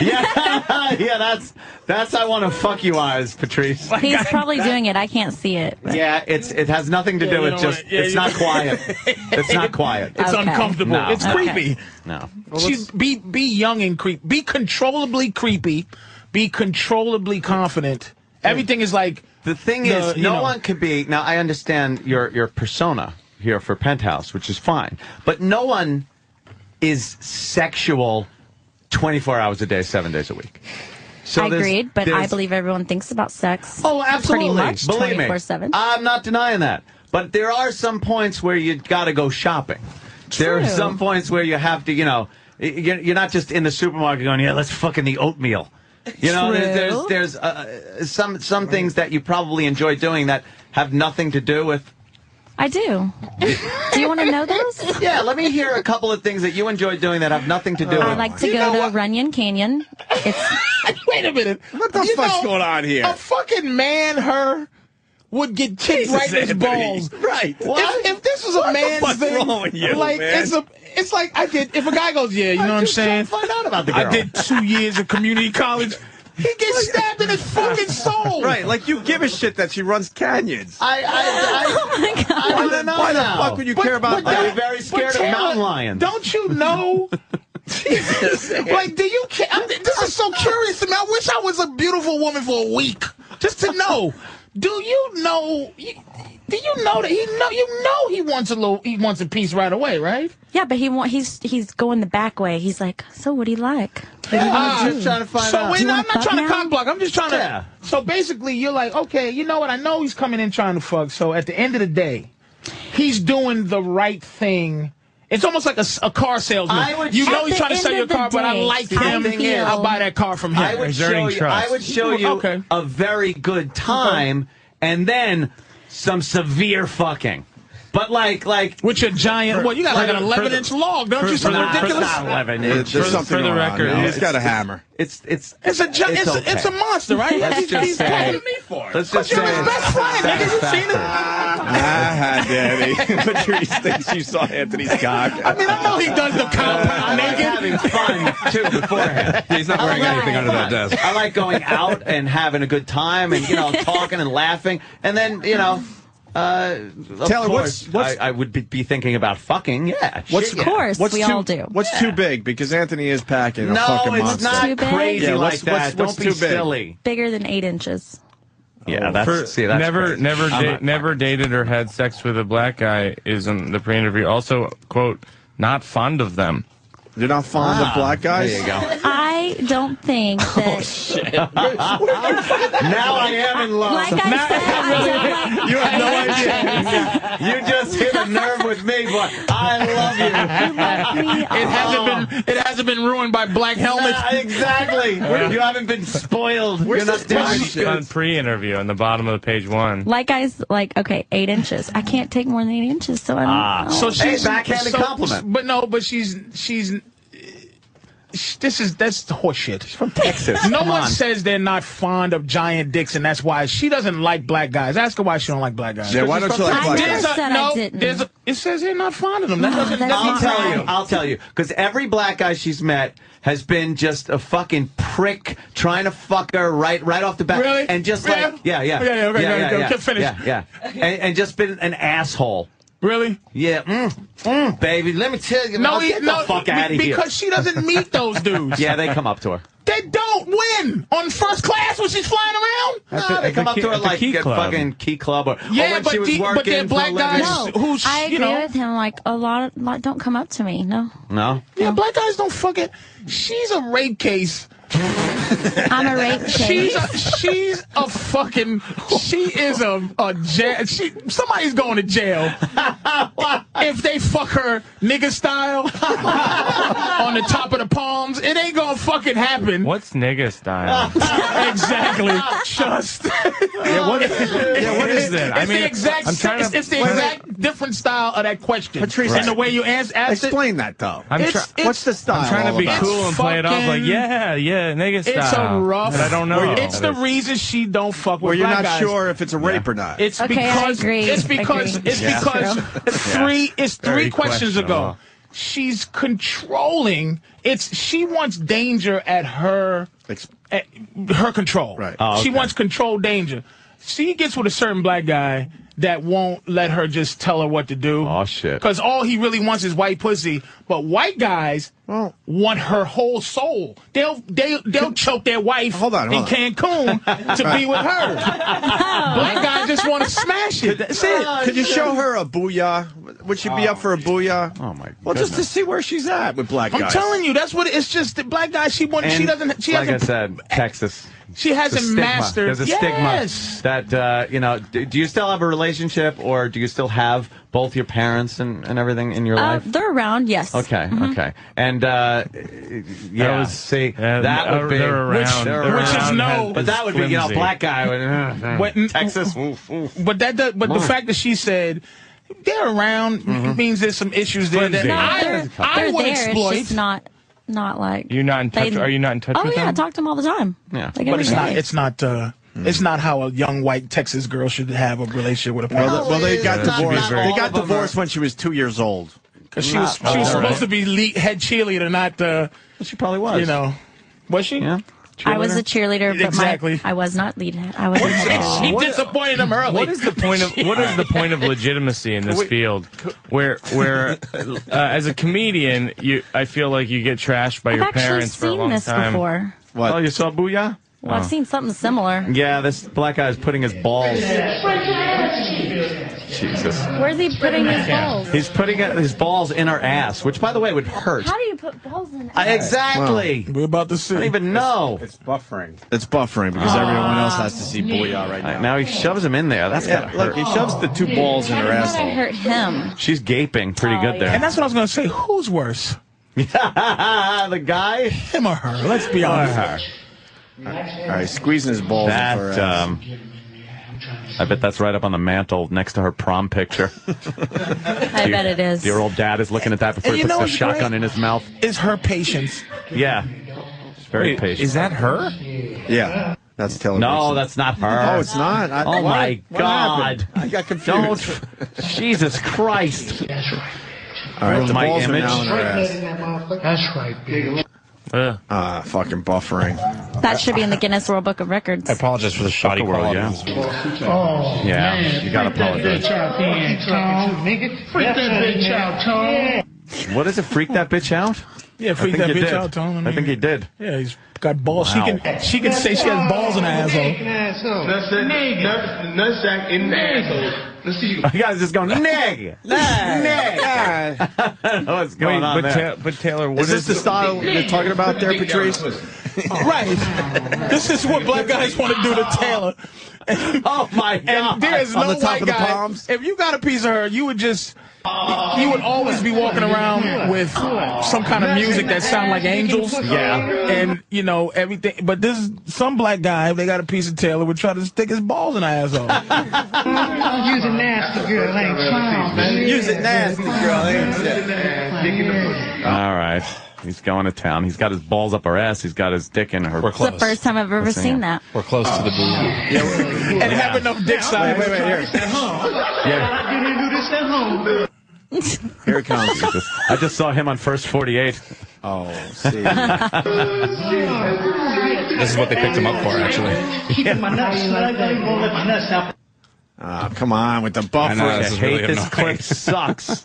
yeah, yeah, that's that's I want to fuck you eyes, Patrice.
He's probably doing it. I can't see it.
Yeah, it's it has nothing to
Yeah,
do
you
with
know
just.
what? Yeah,
it's
you-
not quiet. it's not quiet.
It's
Okay.
uncomfortable.
No.
It's
No.
creepy.
No.
She's be be young and creep. Be controllably creepy. Be controllably confident. Everything is like
the thing is, no one could be. Now, I understand your your persona here for Penthouse, which is fine, but no one is sexual twenty four hours a day, seven days a week.
I
there's-
agreed, but I
there's-
believe everyone thinks about sex.
Oh, absolutely.
Pretty much
Believe me,
24 7.
I'm not denying that. But there are some points where you got to go shopping. There are
True.
some points where you have to, you know, y- you're you're not just in the supermarket going, yeah, let's fucking the oatmeal. You know,
True.
there's there's uh, some some things that you probably enjoy doing that have nothing to do with.
I do. do you want to know those?
Yeah, let me hear a couple of things that you enjoy doing that have nothing to do with.
I like to go to Runyon Canyon. It's
Wait a minute. What the You fuck's know, going on here? a fucking man, her would get kicked
Jesus,
right in his
Anthony.
balls.
Right.
If, if this was a
What the
man's
fuck's
thing,
wrong with you,
like
man?
it's a, it's like I did. If a guy goes, yeah, you know what I'm saying?
Find out about the
I
girl.
did two years of community college. He gets stabbed in his fucking soul.
Right, like you give a shit that she runs canyons.
I, I, I, I
Why
wanna
the-
know
why the
now.
fuck would you care about
I'd
that?
be very
But
scared of
Taylor-
mountain lions.
Don't you know? like, do you care? I'm, this is so curious to me. I wish I was a beautiful woman for a week just to know. Do you know? You, do you know that he know? You know he wants a little. He wants a piece right away, right?
Yeah, but he want he's he's going the back way. He's like, so what do you like? What do you wanna
Ah,
do?
so wait,
Do you
no, I'm
wanna
not
fuck
trying to
now?
cock block. I'm just trying to.
Yeah.
So basically, you're like, okay, you know what? I know he's coming in trying to fuck. So at the end of the day, he's doing the right thing. It's almost like a, s- a car salesman.
I would-
you
At
know he's
the
trying to
end
sell
of
your
the
car, but I
day,
like
I
him.
feel-
I'll buy that car from him.
I would show you, I would show you
Okay.
a very good time and then some severe fucking. But like, like
with your giant, well, you got like an 11 inch log, don't you? Something ridiculous.
Not eleven
There's
inch.
something going on now. He's got a hammer.
It's it's
It's a gi- it's,
okay.
it's a monster, right?
Let's
he's
just
he's
say-
paying me for it.
let's
but
just
you're
say-
his best friend, nigga. You seen it?
Ah, daddy. Patrice thinks you saw Anthony's cock. I
mean, I know he does the compound
naked. Too beforehand.
He's not wearing anything under that desk.
I like going out and having a good time and you know talking and laughing and then you know. Uh, of
Taylor,
course,
what's- what's-
I, I would be, be thinking about fucking. Yeah, shit, yeah.
what's too, What's too big? Because Anthony is packing a
No,
fucking
it's
monster.
not Too big? crazy
Yeah,
like
what's,
that.
What's, what's
Don't
too
be
big?
silly.
Bigger than eight inches.
Yeah, that's see, that's
never
crazy.
never
I'm
da-
not-
never dated or had sex with a black guy is in the pre-interview. Also, quote, not fond of them.
You're not fond
Ah.
of black
guys?
Ah, There you go.
I don't think that.
now I am in love.
Like I
Now-
said, I don't like.
you have no idea. you just hit a nerve with me, boy. I love you.
It hasn't been it hasn't been ruined by black helmets.
Nah, exactly. You haven't been spoiled. You're not
It's
damaged.
on pre-interview on the bottom of page one.
Like I s- like okay, eight inches. I can't take more than eight inches, so I'm.
Ah.
oh.
So she's
backhanded
so-
compliment.
But no, but she's she's. sh- This is that's horseshit. She's from
Texas.
No
Come
one
on.
says they're not fond of giant dicks, and that's why she doesn't like black guys. Ask her why she don't like black guys.
Yeah, why don't you like black
There's
guys?
a-
I never said I
no,
didn't.
there's a- it says they're not fond of them. That doesn't. that
I'll
doesn't-
tell you. I'll tell you. Because every black guy she's met has been just a fucking prick trying to fuck her right right off the bat.
Really?
And just
Yeah.
like yeah, yeah,
Yeah, yeah, okay,
yeah,
go,
yeah,
go,
yeah,
keep finish.
yeah, yeah. And, and just been an asshole.
Really?
Yeah. Mm, mm, baby, let me tell you.
No,
I'll
he-
get
no,
the fuck
be-
out of here.
because she doesn't meet those dudes.
yeah, they come up to her.
They don't win on first class when she's flying around.
Nah, they come up to her like
key
a
club.
fucking key club or, or
Yeah,
when
but
she was
the-
working
but they're
for a
black
living.
guys
No,
who's-
Oh, I
you
agree
know-
with him. Like a lot, lot don't come up to me. No,
No.
Yeah, black guys don't fucking. She's a rape case.
I'm a rape case.
She's a, she's a fucking. She is a a jail. She somebody's going to jail if they fuck her nigga style on the top of the palms, it ain't gonna fucking happen.
What's nigga style?
exactly. Just. yeah,
what- yeah, what is that?
It's
I mean,
the exact,
I'm
I'm
trying to-
it's, it's the
Wait, wait.
exact different style of that question.
Patrice,
and the way you answer, asked
Explain that though.
I'm
It's-
try-
it's- What's the style
I'm trying
all
to be
about?
cool
It's
and play it off like,
fucking-
yeah, yeah, nigga
It's
style.
a rough.
But I don't know.
It's the reason she don't fuck with
Where you're
black
not
guys.
sure if it's a rape or not.
It's
Okay, I
because
agree.
it's because
Agree.
it's
Yeah.
because
Yeah.
three it's three
Very
questions ago.
questionable.
She's controlling. It's she wants danger at her at eh, her control. Right.
Oh,
She
okay.
wants control danger. She gets with a certain black guy that won't let her just tell her what to do. Oh
shit.
Because all he really wants is white pussy. But white guys want her whole soul. They'll they they'll choke their wife
hold
in Cancun to be with her. Black guys just want to smash it. That's it.
Could you show her a booyah? Would she be up for a booyah?
Oh my!
Well, just to see where she's at with black
I'm
guys.
telling you, that's what it- it's just. The black guy, she wants. She
And
doesn't. She
like
hasn't.
I said, Texas.
She
It's a
hasn't
stigma.
mastered-
There's a
Yes.
stigma that uh, you know. Do, do you still have a relationship, or do you still have both your parents and, and everything in your
Uh,
life?
they're around, yes. Mm-hmm.
Okay, okay, and uh, yeah,
was-
see,
uh,
that would be
they're around. Which-
they're
which is
around.
no-
but that would be you know,
flimsy.
black guy would uh,
What-
Texas. oof, oof.
But that. does- But the
Mm.
fact that she said they're around means there's some issues there that
Flimsy.
I,
They're,
I
they're
would
there. It's
exploit.
just not, not like.
You're not in touch.
They-
are you not in touch
oh,
with
yeah, I
them?
talk to them all the time.
Yeah.
Like
but
every
it's not.
day.
It's not. Uh, It's not how a young white Texas girl should have a relationship with a
Well,
parent.
th- well, they got divorced. They got divorced
divorced
when she was two years old.
because she was she was supposed to be le- head cheerleader, not. Uh,
she probably
was. You know, was she? Yeah.
I was a cheerleader, but
Exactly.
my, I was not lead. I wasn't head
she
coach.
disappointed him early.
What is the point of what is the point of legitimacy in this
Wait.
field? Where where uh, as a comedian, you I feel like you get trashed by
I've
your
actually
parents for a
seen
long
this
time.
before.
What? Oh, you saw Booyah?
Well,
Oh.
I've seen something similar.
Yeah, this black guy is putting his balls. Jesus.
Where's he putting his balls?
He's putting it- his balls in her ass, which, by the way, would hurt.
How do you put balls in?
Uh, exactly.
We're about to see.
I don't even know.
It's buffering. It's buffering because everyone else has to see
Oh,
Booyah right now.
Now he shoves him in there. That's
Yeah,
gotta
look,
hurt.
he shoves the two balls in her
I
ass.
thought I hurt him.
She's gaping pretty good there.
And that's what I was going to say. Who's worse?
the guy?
Him or her? Let's be
Or
honest.
her.
All right, squeezing his balls.
That,
in her ass.
um, I bet that's right up on the mantle next to her prom picture.
I bet it is.
Your old dad is looking at that before
And
he
you
puts
know
the
what's
shotgun
great?
in his mouth.
Is her patience?
Yeah. She's very
Wait,
patient.
Is that her?
Yeah, that's telling.
No, that's not her.
Oh, it's not. I,
oh
what-
my
what
God!
happened? I got confused.
Don't. Jesus Christ!
All right, the
my
balls
image.
are now in her ass.
That's right, big.
Ah, fucking buffering.
That should be in the Guinness World Book of Records.
apologize for the shoddy world. Yeah,
Oh,
yeah. You gotta apologize.
out then, Tom. Nigga, freak that bitch out, Tom.
What is it? Freak that bitch out?
Yeah,
I
freak
think
that
you
bitch
did.
out, Tom. I
I think
mean-
he did.
Yeah, he's got balls.
Wow.
She can she can say she has balls in her asshole.
asshole. That's it. Nigga. Nutsack in the asshole. Let's see you.
You guys just going neg, neg. I don't know what's going
Wait,
on
but,
there.
Ta- but Taylor, what
Is this the style you're talking about there, Patrice?
right. This is what black guys want to do to Taylor.
oh my God!
And there is no
On the top
white
of the
guy.
palms?
If you got a piece of her, you would just. You would always be walking around with some kind of music that sound like angels.
Yeah.
And, you know, everything. But this, some black guy, if they got a piece of Taylor, would try to stick his balls in her asshole.
Use a nasty girl, ain't clown, baby.
Use it nasty, girl. ain't
Yeah.
All right, he's going to town. He's got his balls up her ass. He's got his dick in her. We're
It's the first time I've ever
Let's see.
seen that.
We're close to the booty.
and have enough dick size.
Wait, wait, wait. Here,
I didn't do this at home, baby.
Here it comes. I just saw him on first 48.
Oh, see.
This is what they picked him up for, actually.
Keeping my nuts slugged, I ain't gonna let my nuts out.
Ah, come on with the
I
buffer.
know, this is
hate
really
this
annoying.
clip sucks.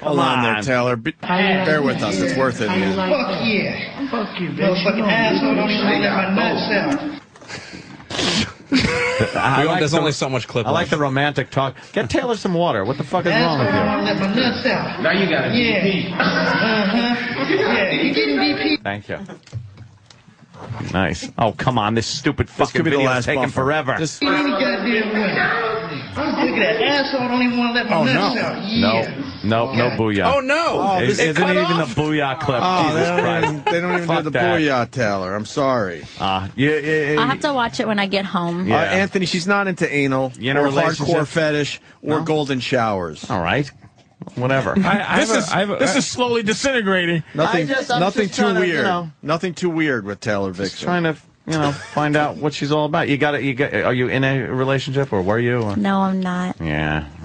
Hold on, there, Taylor. Be- bear with us. It's worth it. man.
Fuck yeah. Fuck you, bitch. Motherfucking asshole, don't even let my nuts out.
I
We don't-
like
there's
the-
only so much clip
I like
left.
the romantic talk. Get Taylor some water. What the fuck is wrong
Asshole,
with
don't
you?
even let my nuts out. Now you got it. Yeah. Uh-huh. Yeah, you getting BP.
Thank you. Nice. Oh come on, this stupid
could
fucking
be the
video
last
is taking
bumper.
forever.
This-
Any goddamn way. I'm
Look at that asshole! Don't even want to let my
Oh,
nuts
no.
out.
No, no, no booyah.
Oh, no.
Oh,
It,
this
it
is
isn't
cut
even the booyah clip.
Oh,
Jesus
they don't
Christ.
even, they don't even do
Fuck
the
that.
booyah, Taylor. I'm sorry.
Ah, yeah,
I'll have to watch it when I get home.
Uh, Anthony, she's not into anal
You in a
or
relationship?
hardcore fetish or
No?
golden showers.
All right, whatever.
this is this is slowly disintegrating.
nothing. nothing too
trying to, you
weird.
know-
nothing too weird with Taylor Vixen.
trying to you know find out what she's all about. You got it. You got. Are you in a relationship or were you? Or?
No, I'm not.
Yeah.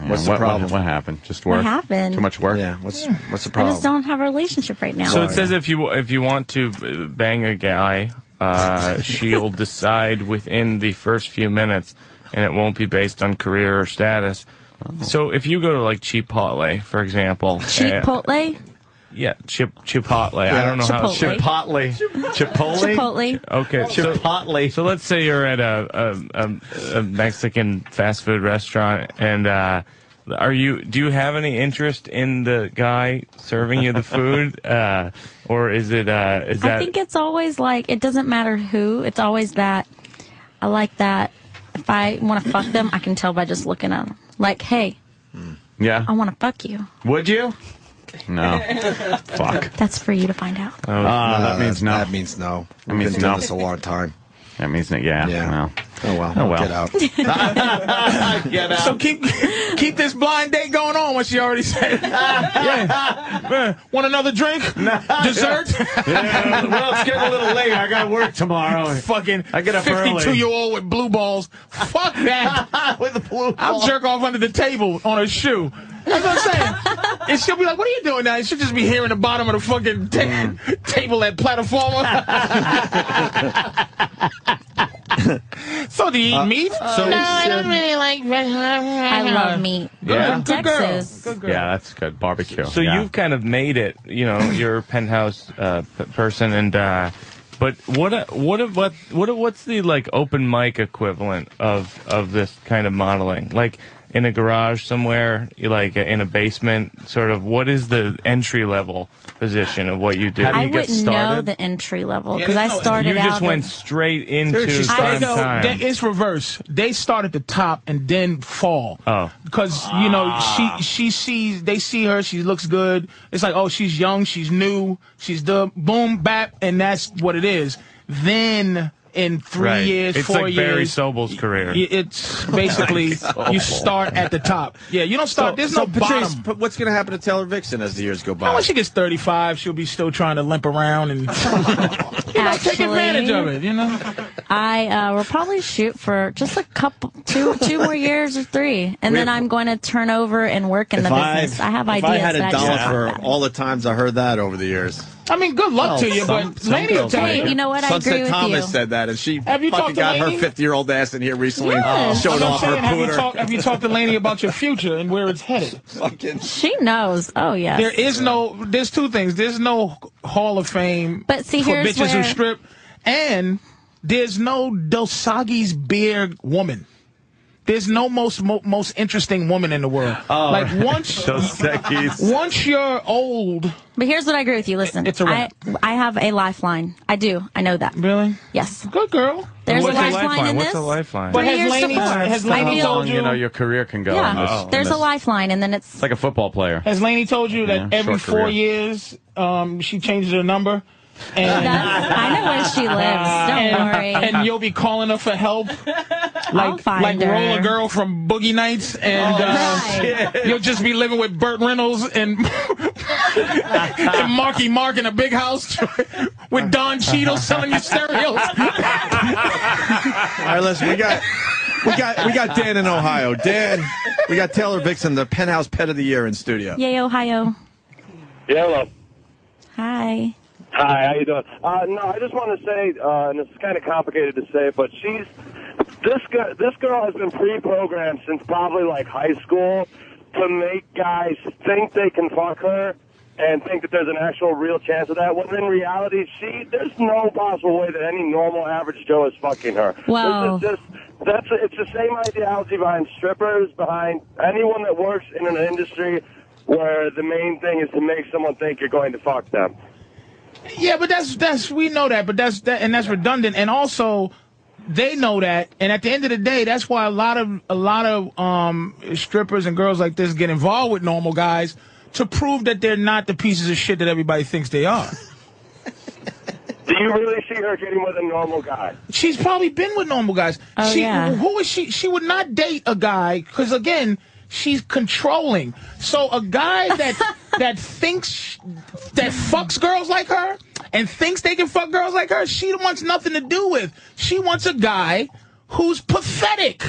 yeah.
What's the
what,
problem?
What, what happened? Just
What
work.
happened?
Too much work.
Yeah. What's what's the
I just don't have a relationship right now.
So it says if you if you want to uh, bang a guy, uh, she'll decide within the first few minutes, and it won't be based on career or status. So if you go to like Chipotle, for example, uh,
Chipotle?
yeah, chip Chipotle. I don't know
Chipotle.
how
Chipotle. Chipotle.
Chipotle.
Okay, so,
Chipotle.
So let's say you're at a a, a, a Mexican fast food restaurant, and uh, are you? Do you have any interest in the guy serving you the food, uh, or is it? Uh, is
I
that?
think it's always like it doesn't matter who. It's always that I like that. If I want to fuck them, I can tell by just looking at them. Like, hey,
Yeah.
I want to fuck you.
Would you? No. Fuck.
That's for you to find out.
Oh, that means no.
That means no.
That
We've
means
been doing
no.
this a long time.
That means no. Yeah.
Yeah.
Well.
Oh well.
Oh well.
Get out.
Get out.
So keep keep this blind date going on. What she already said. yeah. Man, want another drink? Dessert?
Yeah, well, it's getting a little late. I got to work tomorrow.
Fucking
I get up early.
fifty-two year old with blue balls. Fuck that. with the blue. I'll jerk off under the table on her shoe. That's what I'm saying. And she'll be like, "What are you doing now?" And she'll just be here in the bottom of the fucking ta- table at platform. Uh, so uh, do you eat meat?
so- No,
I don't
really like. I
I love meat.
Yeah.
Good Texas.
Yeah, that's good. Barbecue.
So
yeah.
you've kind of made it, you know, you're a penthouse uh, p- person, and uh, but what uh, what what what what's the like open mic equivalent of of this kind of modeling? Like in a garage somewhere, you like in a basement, sort of. What is the entry level position of what you do?
I wouldn't know the entry level because I started
you just
out.
went
as-
straight into prime
No,
time.
that- it's reverse. They start at the top and then fall. Oh, because you know
Ah.
she she sees they see her. She looks good. It's like oh she's young, she's new, she's the boom bap, and that's what it is. Then in three
Right.
years,
it's
four
like Barry
years.
Sobel's career.
y- It's basically
Barry
you
Sobel.
start at the top. Yeah, you don't start. there's
so,
no
Patrice,
bottom.
but what's going to happen to Taylor Vixen as the years go by?
Now, when she gets 35, she'll be still trying to limp around and you know, take
Actually-
advantage of it. You know,
I uh, will probably shoot for just a couple, two, two more years or three, and
We-
then I'm going to turn over and work in the business. I have
if
ideas.
I had a
that
dollar
just-
for Oh, all the times I heard that over the years.
I mean, good luck
Oh,
to you, but Laney will tell you.
Hey, you know what? I
Sunset
agree with
Thomas
you.
said that, and she
Have you
fucking
talked to
got her
Lainey?
50 year old ass in here recently.
Yes.
Showed
I'm
off her
saying, have you,
pooter.
talked, have you talked to Laney about your future and where it's headed?
She knows. Oh yes.
There is no. There's two things. There's no Hall of Fame
But see,
for
here's
bitches who
where-
strip, and there's no Dos Aggies beer woman. There's no most mo, most interesting woman in the world.
Oh,
like
right.
once
Dos Equis.
once you're old,
But here's what I agree with you. Listen,
It's a
I,
wrap.
I have a lifeline. I do. I know that.
Really?
Yes.
Good girl.
There's
What's a
a lifeline,
lifeline?
in
What's
this.
a lifeline?
But has
Three years
Laney-
support.
has
I
Laney
feel-
how long you know your career can go.
yeah. Oh,
in this- in
There's
this-
a lifeline, and then it's
It's like a football player.
Has Laney told you that
Yeah,
every
short
four
career.
years um, she changes her number? And
I know where she lives. Don't
and,
worry.
and you'll be calling her for help, like
find
like
her.
Roller Girl from Boogie Nights, and
Oh,
uh, you'll just be living with Burt Reynolds and and Marky Mark in a big house with Don Cheadle selling you stereos.
All right, listen, we got we got we got Dan in Ohio. Dan, we got Taylor Vixen, the penthouse pet of the year in studio.
Yay, Ohio.
Yeah, hello.
Hi.
Hi, how you doing? Uh, no, I just want to say, uh, and it's kind of complicated to say, but she's this girl. This girl has been pre-programmed since probably like high school to make guys think they can fuck her and think that there's an actual real chance of that. When in reality, she there's no possible way that any normal average Joe is fucking her.
Wow.
This is just that's it's the same ideology behind strippers, behind anyone that works in an industry where the main thing is to make someone think you're going to fuck them.
Yeah, but that's that's we know that, but that's that, and that's redundant. And also, They know that, and at the end of the day, that's why a lot of a lot of um, strippers and girls like this get involved with normal guys to prove that they're not the pieces of shit that everybody thinks they are.
Do you really see her getting with a normal guy?
She's probably been with normal guys.
Oh,
she,
yeah.
Who is she? She would not date a guy because again, she's controlling. So a guy that that thinks that fucks girls like her and thinks they can fuck girls like her, she wants nothing to do with. She wants a guy who's pathetic.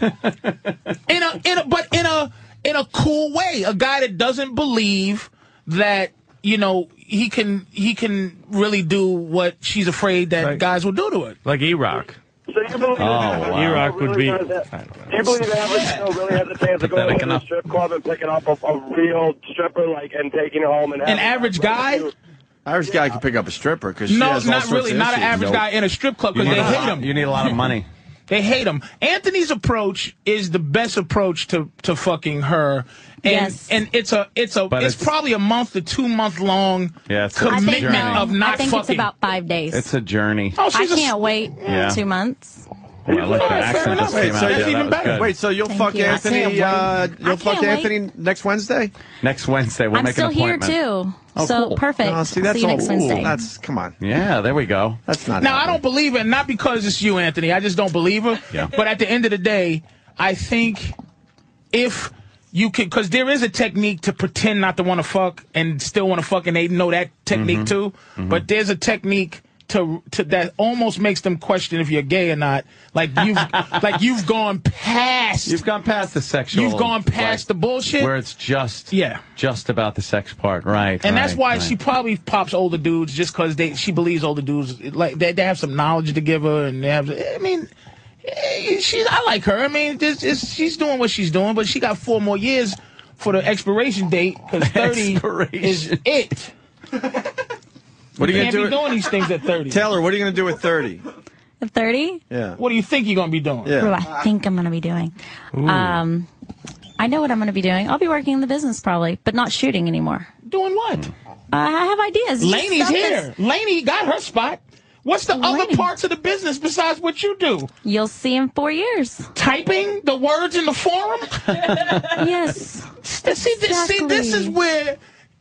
in a in a but in a in a cool way, a guy that doesn't believe that you know he can he can really do what she's afraid that guys will do to it.
Like E Rock.
So you believe that
E Rock would be.
Do you believe average Joe really has a chance of going to a strip club and picking up a, a real stripper like and taking her home and having
average guy?
Irish guy could pick up a stripper because she
No,
has all
not
sorts
really.
of
Not an
issues.
average
Nope.
guy in a strip club
You
because
need
they
a
hate
lot-
him.
you need a lot of money.
They hate him. Anthony's approach is the best approach to to fucking her. And,
Yes.
and it's a it's a it's, probably a month to two month long
Yeah, it's a
commitment
journey.
of not
I think
fucking.
it's about five days.
It's a journey.
oh, I can't wait
Yeah.
two months.
Well, I like that accent just
Wait,
came
so
out. Yeah,
that's
that
even
was
better.
good.
Wait, so you'll
Thank
fuck
you. I can't
Anthony?
wait.
Uh,
I
you'll fuck
can't wait.
Anthony next Wednesday.
Next Wednesday, we'll
I'm
make
still
an
here,
appointment.
too. So, perfect.
Oh, see,
I'll
that's
see you
all-
next
ooh,
Wednesday.
That's come on.
Yeah, there we go.
That's not.
Now I don't believe it, not because it's you, Anthony. I just don't believe her.
Yeah.
But at the end of the day, I think if you could, because there is a technique to pretend not to want to fuck and still want to fuck, and they know that technique
Mm-hmm.
Mhm.
too. But there's a technique. To, to that almost makes them question if you're gay or not. Like you've like you've gone past. You've
gone past the sexual.
You've gone past the bullshit.
Where it's just
yeah,
just about the sex part, right?
And that's
right,
why
right.
she probably pops older dudes just because they she believes older dudes like they, they have some knowledge to give her and they have. I mean, eh, she's I like her. I mean, this is she's doing what she's doing, but she got four more years for the expiration date because thirty is it.
What are you
You
gonna
can't
do?
be
at-
doing these things at thirty.
Taylor, what are you gonna do at thirty?
At 30?
Yeah.
What do you think you're gonna be doing?
What do I think I'm going to be doing?
Ooh.
Um, I know what I'm going to be doing. I'll be working in the business probably, but not shooting anymore.
Doing what?
I have ideas. Just
Laney's
stuff
here.
that's-
Laney got her spot. What's the other parts of the business besides what you do?
You'll see in four years.
Typing the words in the forum?
yes.
See, this, see, this is where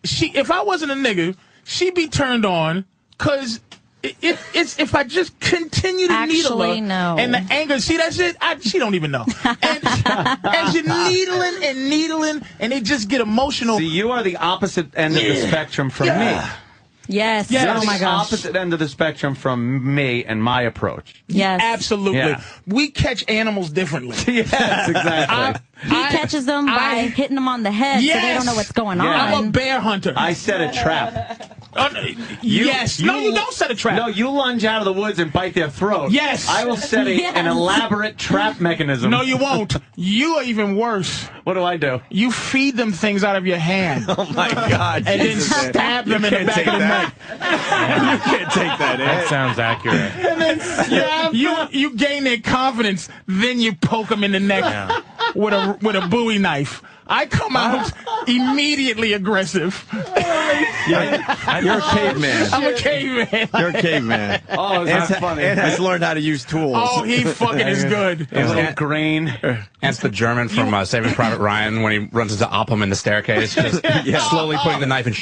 she. If I wasn't a nigga, she'd be turned on because. It, it, it's if I just continue to needle her
Actually, no.
and the anger. See that shit? I, she don't even know. And, and you're needling and needling, and they just get emotional.
See, you are the opposite end of the
Yeah.
spectrum from me.
Yes.
You're
Oh
the
my gosh.
opposite end of the spectrum from me and my approach.
Yes.
Absolutely.
Yeah.
We catch animals differently.
yes, exactly.
He catches them by hitting them on the head so they don't know what's going on.
I'm a bear hunter. Uh,
I set a trap.
yes. No, you don't set a trap.
No, you lunge out of the woods and bite their throat.
Yes.
I will set a, an
Yes.
elaborate trap mechanism.
No, you won't. You are even worse.
What do I do?
You feed them things out of your hand. Oh my God! And
Jesus,
then
man.
stab them
You
in the
can't
back
take
of the
that.
neck.
you can't take that. That sounds accurate.
And then you, you gain their confidence, then you poke them in the neck
Yeah.
with a with a Bowie knife. I come out immediately aggressive.
Yeah, you're a caveman.
I'm a caveman.
You're a caveman.
Oh, is that
Ant-
funny?
Ant has learned how to use tools.
Oh, he fucking is good.
A little
grain.
That's the German from uh, Saving Private Ryan when he runs into Opham in the staircase, just slowly putting the knife in.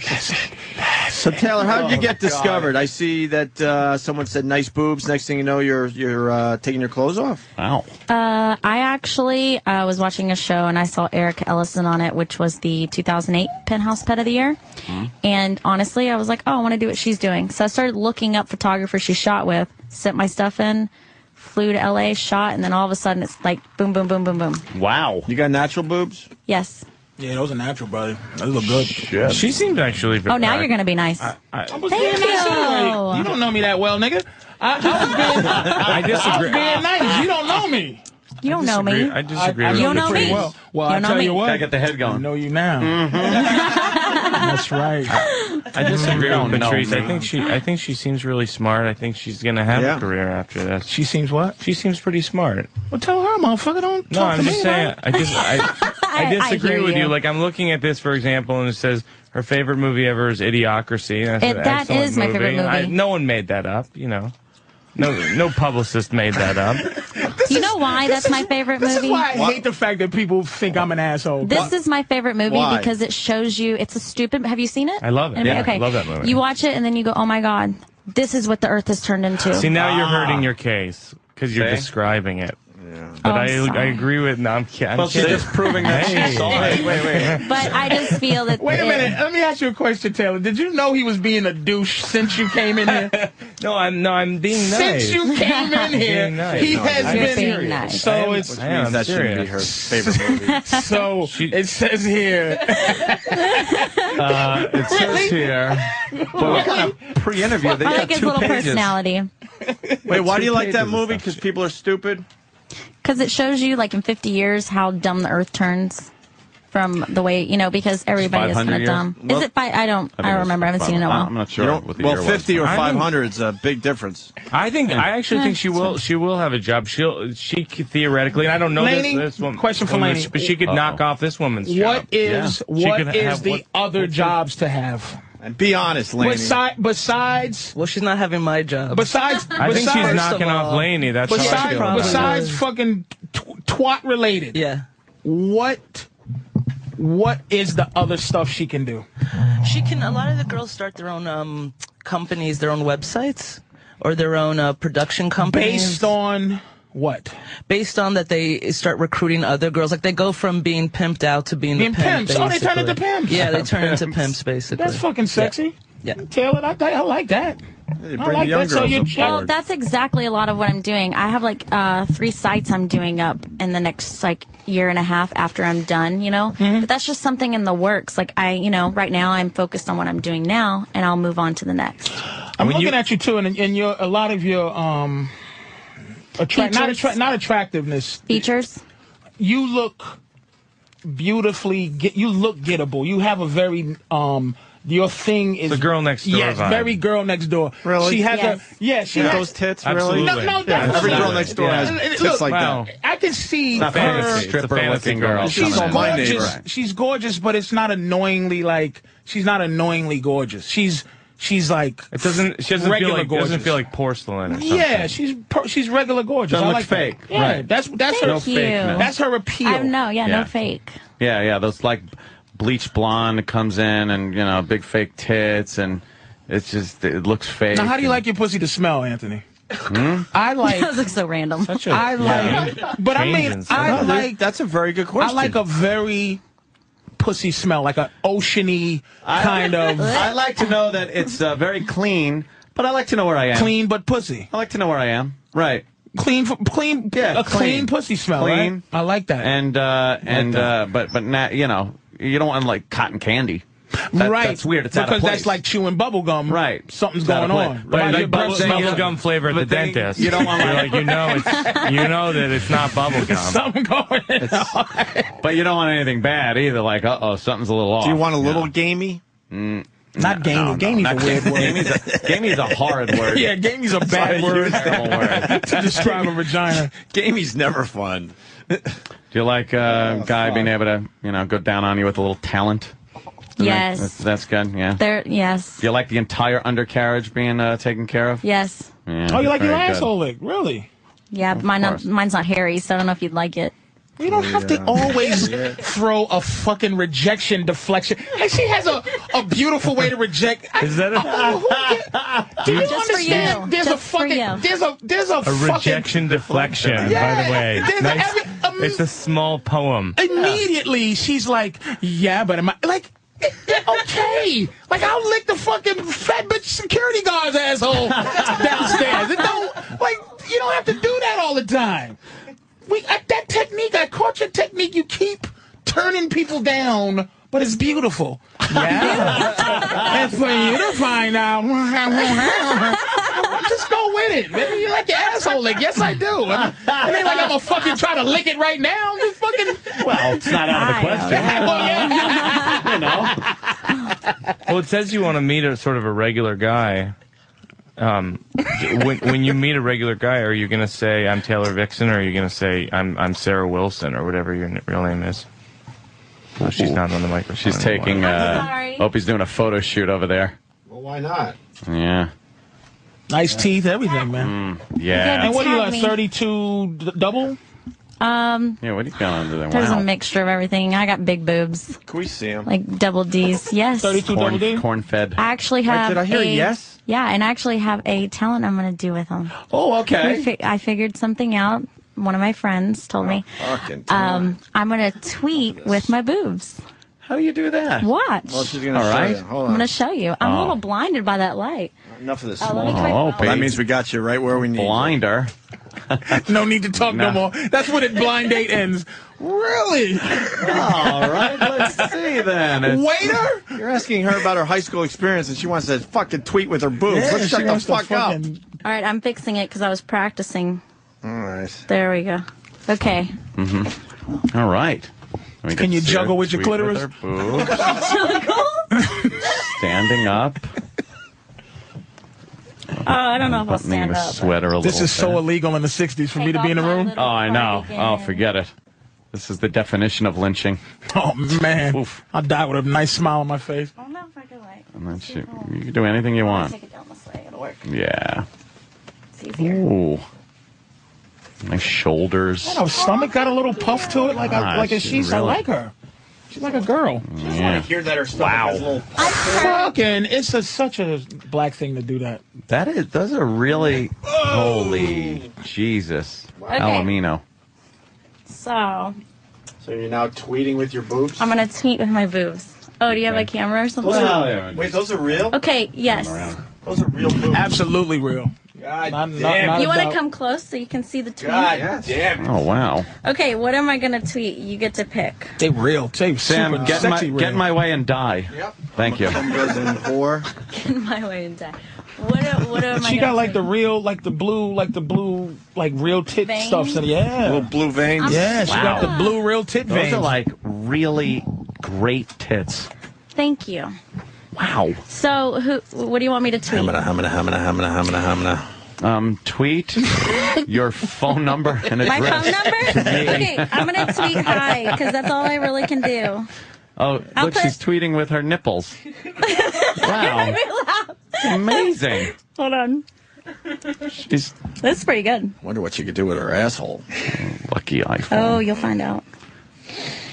So Taylor, how did you
Oh,
get
God.
discovered? I see that uh, someone said nice boobs. Next thing you know, you're you're uh, taking your clothes off.
Wow.
Uh, I actually uh, was watching a show and I saw Eric Ellison on it, which was the 2008 Penthouse Pet of the Year.
Mm-hmm.
And honestly, I was like, oh, I want to do what she's doing. So I started looking up photographers she shot with, sent my stuff in, flew to LA, shot, and then all of a sudden it's like boom, boom, boom, boom, boom.
Wow.
You got natural boobs?
Yes.
Yeah, those are natural, buddy. Those look good.
She seemed actually.
Oh, now you're going to be nice.
I was
Thank
being nice
you.
anyway. You don't know me that well, nigga. I, I was being,
I disagree.
was being nice. You don't know me.
You don't know me.
I disagree.
I
with
know you
that.
pretty well. Well, I tell you what. Mm-hmm.
Gotta get the head going.
I know you now. That's right.
I disagree
No,
with
no,
Patrice.
no.
I think she. I think she seems really smart. I think she's gonna have
Yeah.
a career after this.
She seems what?
She seems pretty smart.
Well, tell her, motherfucker. Don't
No,
talk
I'm
to
just
me about
saying.
it.
I just. I,
I- I
I disagree
hear
with you.
you.
Like I'm looking at this, for example, and it says Her favorite movie ever is Idiocracy. That's
It-
an
that
excellent
is my favorite
I-
movie.
no one made that up, you know. No, no publicist made that up.
you know why that's my favorite
This
movie?
is why I hate the fact that people think I'm an asshole.
This is my favorite movie
Why?
because it shows you. It's a stupid. Have you seen it?
I love it.
Anybody?
Yeah,
okay.
I love that movie.
You watch it and then you go, "Oh my god, this is what the Earth has turned into."
See, now you're hurting your case because you're
Ah. See?
describing it. But
Oh,
I,
I'm
I
sorry.
agree with. No, I'm, ki- I'm
Well, she's
kidding.
just proving that she
Hey.
saw it. Wait, wait.
But I just feel that.
Wait a
it-
minute. Let me ask you a question, Taylor. Did you know he was being a douche since you came in here?
no, I'm no, I'm being
Since
nice.
you came in here,
Being nice.
he
No,
has
I'm
been.
being nice. I am-
So it's
I am
that shouldn't be her
serious.
favorite movie.
so it says here.
Uh, it says here. But what kind of pre-interview? They
I
got
like his
two
little
pages.
personality
Wait, why do you like that
Two pages
movie? Because people are stupid.
because it shows you, like in 50 years, how dumb the Earth turns from the way you know. Because everybody
500
is kind of
years?
dumb.
Well,
is it? By, I don't. I, don't remember. I haven't seen it in a while.
sure
You don't-
what the
well,
year was.
fifty or
I don't-
five hundred is a big difference.
I think I actually
Yeah,
think she will. She will have a job. She'll. She could theoretically. And I don't know
Laney,
this. this woman,
question for
woman,
Laney.
but she could
Uh-oh.
knock off this woman's job.
What is
Yeah. She could
what is
have
the
what-
other jobs to have?
And be honest, Laney.
Besi- besides,
well, she's not having my job.
Besides,
I think
besides- uh,
she's knocking off Laney. That's how I
besides,
feel about it.
besides fucking tw- twat related.
Yeah.
What? What is the other stuff she can do?
She can. A lot of the girls start their own um, companies, their own websites, or their own uh, production companies.
Based on what?
Based on that, they start recruiting other girls. Like they go from being pimped out to being,
Being
the pimp,
pimps. Oh, they turn
basically.
into pimps.
Yeah, they turn into
Pimps.
pimps basically.
That's fucking sexy.
Yeah.
Taylor, I, I like that.
Hey,
I like that. So you
well, that's exactly a lot of what I'm doing. I have like uh, three sites I'm doing up in the next like year and a half after I'm done, you know?
Mm-hmm.
But that's just something in the works. Like, I, you know, right now I'm focused on what I'm doing now and I'll move on to the next.
I'm looking at you too, and and your a lot of your um, attract not
Features.
attract not attractiveness
features.
You look beautifully. Get you look gettable. You have a very um. Your thing is
The girl next door
Yes,
vibe.
very girl next door.
Really?
She has
Yes.
a yeah. She
With
has
those tits,
really?
No, no.
Absolutely. Yeah,
that's-
every girl next door has
And- and
tits
look,
like that.
I can see
It's not
her-
fantasy. It's a
Stripper
fantasy
looking girl.
girl.
She's
Coming in. My neighbor.
gorgeous. She's gorgeous, but it's not annoyingly like she's not annoyingly gorgeous. She's she's like
It doesn't. She doesn't feel
regular
like.
gorgeous.
Doesn't feel like porcelain. Or something.
Yeah, she's per- she's regular gorgeous.
Doesn't
I
look
like that.
fake,
Yeah,
right.
that's that's her
No Thank fake, you. no.
That's her appeal.
I know, yeah,
Yeah.
no fake.
Yeah, yeah. Those like bleach blonde comes in and you know big fake tits and it's just it looks fake.
Now, how do you like your pussy to smell, Anthony?
Hmm?
I like.
Those look so random.
I like. But I mean,
Changes.
I
No,
like.
That's a very good
I
question.
like a very pussy smell, like an oceany
I-
kind of.
I like to know that it's uh, very clean, but I like to know where I am.
Clean but pussy.
I like to know where I am. Right.
Clean, f- clean,
Yeah,
a clean,
clean.
pussy smell.
Clean.
right? I like that.
And uh, and
that.
uh, but but not you know you don't want like cotton candy. That-
right.
That's weird. It's out
because
of
that's
place.
like chewing bubble gum. Right. Something's
It's out
going
of place.
on.
But
Right,
like
your
bubble-
breath
then
smells
you-
like-
Bubblegum flavor at the
But then
dentist.
you don't want
You're
like-
like you know it's you know that it's not bubblegum.
Something going
But you don't want anything bad either. Like, uh oh, something's a little off.
Do you want a little gamey?
Mm,
Not gamey. gamey's
not
a weird word.
Gamey's a, gamey's a hard word.
Yeah, gamey's a bad word. to describe a vagina.
Gamey's never fun.
Do you like uh, guy being able to, you know, go down on you with a little talent?
Yes.
That's, that's good. Yeah.
There, yes,
Do you like the entire undercarriage being uh, taken care of?
yes.
Yeah,
Oh, you like your
very good.
asshole lick? Really?
Yeah, but mine not, mine's not hairy, so I don't know if you'd like it.
You don't have to always throw a fucking rejection deflection. And she has a, a beautiful way to reject. I-
Is that a-
Oh, who get- do you
Just for
understand?
you.
There's
Just
a
for
fucking
you.
there's a there's a,
A
fucking
rejection deflection, by
Yeah.
the way.
There's
Nice-
every- um,
it's a small poem.
immediately she's like, yeah, but am I like? eh, eh, Okay, like I'll lick the fucking fat bitch security guard's asshole downstairs. It don't like you don't have to do that all the time. We I, that technique, I caught your technique. You keep turning people down, but it's beautiful. Yeah, it's for you to find out. Just go with it. Maybe you like your asshole lick. Yes, I do. And it ain't like I'm gonna fucking try to lick it right now. Just fucking.
Well, it's not out of the question.
Well, yeah.
Well, it says you want to meet a sort of a regular guy. Um, when when you meet a regular guy, are you gonna say I'm Taylor Vixen, or are you gonna say I'm I'm Sarah Wilson, or whatever your n- real name is? No, she's not on the microphone.
She's taking. Uh, hope he's doing a photo shoot over there.
Well, why not?
Yeah.
Nice teeth, everything, man.
Mm, Yeah.
And what do you like?
tag me.
Thirty-two d- double?
Um,
Yeah. What are you going under there?
there's
Wow.
a mixture of everything. I got big boobs,
Can we see him?
like double D's. Yes.
corn, corn fed.
I actually have.
Did I hear a yes?
Yeah, and I actually have a talent I'm going to do with them.
Oh, okay.
We fi- I figured something out. One of my friends told me.
Fucking
Um, I'm going to tweet with my boobs.
How do you do that?
Watch.
Well, she's gonna
All
show
right.
you. Hold
I'm going
on.
to show you. I'm a
Oh.
little blinded by that light.
Enough of this.
Oh, let me
Oh,
Well, that means we got you right where we need.
Blinder.
no need to talk no more. That's when it blind date ends. Really? Oh.
All right, let's see then. It's-
Waiter?
You're asking her about her high school experience, and she wants to fucking tweet with her boobs.
Yeah,
Let's
she
shut the
wants to
fuck up.
fucking-
All right, I'm fixing it because I was practicing.
All right.
There we go. Okay.
Mm-hmm. All right. Let me
Can
just
you
see her
juggle with your
tweet
clitoris?
her boobs. standing up.
Oh, I don't know if
Buttoning
I'll stand
the
up.
sweater a
This
little
is so
bit.
illegal in the '60s for me to be in a room.
Oh, I know. Oh, forget it. This is the definition of lynching.
Oh man, I'll die with a nice smile on my face.
And then she, you can do anything you want.
Take it down this way. It'll work.
Yeah.
It's easier.
Ooh. Nice
Man,
shoulders.
her stomach got a little puff to it, like I,
Ah,
like a
she
she's. I
really-
like her. She's like a girl.
Yeah.
Hear that her stomach has a little
Fucking, it's a, such a black thing to do that.
That is. Those are really. Holy Jesus.
Okay.
Alamino.
So
So you're now tweeting with your boobs?
I'm gonna tweet with my boobs. Oh, do you have a camera or something?
Those are- wait, those are real?
Okay. Yes.
Those are real boobs.
Absolutely real.
God
Not- not-
damn.
not
You want
about-
to come close so you can see the tweet?
God damn.
Oh wow.
Okay. What am I gonna tweet? You get to pick.
They real. They
Sam,
super
get in my
sexy real.
get in my way and die. Yep. Thank you.
Get in my way and die. What? a- What am
But
I?
she
gonna
got like
tweet?
the real, like the blue, like the blue, like real tit
Veins?
stuff. So yeah,
Little blue veins.
Yeah, she got the
Wow.
blue real tit
Those
veins.
are like really great tits.
Thank you.
Wow.
So who? What do you want me to tweet?
Hamina, hamina, hamina, hamina, hamina. Um, tweet your phone number and
My
address.
phone number?
to me.
okay, I'm gonna tweet hi because that's all I really can do.
Oh,
I'll
look,
put-
she's tweeting with her nipples. Wow. It's amazing.
Hold on,
She's
that's pretty good.
Wonder what you could do with her asshole.
lucky iPhone.
Oh, you'll find out.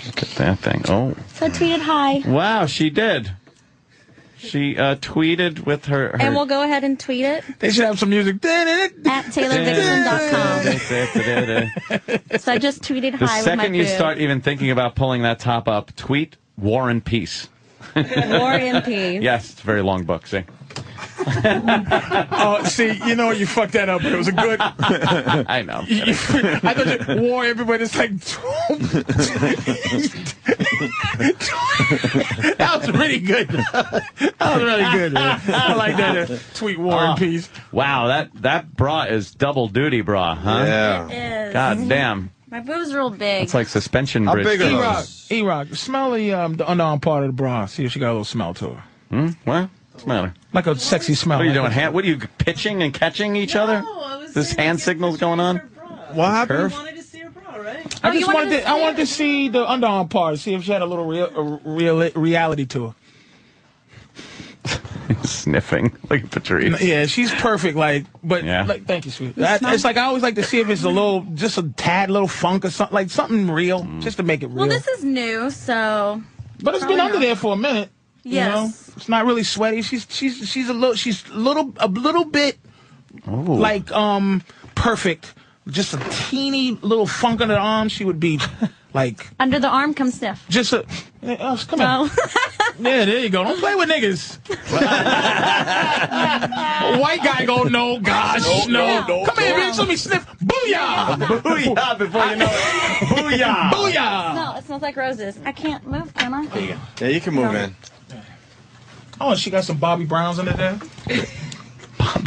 Look at that thing. Oh.
So I tweeted hi,
Wow, she did. She uh, tweeted with her. her
and we'll go ahead and tweet it
They should have some music.
at TaylorDixon.com.
the
So I just tweeted hi with my
second you
boob.
start even thinking about pulling that top up, tweet War and Peace.
War in peace.
Yes, it's a very long book. See?
Oh, see, you know you fucked that up. But it was a good.
I know.
I thought you wore everybody. It's like that was pretty good. That was really good. man. I like that uh, tweet war
Ah.
and peace.
Wow, that that bra is double duty bra, huh?
It is.
God damn,
My boobs real big.
it's like suspension bridge.
E Rock, E Rock, smell the um the unarmed part of the bra. See if she got a little smell to her,
Hmm? What? What's the matter?
like a sexy smell.
What are you
Like
doing?
a-
Hand, what are you pitching and catching each other? This hand signals going on.
What happened?
Curve?
I
Oh, you
just wanted,
wanted
to,
to
I
see
wanted to see the underarm part, see if she had a little real, a real reality to her.
Sniffing like Patrice.
Yeah, she's perfect. Like, but
Yeah.
like, thank you, sweet. That- it's like I always like to see if it's a little, just a tad little funk or something, like something real, just to make it real.
well, this is new, so
but it's been
probably
under
not.
there for a minute. You know?
Yes.
it's not really sweaty. She's she's she's a little she's little a little bit like um perfect. Just a teeny little funk under the arm. She would be like
under the arm, come sniff.
just a. eh, Us, come on.
No,
Yeah, there you go. Don't play with niggas. A White guy go, no, gosh, no.
no, no,
Come here,
no.
bitch. Let me sniff. Booyah!
Booyah! Before you know it, booyah!
Ah. Booyah!
no, it smells like roses. I can't move, can I? There you go.
Yeah, you can move in.
Oh, she got some Bobby Browns under there.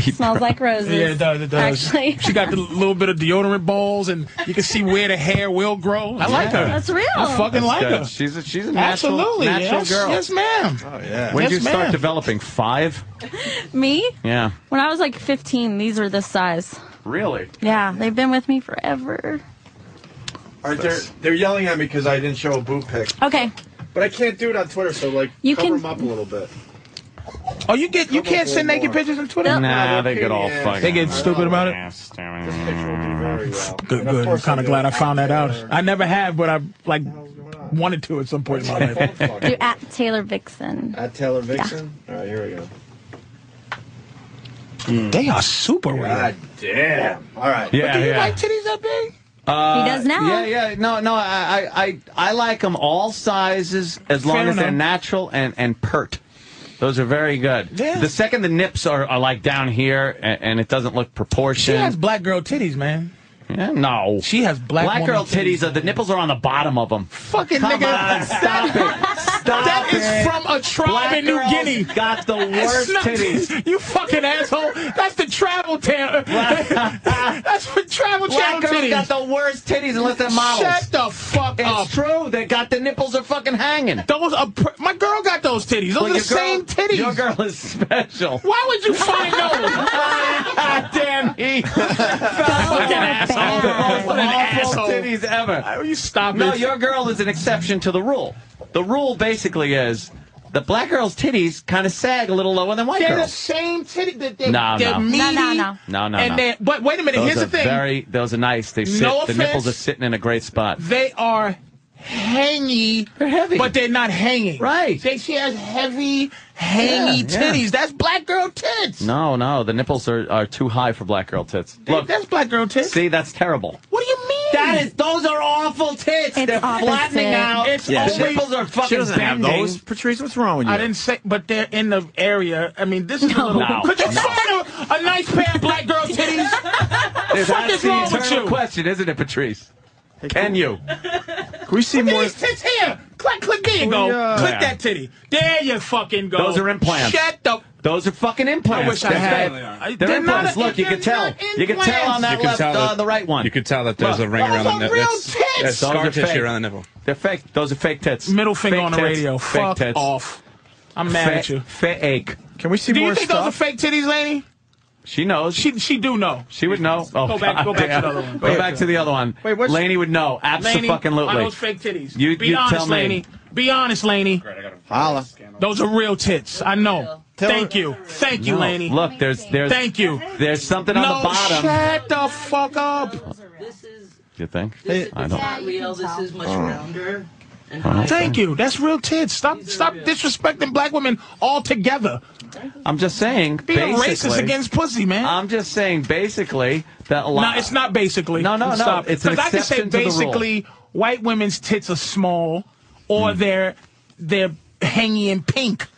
Smells like roses.
Yeah, it does. It does.
Actually,
She got the little bit of deodorant balls, and you can see where the hair will grow. I like her.
that's real.
I fucking like
Good.
her.
She's a, she's a natural,
Absolutely.
natural
yes,
girl.
yes, ma'am.
Oh yeah.
When
Yes,
did you start
ma'am.
developing? Five?
Me?
Yeah.
When I was like 15, these were this size.
Really?
Yeah, they've been with me forever.
All right, they're they're yelling at me because I didn't show a boob pic.
Okay,
But I can't do it on Twitter, so like
You
cover
can-
them up a little bit.
Oh, you get you
Come
can't
up
send
with
naked
more.
pictures on Twitter.
Nah, they get all fucking-
They get stupid about it.
uh,
Good, good. I'm kind of glad I found that out. I never have, but I like wanted to at some point in my life.
Do at Taylor Vixen.
At Taylor Vixen? All right, here we go.
they are super weird.
Damn. All right.
Yeah,
but do you
yeah.
like titties that big?
Uh,
He does now.
Yeah, yeah. No, no. I, I, I, I like them all sizes as long
Fair
as they're
enough.
natural and and pert. Those are very good. The second the nips are, are like down here and, and it doesn't look
She
proportioned.
has black girl titties, man.
Yeah, no.
She has black woman
girl
titties.
titties. are the nipples are on the bottom of them.
Fucking
Come
nigga,
on, stop it. Stop
That is
it.
from a tribe
Black
in New
girls
Guinea.
Got the
That's
worst
not-
titties.
You fucking asshole. That's the travel town. That's for travel
Black
channel
girls
titties.
got the worst titties unless they're models.
Shut the fuck
It's
up.
true. They got the nipples are fucking hanging.
Those are pr- my girl got those titties. Those
Well,
are the same
your girl-
titties.
Your girl is special.
Why would you find those?
Damn he.
fucking asshole. Oh, What an
Awful
asshole.
titties ever.
you stop
No,
it.
your girl is an exception to the rule. The rule basically is the black girl's titties kind of sag a little lower than white
they're the
girls.
same titty. They, they,
No,
they're
no.
meaty.
No, no, no.
No, no,
and
no.
they're- But wait a minute.
those
here's
are
the thing.
Very, those are nice. They sit.
No
the nipples
offense.
are sitting in a great spot.
They are hangy, they're heavy. but they're not hanging. Right. They, she has heavy, hangy
Yeah, yeah.
titties. That's black girl tits.
No, no, the nipples are, are too high for black girl tits. Look,
That's black girl tits.
see, that's terrible.
What do you mean?
That is, those are awful tits. They're flattening out.
It's
Yeah,
always,
she- nipples are fucking
She doesn't have
bending.
those. Patrice, what's wrong with you?
I didn't say, but they're in the area. I mean, this is a little.
No.
Could you find a, a nice pair of black girl titties?
That's
fuck is
the
wrong with
eternal
you?
question, isn't it, Patrice? Can you?
Can we see
Look at
more?
these tits here. Click, click. There you go.
We, uh,
click
Yeah.
that titty. There you fucking go.
Those are implants.
Shut the.
Those are fucking implants.
I wish I
That's
had.
right.
I- they're
They're,
not-
implants. Look, you
they're
can tell.
not
You can tell on that
You can
left,
tell that-
uh, the right one.
You could tell that there's
Look,
a ring around the
those
neck.
are real
That's,
tits.
that's
Those
scar
are fake.
tissue around the nipple.
They're fake. Those are fake tits.
Middle finger
Fake
on the
tits.
radio.
Fake
Fuck
tits.
off. I'm mad
Fake-
at you.
Fake.
Can we see
Do
more
you think
stuff?
those are fake titties, Laney?
She knows. She
She she do know.
she would know. Oh,
Go back- go back to
goddamn.
the other one.
Go back to the other one.
Wait, what's-
Laney would know.
Laney, are
Absolutely.
those fake titties?
You-
Be
you
honest,
tell me.
Laney. Be honest, Laney.
Holla.
Those are real tits. I know. Thank you. Thank you,
No,
Laney.
Look, there's there's
Thank you.
there's something
No,
on the bottom.
shut the fuck up.
This is
You think?
this,
I
is
don't.
not real. This is much rounder. And
Thank you. That's real tits. Stop stop disrespecting black women altogether.
I'm just saying.
Being
basically-
racist against pussy, man.
I'm just saying, basically, that a
no,
lot.
it's not basically.
No, no, no.
Stop.
It's an
Because I can say
exception to the rule.
basically white women's tits are small or
Mm.
they're they're hangy and pink.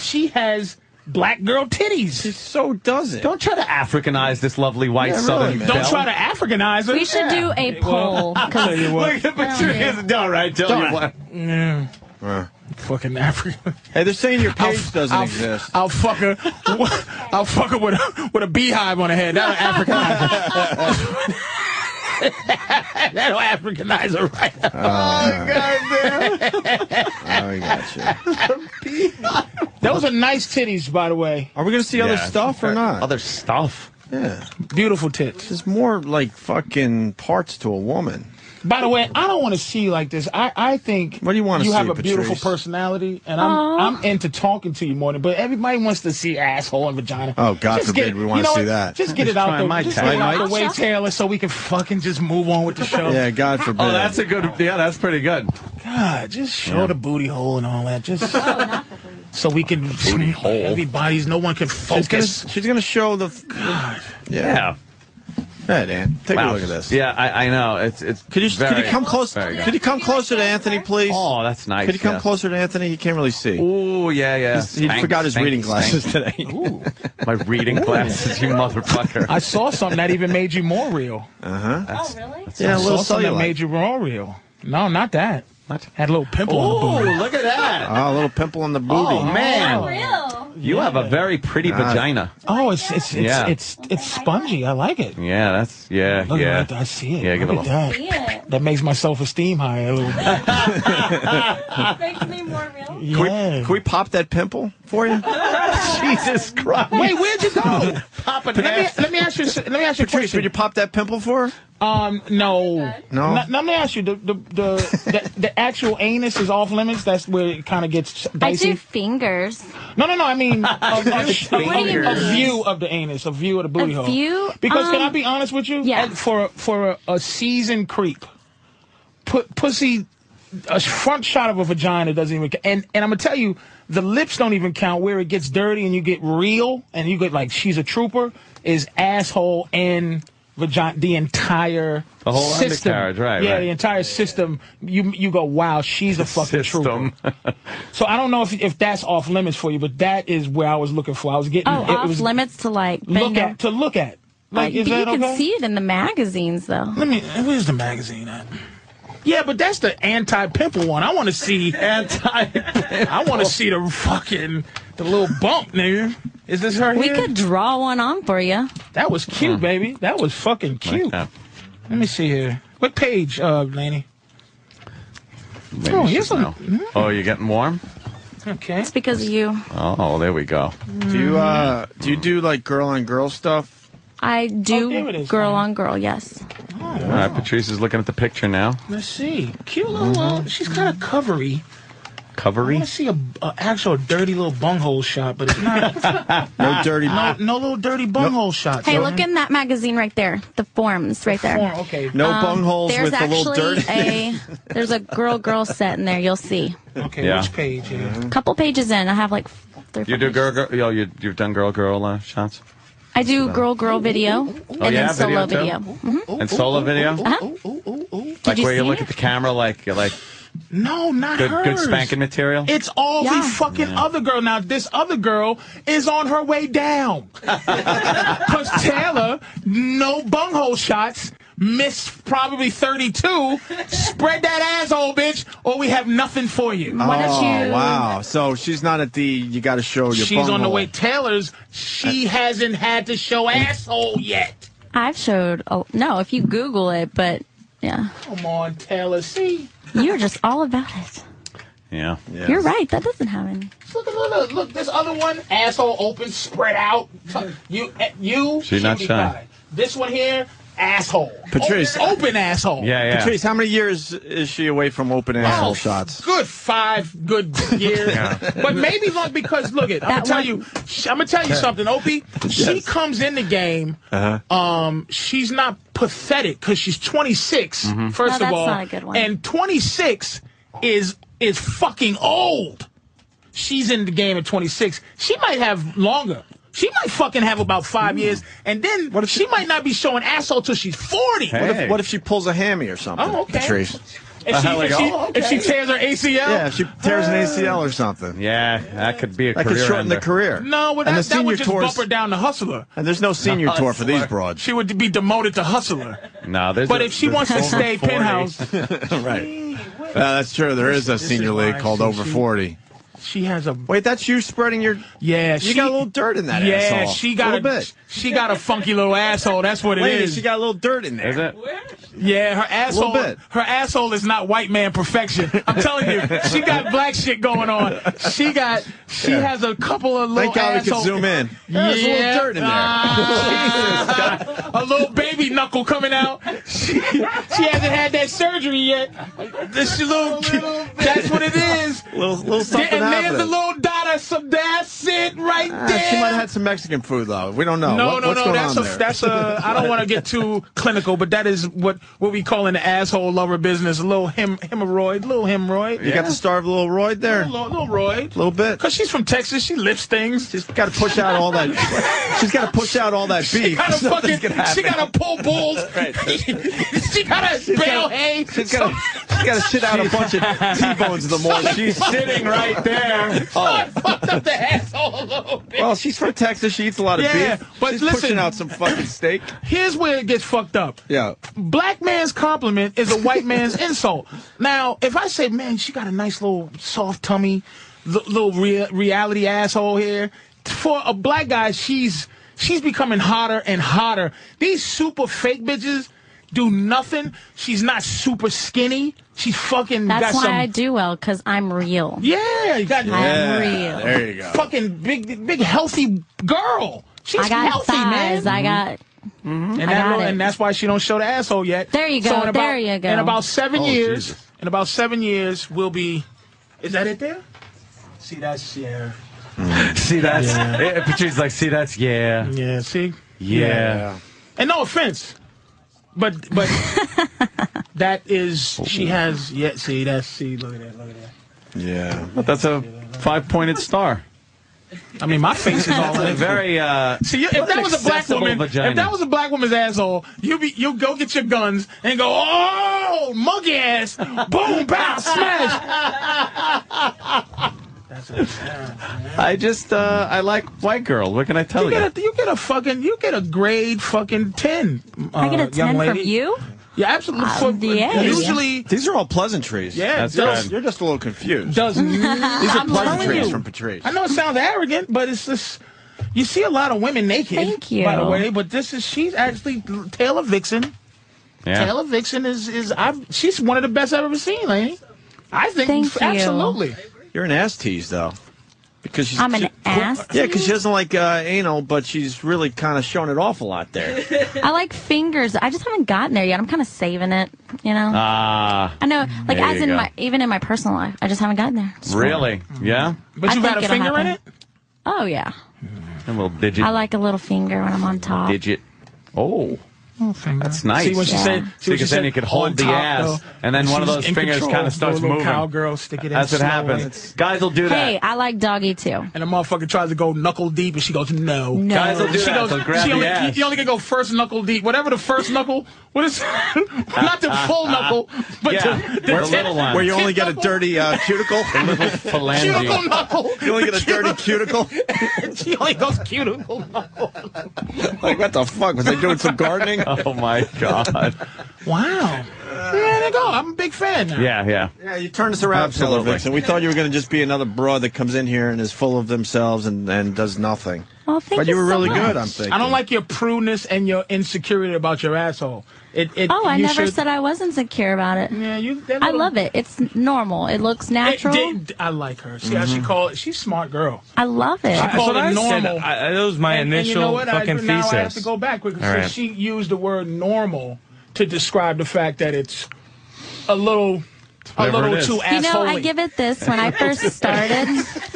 She has black girl titties. She
so does it.
Don't try to Africanize this lovely white southern
Don't try to Africanize her.
We should do a poll. 'cause-
Tell you what.
Look at the picture. All right, tell
Don't.
you what.
Yeah. Fucking Africa.
Hey, they're saying your page doesn't
I'll,
exist.
I'll fuck her. I'll fuck her with a, with a beehive on her head. That'll Africanize her. That'll Africanize her right up.
Oh, we got you.
Those are nice titties, by the way.
Are we going to see other
Yeah.
stuff or not?
Other stuff.
yeah.
Beautiful tits.
There's more like fucking parts to a woman.
By the way, I don't want to see you like this. I, I think
What do you wanna
you
see,
have a beautiful
Patrice?
personality, and I'm
Aw.
I'm into talking to you more. Than, but everybody wants to see asshole and vagina.
Oh, God
Just
forbid
get-
we wanna
you know
see
what?
that.
Just get
Just
it out
trying
the
my
just
time.
get it out
Mike?
the way, Taylor, so we can fucking just move on with the show.
Yeah, God forbid.
Oh, that's a good. Yeah, that's pretty good.
God, just show the booty hole and all that. Just
Oh,
so we can booty
hole.
Everybody's no one can
She's gonna,
focus.
she's gonna show the. Yeah.
Yeah.
Hey, Dan, take
Wow.
a look at this.
Yeah, I, I know. It's it's.
Could you could
very-
you come close?
very good.
Could you come closer to Anthony, please?
Oh, that's nice.
could you come
yeah.
closer to Anthony? He can't really see.
Oh yeah, yeah.
He's- he
Thanks,
forgot his
thanks,
reading glasses
thanks.
today.
My reading glasses, you motherfucker.
I saw something that even made you more real.
Uh-huh.
oh, really?
yeah, a
I
little
saw something that
cellulite.
made you more real. No, not that.
What?
Had a little pimple on the
Oh,
booty.
look at that.
Oh, a little pimple on the booty.
Oh man,
Not real.
you have a very pretty
God.
vagina.
Oh, it's it's it's
Yeah.
it's, it's spongy. I like it.
Yeah, that's yeah,
Look
yeah.
at that. I see it.
Yeah, give it a
Look
little.
at
See
that.
it.
That makes my self esteem higher a little bit.
Makes me more real.
Can we-
Yeah.
Can we pop that pimple for you? Jesus Christ.
Wait, where'd you go?
Papa
let me let me ask you let me ask you a question.
Did you pop that pimple for her?
Um, no,
No?
Let- let me ask you: the the the, the, the actual anus is off limits. That's where it kind of gets
I
dicey.
do fingers.
No, no, no. I mean, a, a- a-
What do you
a
mean?
view of the anus, a view of the booty
A
hole.
view?
Because can I
Um,
be honest with you? Yeah. For for a, a seasoned creep, put pussy, a front shot of a vagina doesn't even. ca- And and I'm gonna tell you, the lips don't even count. Where it gets dirty and you get real, and you get like she's a trooper is asshole and vagina. The entire.
The whole
system.
undercarriage, right,
Yeah,
right.
the entire system. You you go, wow, she's a fucking trooper. So I don't know if if that's off limits for you, but that is where I was looking for. I was getting
Oh,
it
off
was
limits to like
look
bend
at to look at. Like,
Uh,
is
but
that
you
okay?
can see it in the magazines, though.
Let me. Where's the magazine at? Yeah, but that's the anti pimple one. I want to see anti. I want to see the fucking the little bump, nigga. Is this her?
We
here?
could draw one on for you.
That was cute, baby. That was fucking cute. Let me see here. What page, uh, Laney?
Maybe
Oh,
she's
here's
no. Oh, you're getting warm?
Okay. It's
because of you.
Oh, there we go.
Do you uh do you do like girl on girl stuff?
I do
Oh, there it is,
girl on girl, yes.
All right, Patrice is looking at the picture now.
Let's see. Cute little. uh, she's kind of covery. I
Mm-hmm. Covery?
want to see a, a actual dirty little bunghole shot, but it's not.
No dirty-
no, no little dirty bunghole shot.
Hey, look in that magazine right there. The forms right there.
Form, okay.
No
Um,
bungholes
there's
with the little
actually
dirt.
A, there's a girl girl set in there. You'll see.
Okay,
Yeah.
which page? Yeah.
Mm-hmm.
A couple pages in, I have like. f- three-
You do girl, girl, yo, you, you've done girl, girl uh, shots?
I do girl girl video
Oh,
and
yeah,
then solo
video
video.
too?
Mhm.
And solo video?
Uh-huh.
oh.
Like
you
where you
see
look at the camera like, like
No, not
good, good
hers.
spanking material?
It's all the fucking other girl. Now this other girl is on her way down. Cause Taylor, no bunghole shots, missed probably 32. Spread that asshole, bitch, or we have nothing for you.
oh wow! So she's not at the. You got to show your.
She's on the
bunghole.
way. Taylor's. She hasn't had to show asshole yet.
I've showed. A, no, if you Google it, but yeah,
Come on, Taylor. See.
you're just all about it.
Yeah. yeah.
You're right. That doesn't have any.
Look, look, look, look, this other one, asshole open, spread out. You, eh, you.
She not
cutie
shy.
pie. This one here, asshole.
Patrice.
open, open asshole. oh,
Patrice, how many years is she away from open asshole shots?
Good five good years, but maybe long because look it. I'm gonna
That
tell
one-
you, I'm gonna tell you something, Opie. She comes in the game.
Uh-huh.
Um, she's not pathetic because she's 26.
Mhm.
First
No,
of
that's
all,
not a good one.
and 26 is is fucking old. She's in the game at 26. She might have longer. She might fucking have about five years, and then she, might not be showing asshole till she's 40.
What, if, what if she pulls a hammy or something?
Oh, okay.
Patrice.
If she, if, she, if she tears her ACL,
Oh, Yeah, if she tears an ACL or something.
Yeah, that could be a
That could
career
shorten the
ender.
career.
No, well,
And
that,
the
that
senior
would just
tours-
bump her down to hustler.
And there's no senior tour for these broads.
She would be demoted to hustler.
No, there's
But
a-
if she
there's
wants to
over
stay
40.
penthouse-
right. Uh, that's true. There is a
This is
senior
why
league called
she-
Over
she-
40.
She has a
wait. That's you spreading your.
Yeah,
You got a little dirt in that
Yeah,
asshole.
she got a,
Little bit.
she got a funky little asshole. That's what it is.
Lady, she got a little dirt in there.
Is it?
Yeah, her
Little
asshole.
bit.
Her asshole is not white man perfection. I'm telling you, she got black shit going on. She got. She
Yeah.
has a couple of little.
Thank God we could
asshole-
zoom in. There's a little dirt in there.
Ah. a little baby knuckle coming out. She, she hasn't had that surgery yet. This little. That's what it is.
Little, little something
and there's
happening.
a little dot of some. That's it right
Ah,
there.
she might have had some Mexican food though. We don't know.
No,
What-
no,
what's
no.
Going
That's
on
a
there?
that's a. I don't want to get too clinical, but that is what what we call in the asshole lover business. A little hem, hemorrhoid, little hemorrhoid.
You got to starve a little roid there.
Little, little roid.
A little bit.
Cause she's from Texas, she lifts things.
She's got to push out all that. she's got to push out all that beef.
She gotta
so nothing's
fucking.
gonna happen.
She gotta pull bulls. she gotta
She's
bale
gotta-
hay.
She's got to. She's got to shit out a bunch of T bones in the morning.
She's sitting right there.
Oh.
fucked up the asshole a little bit.
Well, she's from Texas. She eats a lot of
Yeah,
beef.
but
she's
listen-
pushing out some fucking steak.
Here's where it gets fucked up.
Yeah.
Black man's compliment is a white man's insult. Now, if I say, man, she got a nice little soft tummy, l- little rea- reality asshole here, for a black guy, she's she's becoming hotter and hotter. These super fake bitches, do nothing. She's not super skinny. She's fucking
That's
got
why
some.
I do well, because I'm real.
yeah, you got
I'm real.
There you go.
Fucking big, big healthy girl. She's
I got
healthy,
thighs.
man.
I got.
And,
Mm-hmm. I
that
got
little-
it.
and that's why she don't show the asshole yet. There
you go,
in about,
there you go.
In about seven
Oh,
years,
Jesus.
in about seven years, we'll be. Is that it there? See that's yeah.
See that's
Yeah.
yeah. Patrice's like, see that's yeah.
Yeah, see?
Yeah.
Yeah. And no offense, but but that is she
Oh.
has. Yeah, see that's see. Look at that. Look at that.
Yeah.
That's a five pointed star.
I mean my face is all
That's a
in it.
very uh
See, you- if
what an
that was a black
accessible
woman,
vagina.
if that was a black woman's asshole, you be you go get your guns and go, oh, monkey ass, boom, bow, smash.
I just uh I like white girl. What can I tell
You
you?
get a you get a fucking you get a grade fucking ten.
I get
uh,
a
young
10 from
lady.
you?
Yeah, absolutely.
Uh,
For-
yeah.
Usually
These are all pleasantries.
Yeah,
That's
does-
good. you're just a little confused.
does
These are
I'm telling
pleasantries
you.
from Patrice.
I know it sounds arrogant, but it's just you see a lot of women naked.
Thank you.
By the way, but this is she's actually Taylor Vixen. Taylor Vixen is is I've, she's one of the best I've ever seen, lady. I think
Thank you.
absolutely.
You're an ass tease, though. Because she's,
I'm an
she-
ass
Yeah, because she doesn't like uh, anal, but she's really kind of showing it off a lot there.
I like fingers. I just haven't gotten there yet. I'm kind of saving it, you know?
Uh,
Ah.
I know, like,
There
as
you
in
go.
my, even in my personal life, I just haven't gotten there.
Really? Yeah?
I
But you got
think
a
it'll
finger in it?
happen. Oh, yeah.
A little digit.
I like a little finger when I'm on top.
digit. Oh. That's nice.
See what she said? See what
because
she
then
said?
you could hold
On
the
top,
ass,
though.
and then
She's
one of those
in
fingers
control.
kind of starts
Little
moving.
Cowgirl, stick it in
That's what
slow.
happens. Guys will do that.
Hey, I like doggy too.
And the motherfucker tries to go knuckle deep, and she goes, "No."
No. Guys will do
she
that.
Goes,
They'll grab
she
the
only,
ass.
You only can go first knuckle deep, whatever the first knuckle. What is? not the full knuckle, but the, the
where,
tip-
where you
tip
only get a
knuckle.
dirty uh, cuticle.
Cuticle knuckle.
You only get a dirty cuticle.
she only goes cuticle knuckle.
Like what the fuck was they doing? Some gardening?
Oh my god!
Wow. Yeah, there you go. I'm a big fan. now.
Yeah, yeah.
Yeah, you turned us around, Taylor
Absolutely.
Vixen. We thought you were going to just be another broad that comes in here and is full of themselves and, and does nothing.
Well, thank
but you
you
were
so
really
much.
good. I'm thinking.
I don't like your prudeness and your insecurity about your asshole. It, it,
Oh, I
you
never
should-
said I was insecure about it.
Yeah, you. that
I
little-
love it. It's normal. It looks natural.
It did- I like her. See
Mm-hmm.
how she called it? She's a smart girl.
I love it.
She called it normal.
I, that was my
And- and you
initial
know what? I-
fucking
now
thesis.
I have to go back because
All right.
she used the word normal to describe the fact that it's a little, a
Whatever it
little
is.
too
You know,
asshole.
I give it this. When I first started,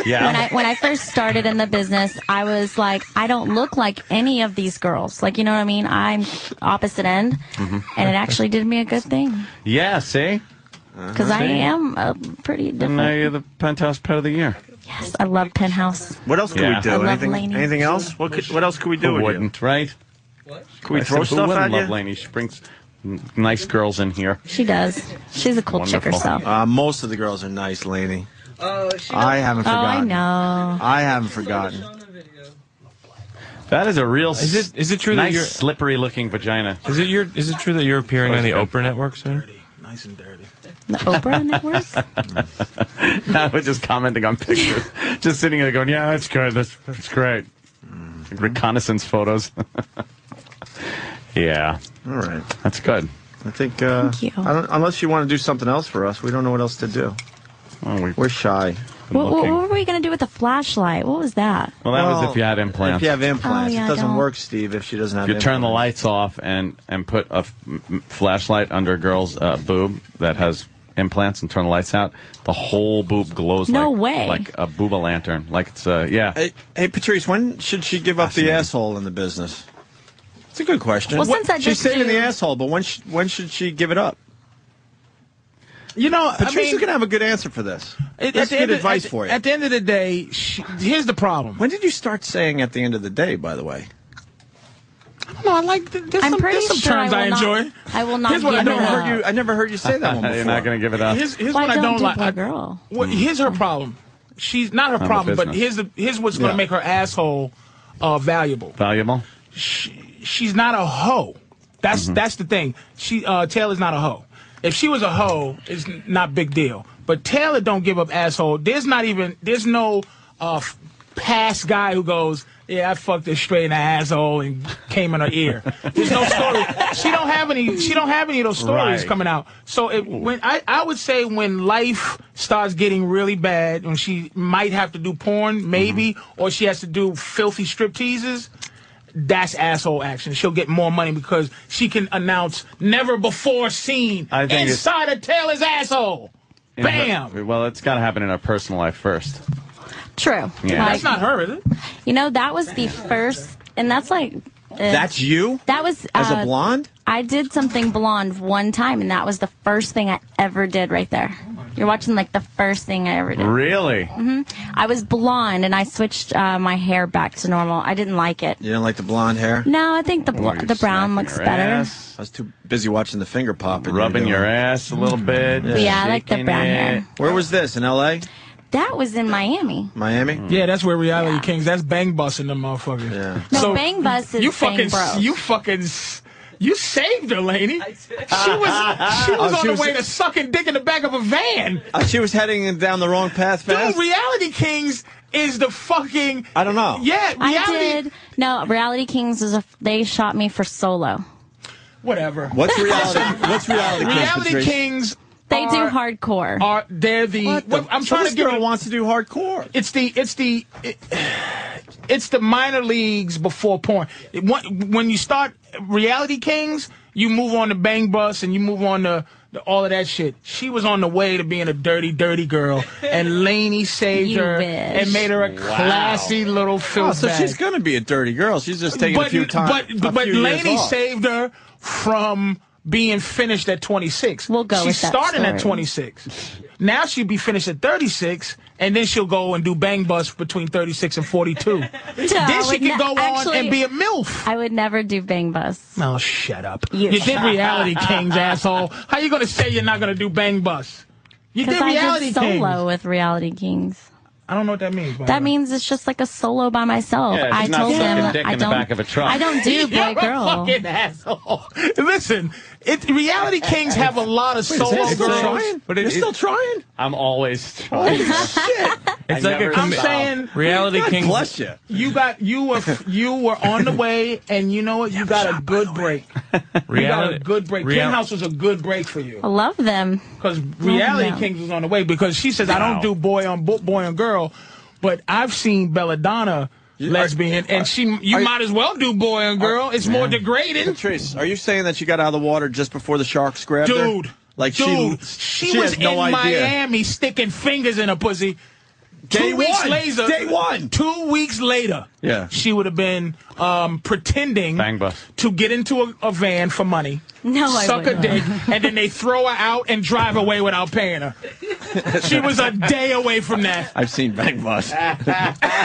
Yeah.
when I when I first started in the business, I was like, I don't look like any of these girls. Like, you know what I mean? I'm opposite end,
Mhm.
Mm-hmm. and it actually did me a good thing
Yeah, see?
because I
See?
am uh, pretty
And now
different.
you're the penthouse pet of the year.
Yes, I love penthouse.
What else could
Yeah.
we do?
I love
anything?
Lainey.
Anything else? What could, What else could we do?
Who
with you?
wouldn't, right?
Could we
I
throw
said,
stuff
Who
at
wouldn't
you?
love Lainey? She brings n- nice girls in here.
She does. She's a cool chick
Wonderful.
herself.
Uh, most of the girls are nice, Lainey.
Oh,
I haven't
Oh, I
forgotten.
know.
I haven't forgotten.
That is a real.
Is it- is it true that
nice,
you're-
slippery looking vagina?
Is it your? Is it true that you're appearing on the Oprah Network soon?
Nice and dirty.
The Oprah Network.
I was just commenting on pictures, just sitting there going, "Yeah, that's good. That's that's great."
Mm-hmm.
Reconnaissance photos. yeah,
All right.
that's good.
I think. Uh,
Thank you.
I don't, unless you want to do something else for us, we don't know what else to do.
we,
are shy.
What, what, what were we gonna do with the flashlight? What was that?
Well, that was if you had implants.
If you have implants,
Oh, yeah,
it
I
doesn't
don't.
work, Steve. If she doesn't have
If you turn the
implants.
lights off and and put a f- m- flashlight under a girl's uh, boob that has implants and turn the lights out, the whole boob glows.
No
like,
way.
Like a boob lantern. Like it's uh yeah.
Hey, hey, Patrice, when should she give up the asshole in the business? It's a good question.
Well, since I
she's
just
saving
do-
the asshole, but when sh- when should she give it up?
You know,
Patrice
I mean,
is gonna have a good answer for this.
At- at
That's
the
good
end of-
advice
at-
for you.
At the end of the day, she, here's the problem.
when did you start saying at the end of the day? By the way,
No, I like. th- There's
I'm
some,
pretty
there's some
sure
terms
I
I,
will not-
enjoy.
I will not
Here's what I
give
never
it
heard
up.
you, I never heard you say that one before.
You're not gonna give it up.
Here's, here's
Why
what I
don't
don't
do
like. I-
that, girl?
Well,
Mm.
here's her problem. She's not her
I'm a
problem, but here's
business.
the here's what's going
Yeah.
to make her asshole uh, valuable.
Valuable.
She's not a hoe. That's that's the thing. She uh, Taylor's not a hoe. If she was a hoe, it's n- not big deal. But Taylor don't give up asshole. There's not even there's no uh, f- past guy who goes. Yeah, I fucked her straight in the asshole and came in her ear. There's no story. She don't have any. She don't have any of those stories
Right.
coming out. So it, when I, I would say when life starts getting really bad, when she might have to do porn, maybe, or she has to do filthy strip teases. That's asshole action. She'll get more money because she can announce never before seen
I think it's-
inside a Taylor's asshole.
In her-
Bam.
well, it's got to happen in our personal life first.
True.
Yeah. That's
not her, is it?
You know, that was the first, and that's like. uh,
That's you?
That was.
As a
uh,
blonde?
I did something blonde one time, and that was the first thing I ever did right there. You're watching like the first thing I ever did.
Really?
hmm I was blonde, and I switched uh, my hair back to normal. I didn't like it.
You didn't like the blonde hair?
No, I think the
Well,
bl-
you're
the brown looks
Your
better.
ass. I was too busy watching the finger pop. and
Rubbing
you
your
doing-
ass a little bit.
Mm. Yeah, I like the
shaking
brown hair.
it.
Where was this? In L.A.?
That was in Miami.
Miami?
Mm. Yeah, that's where reality kings. That's bang busting them motherfuckers. Yeah.
No, bang bus is
you
bang
fucking,
bros.
you fucking, s- you saved her, Laney. She was, she was
Oh,
on
she
the
was-
way to sucking dick in the back of a van.
Uh, she was heading down the wrong path fast?
Dude, reality kings is the fucking.
I don't know.
Yeah,
I
reality-
did. No, Reality Kings was a. They shot me for solo.
Whatever.
What's reality? What's reality? Kings,
Reality
Patrice?
kings.
They do
are-
hardcore.
Are they're the? what- I'm
So
trying
this
to get.
girl wants to do hardcore.
It's the. It's the. it- it's the minor leagues before porn. It- When when you start reality kings, you move on to bang bus and you move on to. to all of that shit. She was on the way to being a dirty, dirty girl, and Laney saved
You
her
wish.
and made her a
Wow.
classy little filth
Oh, so
bag.
she's going to be a dirty girl. She's just taking
but,
a few times.
But but, Laney saved her from being finished at 26. We'll
go
She's
with that
starting at
story.
26. Now she'll be finished at 36, and then she'll go and do bang bus between 36 and 42. then she can go on and be a. milf.
I would never do bang bus.
No, Oh, shut up. You did reality kings, asshole. How you gonna say you're not gonna do bang bus? You did
Because I
reality
did solo
kings.
with Reality Kings.
I don't know what that means. by the way.
That means it's just like a solo by myself.
Yeah,
I
she's not
told
sucking
them
dick
I
in the
don't.
back of a truck.
I don't do
You're
boy
a
girl.
fucking asshole. Listen, it, reality kings have a lot of
Wait, is
solo
that still
girls.
trying? But it- You're still it-
trying?
I'm always trying.
It's
I
like a
never
I'm
stop.
saying
Reality God Kings- bless ya.
You got you were you were on the way, and you know what? You got a good break. You got a
Reality-
good break.
real-
Penthouse was a good break for you.
I love them.
Because reality
them.
kings was on the way because she says I don't
Wow.
do boy on bo- boy on girl, but I've seen Belladonna lesbian, and she you
are-
might as well do boy on girl. it's more degrading.
Patrice, are you saying that she got out of the water just before the sharks grabbed her?
Dude,
Like
dude,
she,
she, was
has no
in
idea.
Miami sticking fingers in her pussy.
Day
two weeks
one.
later,
Day one.
Two weeks later,
Yeah.
she would have been um, pretending to get into a, a van for money.
No, I
suck a
wouldn't.
dick, and then they throw her out and drive away without paying her. she was a day away from that.
I've seen Bang Bus.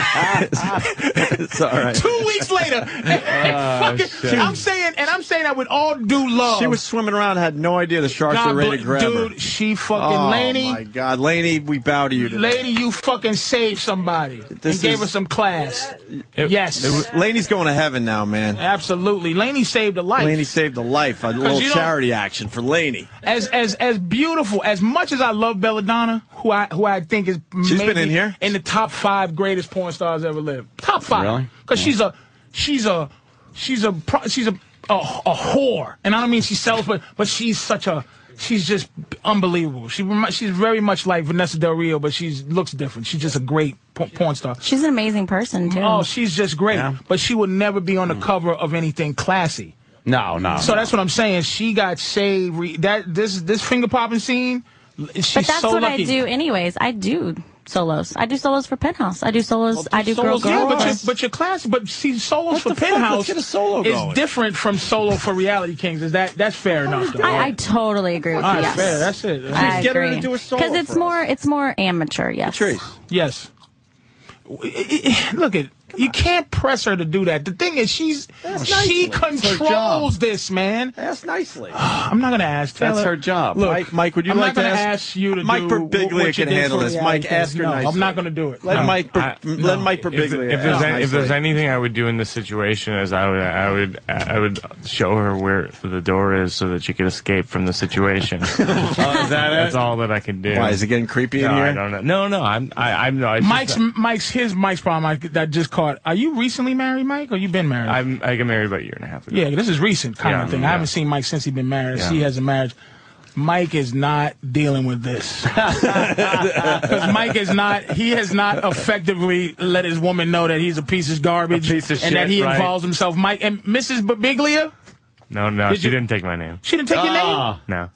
it's all right.
Two weeks later, and fucking-
Oh, shit.
I'm saying, and I'm saying that with all due love.
She was swimming around, had no idea the sharks
God
were ready to
bl-
grab her.
dude, she fucking
oh,
Laney-
my God, Laney, we bow to you. Today.
Lady, you fucking saved somebody
This
and gave
is-
her some class. yes,
Laney's going to heaven now, man.
absolutely. Laney saved a life.
Laney saved a life. A little
you don't-
charity action for Laney.
as as as beautiful as much as I love Belladonna, who I who I think is
She's been
maybe
in here?
in the top five greatest porn stars ever lived. Top five,
Really?
Because she's a she's a she's a pro- she's a, a a whore, and I don't mean she sells, but but she's such a she's just unbelievable. She remi- she's very much like Vanessa Del Rio, but she looks different. She's just a great por- porn star.
She's an amazing person too.
Oh, she's just great. But she would never be on the cover of anything classy.
No, no.
so that's what I'm saying. She got saved. Re- that this this finger popping scene. l- She's
but that's
so
what
lucky.
I do, anyways. I do solos. I do solos for Penthouse. I do solos. I do girl
Solos, yeah,
girl.
but your, but your class, but see, solos for
the fuck?
Penthouse
Let's get a solo
is
going.
different from solo for Reality Kings. Is that that's fair enough? Though.
Oh I, I totally agree with
All
you.
right,
Yes.
fair. That's it. Just
I
get her to
agree.
do a solo
it's
for
more it's more amateur. Yes.
Yes. W- i- i- Look at you can't press her to do that. The thing is, she's she
That's her job.
controls this, man.
That's nicely.
I'm not gonna ask.
That's
Taylor.
her job.
Uh, Look,
Mike, Mike, would you
I'm
like
not
to
gonna
ask-
ask you to
Mike
do
Berbiglia
wh- what you
can
did
handle
for
this. Mike,
reality
ask her
no,
nicely.
I'm not gonna do it.
Let
No.
Mike, Ber-
I-
let
no.
Mike
If,
Birbiglia.
if there's
ask
any, if there's
nicely.
anything I would do in this situation is I would I would I would show her where the door is so that she could escape from the situation.
Uh,
That's all that I can do.
Why, is it getting creepy in
No, I
here?
don't know. No, no. I'm I, I'm no. I just-
Mike's Mike's his Mike's problem. I, that just caught. Are you recently married, Mike, or you been married?
I'm, I got married about a year and a half ago.
Yeah, this is recent kind
Yeah,
of thing.
yeah.
I haven't seen Mike since he's been married.
Yeah.
She has a marriage. Mike is not dealing with this because Mike is not. He has not effectively let his woman know that he's a piece of garbage
of
and that
shit,
he
right.
involves himself. Mike and Mrs. Babiglia,
No, no,
Did
she
you-
didn't take my name. Ah.
she didn't take your name.
No.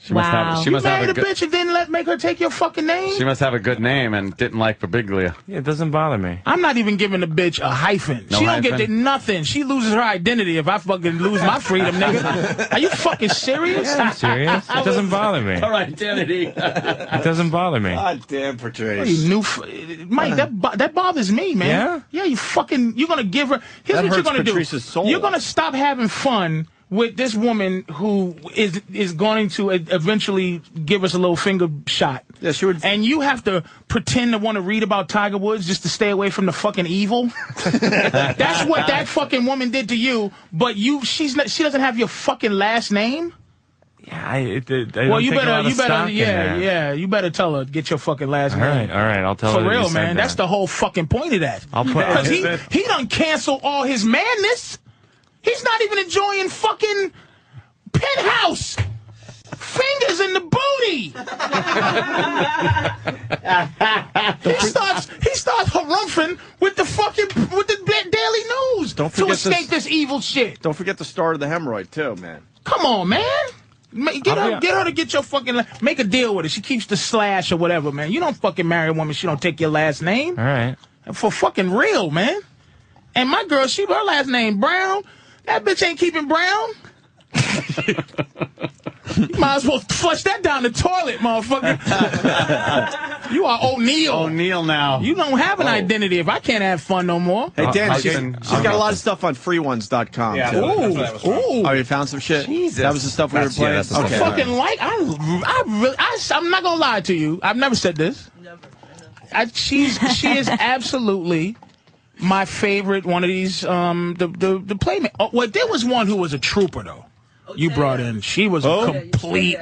She must have- Wow. she
you
must have
married
a
a,
good-
bitch and didn't let make her take your fucking name.
She must have a good name and didn't like Babiglia.
Yeah, it doesn't bother me.
I'm not even giving the bitch a hyphen.
No
she don't get
hyphen?
the nothing. She loses her identity if I fucking lose my freedom, nigga. Are you fucking serious?
Yeah, I'm serious. It doesn't bother me.
All
It
right, identity.
doesn't bother me.
damn, Patrice. What are you new? F- Mike, that bo- that bothers me, man.
Yeah?
you fucking. You're gonna give her. Here's what
That
you're
hurts
gonna
Patrice's
do.
soul.
You're gonna stop having fun with this woman who is is going to e- eventually give us a little finger shot. Yeah, she would. And you have to pretend to want to read about Tiger Woods just to stay away from the fucking evil. That's what that fucking woman did to you. But you, she's not. She doesn't have your fucking last name.
Yeah, I, it, it, I
well,
don't
you
take a lot
better,
of
you better,
stock in
yeah,
that.
yeah. You better tell her get your fucking last
All
name.
right, all right. I'll tell her.
For
that you
real,
said
man.
that.
That's the whole fucking point of that.
I'll put-
because
I'll-
he he done canceled all his madness. He's not even enjoying fucking penthouse. Fingers in the booty. he starts he starts harumphing with the fucking with the Bla- Daily News
Don't
to
forget
escape this, evil shit.
Don't forget the start of the hemorrhoid too, man.
Come on, man. Ma- Get
I'll
her,
be hon-
get her to get your fucking. la- Make a deal with her. She keeps the slash or whatever, man. You don't fucking marry a woman. She don't take your last name.
All right.
For fucking real, man. And my girl, she her last name Brown. That bitch ain't keeping Brown. you might as well flush that down the toilet, motherfucker. you are O'Neill.
O'Neill now.
You don't have an identity if I can't have fun no more.
Oh. Hey, Dan, she's, she's got a lot of stuff on freeones.com.
Yeah,
too.
that's what I was trying.
Oh, you found some shit?
Jesus.
That was the stuff we were playing?
I fucking like. I, I really. I, am not gonna lie to you. I've never said this. I, she's she is absolutely my favorite. One of these um the the the playmate. Oh, well, there was one who was a trooper though. You brought in. She was
Oh.
a complete.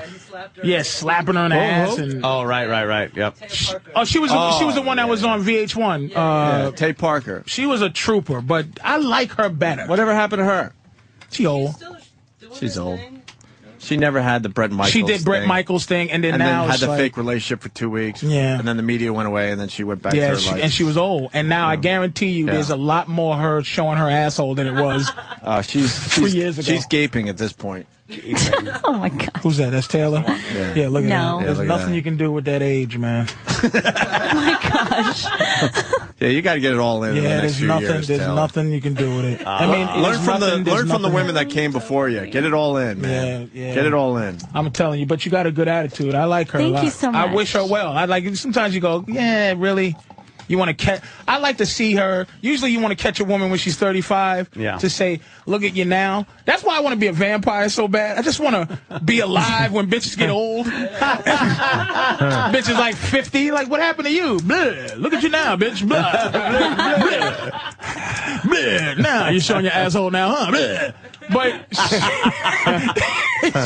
Yeah, slapping her in the ass and.
oh, right, right, right. Yep.
Oh, she was
Oh,
she was the one that was on VH1. uh,
Yeah, Tay Parker.
She was a trooper, but I like her better.
Whatever happened to her?
She old.
She's old. She never had the Brett Michaels.
She did Brett
thing.
Michaels thing, and then now
had
it's
the
like-
fake relationship for two weeks.
Yeah.
and then the media went away, and then she went back to
yeah,
her
she-
life.
and she was old. And now I guarantee you,
Yeah.
there's a lot more her showing her asshole than it was.
Uh, she's
Three
she's,
years ago.
she's gaping at this point.
oh my god. Who's that? That's Taylor. Yeah, look at that.
No. Yeah,
There's
look at
nothing
that.
you can do with that age, man.
Yeah, you got to get it all in. in the
yeah,
next
there's
few
nothing.
years,
there's
Taylor.
nothing you can do with it. I
Uh,
mean,
learn
there's
from
nothing-
the
there's
learn from the
nothing-
women that came before you. Get it all in, man.
Yeah, yeah.
Get it all in.
I'm telling you, but you got a good attitude. I like her. a
Thank
lot.
you so
I
much.
wish her well. I like. Sometimes you go, yeah, really. You want to catch? I like to see her. Usually, you want to catch a woman when she's 35.
Yeah.
To say, look at you now. That's why I want to be a vampire so bad. I just want to be alive when bitches get old. bitches like 50. Like, what happened to you? Blah. Look at you now, bitch. Blah. Blah. Blah. Blah. Now you're showing your asshole now, huh? Blah. But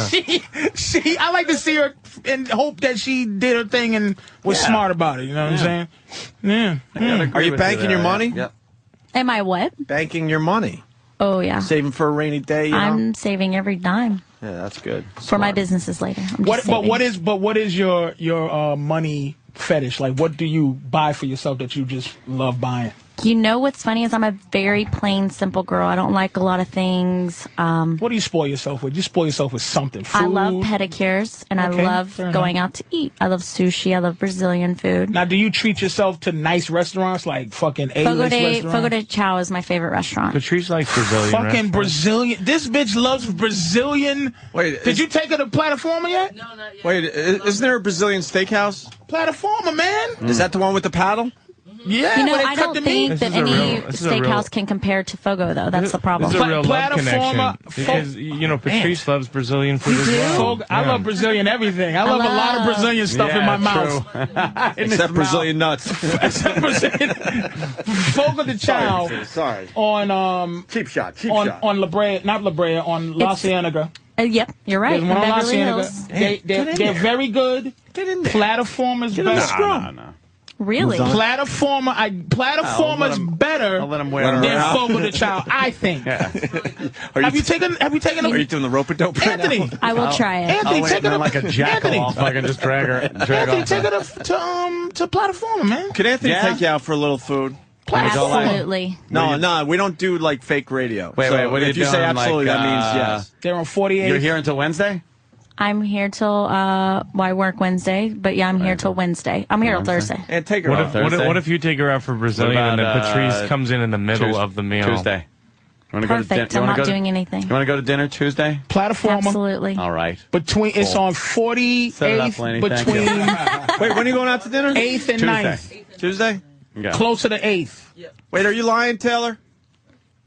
she, she, I like to see her and hope that she did her thing and was
Yeah.
smart about it. You know what I'm saying? Yeah. Mm.
Are you banking your money?
Am I what?
Banking your money.
Oh yeah.
Saving for a rainy day. You know?
I'm saving every dime
Yeah, that's good.
for my businesses later. I'm
What?
just
But what
saving.
is? But what is your your uh, money fetish? Like, what do you buy for yourself that you just love buying?
You know what's funny is I'm a very plain, simple girl. I don't like a lot of things. Um,
what do you spoil yourself with? You spoil yourself with something.
I love
Food?
pedicures and
Okay,
I love
fair
going
enough.
out to eat. I love sushi. I love Brazilian food.
Now, do you treat yourself to nice restaurants like fucking A
Fogo
list
de,
restaurants?
Fogo de Chao is my favorite restaurant.
Patrice likes Brazilian.
Fucking
restaurants.
Brazilian. This bitch loves Brazilian. Wait, did you take her to Plataforma yet? No, not
Wait, i- isn't there a Brazilian steakhouse?
Plataforma, man.
Is that the one with the paddle?
Yeah,
you know,
where they
I
cut
don't
the meat.
think
This
that
is a
any
real-
this is a real-
steakhouse can compare to Fogo, though. That's the problem.
This is a real love
Platforma-
connection.
fo-
Because, you know, Patrice loves Brazilian food as well.
Fogo- I
Yeah.
love Brazilian everything. I
I
love, a lot of
love-
Brazilian stuff in
Yeah,
my
true.
mouth. In this
Except Brazilian nuts.
Except Brazilian. Fogo de Chao.
Sorry, sorry.
On um.
Cheap shot. Cheap
on,
shot.
On La Brea, not La Brea, on La
It's-
Cienega.
Uh, yep, you're right.
There's one on La
Beverly
Cienega.
Hills.
They, they're
Get in
they're
there.
very good. Get in there. Platform is
Get in
best.
there. Nah, nah, Really?
Plataforma, I, plataforma's better
Let 'em
than
wear out.
Fogo the Child, I think.
Are
have you taken? Have you taken? A,
Are you doing the rope a dope?
Anthony?
I will try it.
Anthony, take it up.
like a jackal
Anthony.
off. I can just drag her. Drag
Anthony,
off.
take it up to um to Plataforma, man.
Could Anthony
Yeah?
take you out for a little food?
Absolutely.
No, no, we don't do like fake radio.
Wait,
So
wait, what are
if
you
you say
doing,
absolutely,
like,
that means
uh,
yes.
They're on 48.
You're here until Wednesday.
I'm here till uh, well, I work Wednesday, but yeah, I'm here till Wednesday. I'm here till Thursday.
And take her
What
out
if, what, if,
Thursday.
what if you take her out for Brazilian
What about,
and then Patrice
uh,
comes in in the middle
Tues-
of the meal?
Tuesday. You wanna go to
Perfect.
din- you
I'm
wanna
not
go to-
doing anything.
You want to go to dinner Tuesday?
Plataforma.
Absolutely.
All right.
Between it's
Cool.
on 48th
Set it up, Lenny. Thank
between
you.
Wait, when are you going out to dinner?
8th and
Tuesday.
9th.
Tuesday?
Yeah.
Closer to 8th.
Wait, are you lying, Taylor?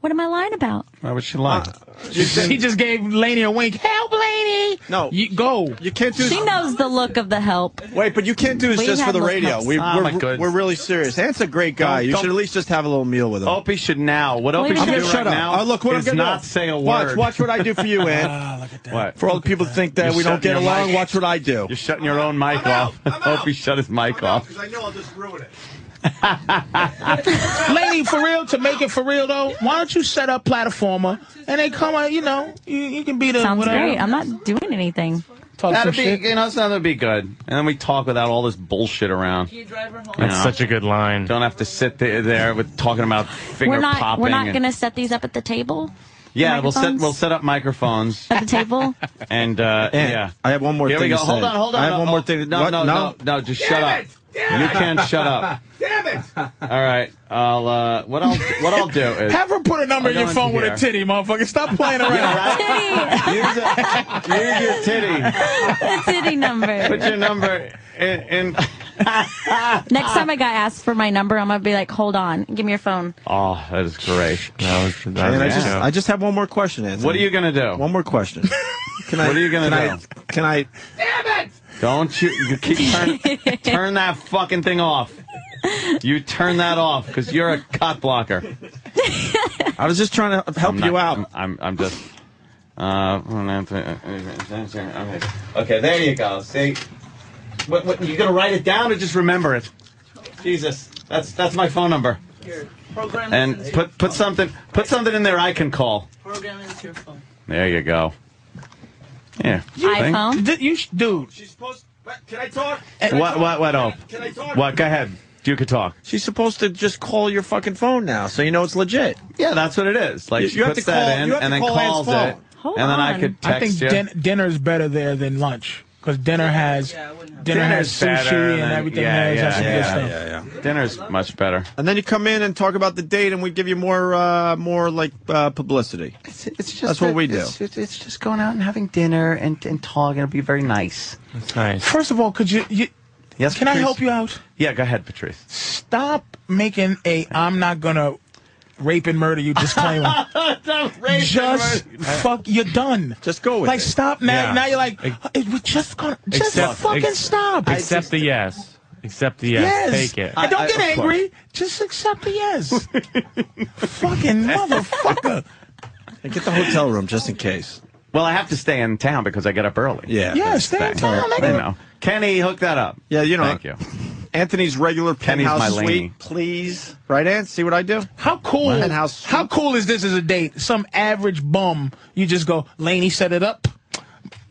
What am I lying about?
Why would she lie?
She just gave Laney a wink. Help, Laney!
No.
You, go.
You can't do
She knows the look of the help.
Wait, but you can't do this
We
just for
have
the
no
radio.
cups.
We,
Ah, my
we're,
good.
we're really serious. Ant's a great guy.
Don't-
you
don't-
should at least just have a little meal with
Uh,
him.
Opie should now. What Opie
Wait a
should do
minute.
right
Shut up.
now
Oh, look, what I'm
is
gonna
not
do.
say a
watch,
word. Ah,
Watch what I do for you, Ant.
What?
for all the people that think that
You're
we don't
shutting
get
your
along,
mic.
watch what I do.
You're shutting your own mic off. Opie shut his mic off.
I know I'll just ruin it.
Laney, for real, to make it for real though, why don't you set up Plataforma and they come out, you know, you, you can be the
Sounds
whatever.
great. I'm not doing anything.
Talk some
That'd be,
shit.
you know, that'd be good. And then we talk without all this bullshit around.
That's
Yeah.
such a good line.
Don't have to sit there, there with talking about finger
We're not.
popping.
We're not
and-
going to set these up at the table.
yeah, we'll set
microphones?
we'll set up microphones
At the table.
and uh,
Ant,
yeah.
I have one more
Here
thing
we go.
to
Hold
say.
on, hold on.
I have one
Oh,
more thing. to-
No,
What?
no, no, no. Just shut up. You can't shut up.
Damn it!
All right. I'll. Uh, what I'll what I'll do is
Have her put a number in
I'll
your
go
phone
into
with
here.
a titty, motherfucker. Stop playing around.
use, a, use your titty.
the titty number.
Put your number in. in
Next time I got asked for my number, I'm gonna be like, "Hold on, give me your phone."
oh, that is great.
That was- that was
And I
a
just,
joke.
I just have one more question, Anthony.
What are you gonna do?
One more question. Can I,
What are you gonna
can
do?
I, can I?
Don't you, you keep turn, turn that fucking thing off. You turn that off because you're a cock blocker.
I was just trying to help
I'm not-
you out.
I'm, I'm, I'm just. Uh, okay. okay, there you go. See, what, what, you gonna write it down or just remember it? Jesus, that's that's my phone number.
Program
And put put something put something in there I can call.
program into your phone.
There you go. Yeah.
iPhone.
D- you sh- dude, Eh,
She's supposed. Can I talk?
What what what? Oh,
Can I talk?
what? Go ahead. You could talk.
She's supposed to just call your fucking phone now, so you know it's legit.
Yeah, that's what it is. Like
You-
she
you have
puts
to
that
call-
in
you have
and then
to call Ann's
calls
phone.
it,
Hold
and then I
on.
could
I
text
think
you.
din- dinner's better there than lunch because dinner has dinner has
Dinner's
sushi
better
and
than-
everything.
yeah,
has, has some
yeah,
good
yeah,
stuff.
Dinner's much better.
And then you come in and talk about the date, and we give you more, uh, more like uh, publicity.
It's, just
That's what that- we do.
It's,
it's-
just going out and having dinner and, and talking. It'll be very nice.
That's nice.
First of all, could you? you
Yes.
can I help you out?
Yeah, go ahead, Patrice.
Stop making a I'm not gonna rape and murder you disclaimer. just fuck. You're done.
Just go with
Like
it.
stop now.
Yeah.
Now you're like,
Ex-
"Hey, we're just gonna just
Except-
fucking
ex-
stop.
Accept the yes. Accept the
yes.
yes. Take it.
And don't
I- I-
get
of
angry. Just accept the yes. fucking motherfucker.
And get the hotel room just in case.
Well, I have to stay in town because I get up early.
Yeah.
Yeah,
that's-
stay in
Thanks.
town,
You
nigga.
know. Kenny, hook that up.
Yeah, you know.
Thank you.
Anthony's regular
Kenny's
penthouse
my lady.
suite, please. Right, Ant? See what I do?
How cool?
What? Penthouse.
How cool is this as a date? Some average bum, you just go, Laney set it up.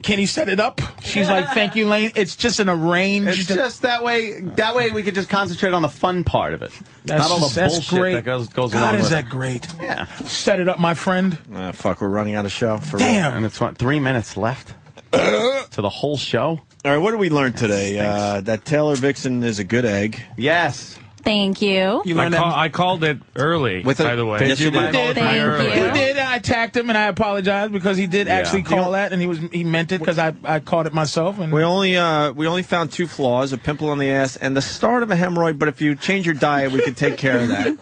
Kenny set it up. She's like, thank you, Lane. It's just an arranged.
It's just that way. That way, we could just concentrate on the fun part of it.
that's
Not all the
that's
bullshit
great.
that goes goes
God,
along
is
with
that
it.
great?
Yeah.
Set it up, my friend.
Uh, fuck, we're running out of show. For real.
Damn.
And it's what three minutes left to the whole show.
All right, what did we learn today? Uh, that Taylor Vixen is a good egg.
Yes.
Thank you.
I, call, I called it early,
With a-
by the way.
Yes, you
did.
Called it
Thank
early.
you.
He did. I attacked him, and I apologize because he did
Yeah.
actually call that, and he was he meant it because I, I caught it myself. And
We only uh, we only found two flaws: a pimple on the ass and the start of a hemorrhoid. But if you change your diet, we could take care of that.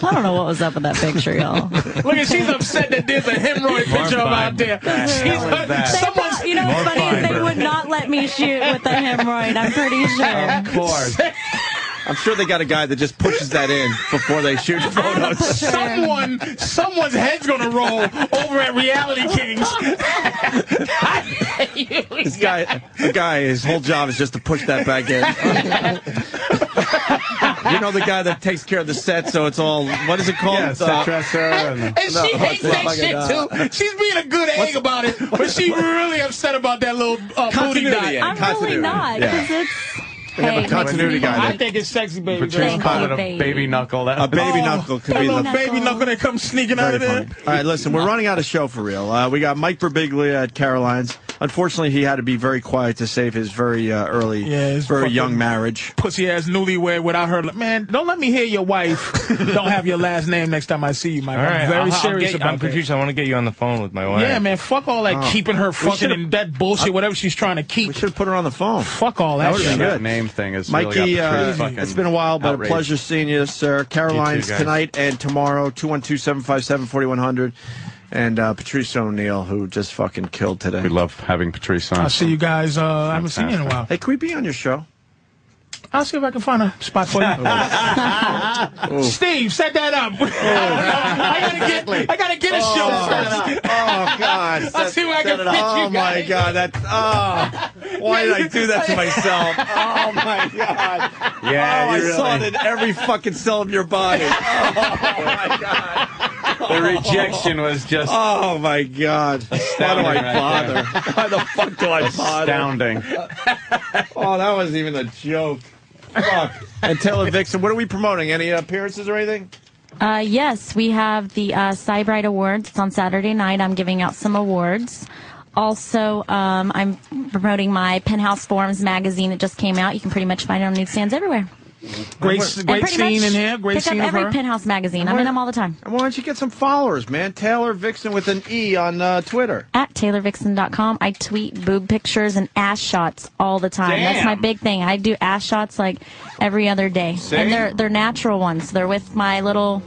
I don't know what was up with that picture, y'all.
look at she's upset that there's a hemorrhoid picture of out there. She's
is that?
They
someone's
thought- you know what's funny is they would not let me shoot with a hemorrhoid. I'm pretty sure.
Of course.
I'm sure they got a guy that just pushes that in before they shoot photos.
Someone, someone's head's gonna roll over at Reality Kings.
This guy, the guy, his whole job is just to push that back in. you know the guy that takes care of the set, so it's all what is it called? Uh,
Yeah, set dresser and- And she
Oh
hates that shit, too.
She's being a good egg about it,
but she really upset about that little uh, booty
Continuity,
diet.
Eddie, I'm really continuity. not, Yeah. 'cause
it's.
We have a continuity guy
I
that-
think it's sexy, baby.
Patrice called it a Baby. baby
knuckle.
A baby knuckle could be the
baby knuckle that comes sneaking out of there.
All right, listen, we're running out of show for real. Uh, we got Mike Birbiglia at Caroline's. Unfortunately, he had to be very quiet to save his very uh, early,
his
very
fucking-
young marriage.
Pussy ass newlywed without her. Man, don't let me hear your wife. don't have your last name next time I see you, Mike.
All right,
I'm very
I'll- I'll
serious
get-
about
I'm
that.
confused. I want to get you on the phone with my wife.
Yeah, man, fuck all that
Oh.
keeping her
We
fucking
should've-
and that bullshit, whatever she's trying to keep. We
should have put her on the phone.
Fuck all
That
Oh, that,
would've
shit.
been good.
name thing is
Mikey,
really got the
uh,
truth fucking
it's been a while, but
outraged.
a pleasure seeing you, sir. Caroline's
guys.
tonight and tomorrow, 212 757 4100. And uh, Patrice O'Neill, who just fucking killed today. We
love having Patrice
I'll see you guys. Uh, I haven't seen you in a while.
Hey, can we be on your show?
I'll see if I can find a spot for you. Steve, set that up.
Oh.
I gotta get, I gotta get a
Oh,
show
set
first.
it up. Oh, God.
I'll
Set-
see where I
set
can
it
fit
up.
you
Oh, my
guys.
God. That, oh, why did I do that to myself? Oh, my God.
Yeah,
oh, I
you really-
saw it in every fucking cell of your body.
Oh,
The rejection was just
Oh, my God. Why do I
Astounding right
bother?
there.
Why the fuck do I bother?
astounding.
Oh, that wasn't even a joke. Fuck. and Taylor Vixen, what are we promoting? Any appearances or anything?
Uh, yes, we have the uh, Cybrite Awards. It's on Saturday night. I'm giving out some awards. Also, um, I'm promoting my Penthouse Forums magazine that just came out. You can pretty much find it on newsstands everywhere.
Great,
And
great
pretty much
scene in here. Great
pick
scene
up
of
every
her.
Penthouse magazine. I'm in them all the time.
And why don't you get some followers, man? Taylor Vixen with an E on uh, Twitter.
At TaylorVixen.com, I tweet boob pictures and ass shots all the time. That's my
Damn.
big thing. I do ass shots like every other day,
Same.
and they're they're natural ones. They're with my little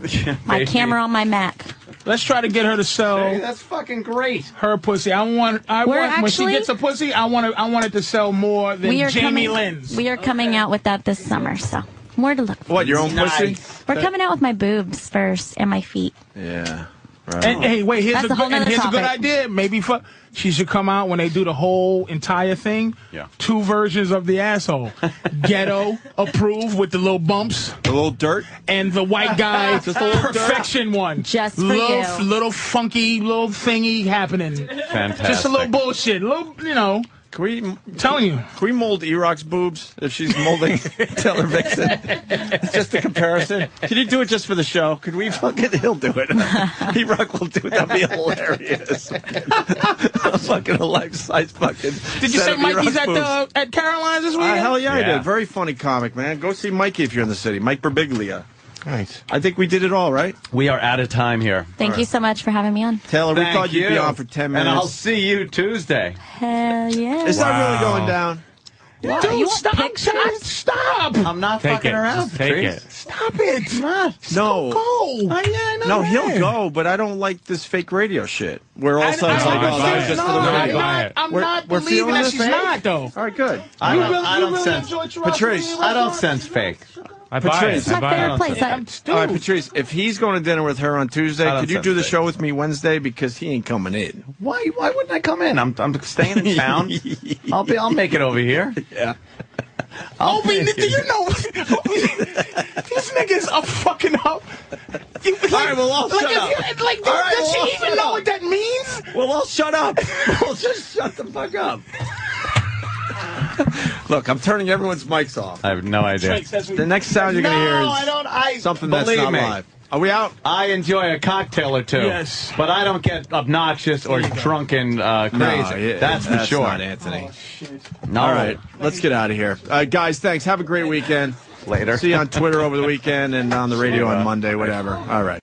my
baby.
camera on my Mac.
Let's try to get her to sell
that's fucking great.
her pussy. I want, I
We're
want when she
actually-
gets a pussy, I want, to, I want it to sell more than
we are
Jamie
coming,
Lynn's.
We are coming out with that this summer, so more to look. for.
What, your own pussy?
We're coming out with my boobs first and my feet.
Yeah.
And hey, wait, here's
That's
a
a whole
good, and
nother
here's a good
topic.
idea. Maybe for she should come out when they do the whole entire thing. Yeah. Two versions of the asshole. Ghetto approved with the little bumps.
The little dirt.
And the white guy
Just a little dirt.
perfection one. Just
for
little,
you.
little funky little thingy happening.
Fantastic.
Just a little bullshit. A little you know.
Can we
telling you.
Can we mold Eroc's boobs if she's molding Taylor Vixen? It's just a comparison. Can you do it just for the show? Could we fucking? He'll do it. Erock will do it. That'd be hilarious. A fucking life size fucking.
Did you
set
say
of
Mikey's
Eroc's
at
boobs.
the at Caroline's this weekend?
Uh, hell yeah, I did. Very funny comic, man. Go see Mikey if you're in the city. Mike Birbiglia. Right. I think we did it all, right?
We are out of time here.
Thank you so much for having me on.
Taylor, we
Thank
thought you'd be
you.
on for 10
And
minutes.
I'll see you Tuesday.
Hell yeah!
It's not really going down.
Why?
Dude,
you want
stop,
pictures?
stop!
I'm not
Take
fucking
it.
around.
Just take
Patrice.
it.
Stop it!
No.
Go.
No, he'll go, but I don't like this fake radio shit. We're all
I-
sudden
I
like,
don't
oh, that was
think-
just
no,
for the
I'm
radio.
not- I'm
We're-
not
we're
believing
feeling
that
this
she's
fake?
not, though.
All right, good.
I
You
don't,
really-
I
you
don't
really
sense.
enjoy Chirac
Patrice,
Chirac?
I don't sense fake.
I
buy
Patrice,
it. I It's my buy it. favorite place. I-
All right, Patrice, if he's going to dinner with her on Tuesday,
I don't
could you
sense
do the
fake.
show with me Wednesday? Because he ain't coming in.
Why? Why wouldn't I come in? I'm I'm staying in town. I'll be. I'll make it over here.
Yeah.
I'll Obi, do you know these niggas are fucking up? You, like,
All right, well, I'll
like,
shut
if
up.
you- like,
All right,
does
well, I'll
she even
shut
know
up.
what that means?
Well, I'll shut up. I'll just shut the fuck up. Look, I'm turning everyone's mics off.
I have no idea.
The next sound you're going to hear is something that's
Believe
not
me.
live. Are we out?
I enjoy a cocktail or two.
Yes.
But I don't get obnoxious or drunken uh, crazy.
yeah,
that's for
that's
sure.
not Anthony.
No.
All right, let's get out of here. Uh, guys, thanks. Have a great weekend. Later. See you on Twitter over the weekend and on the radio on Monday, whatever. All right.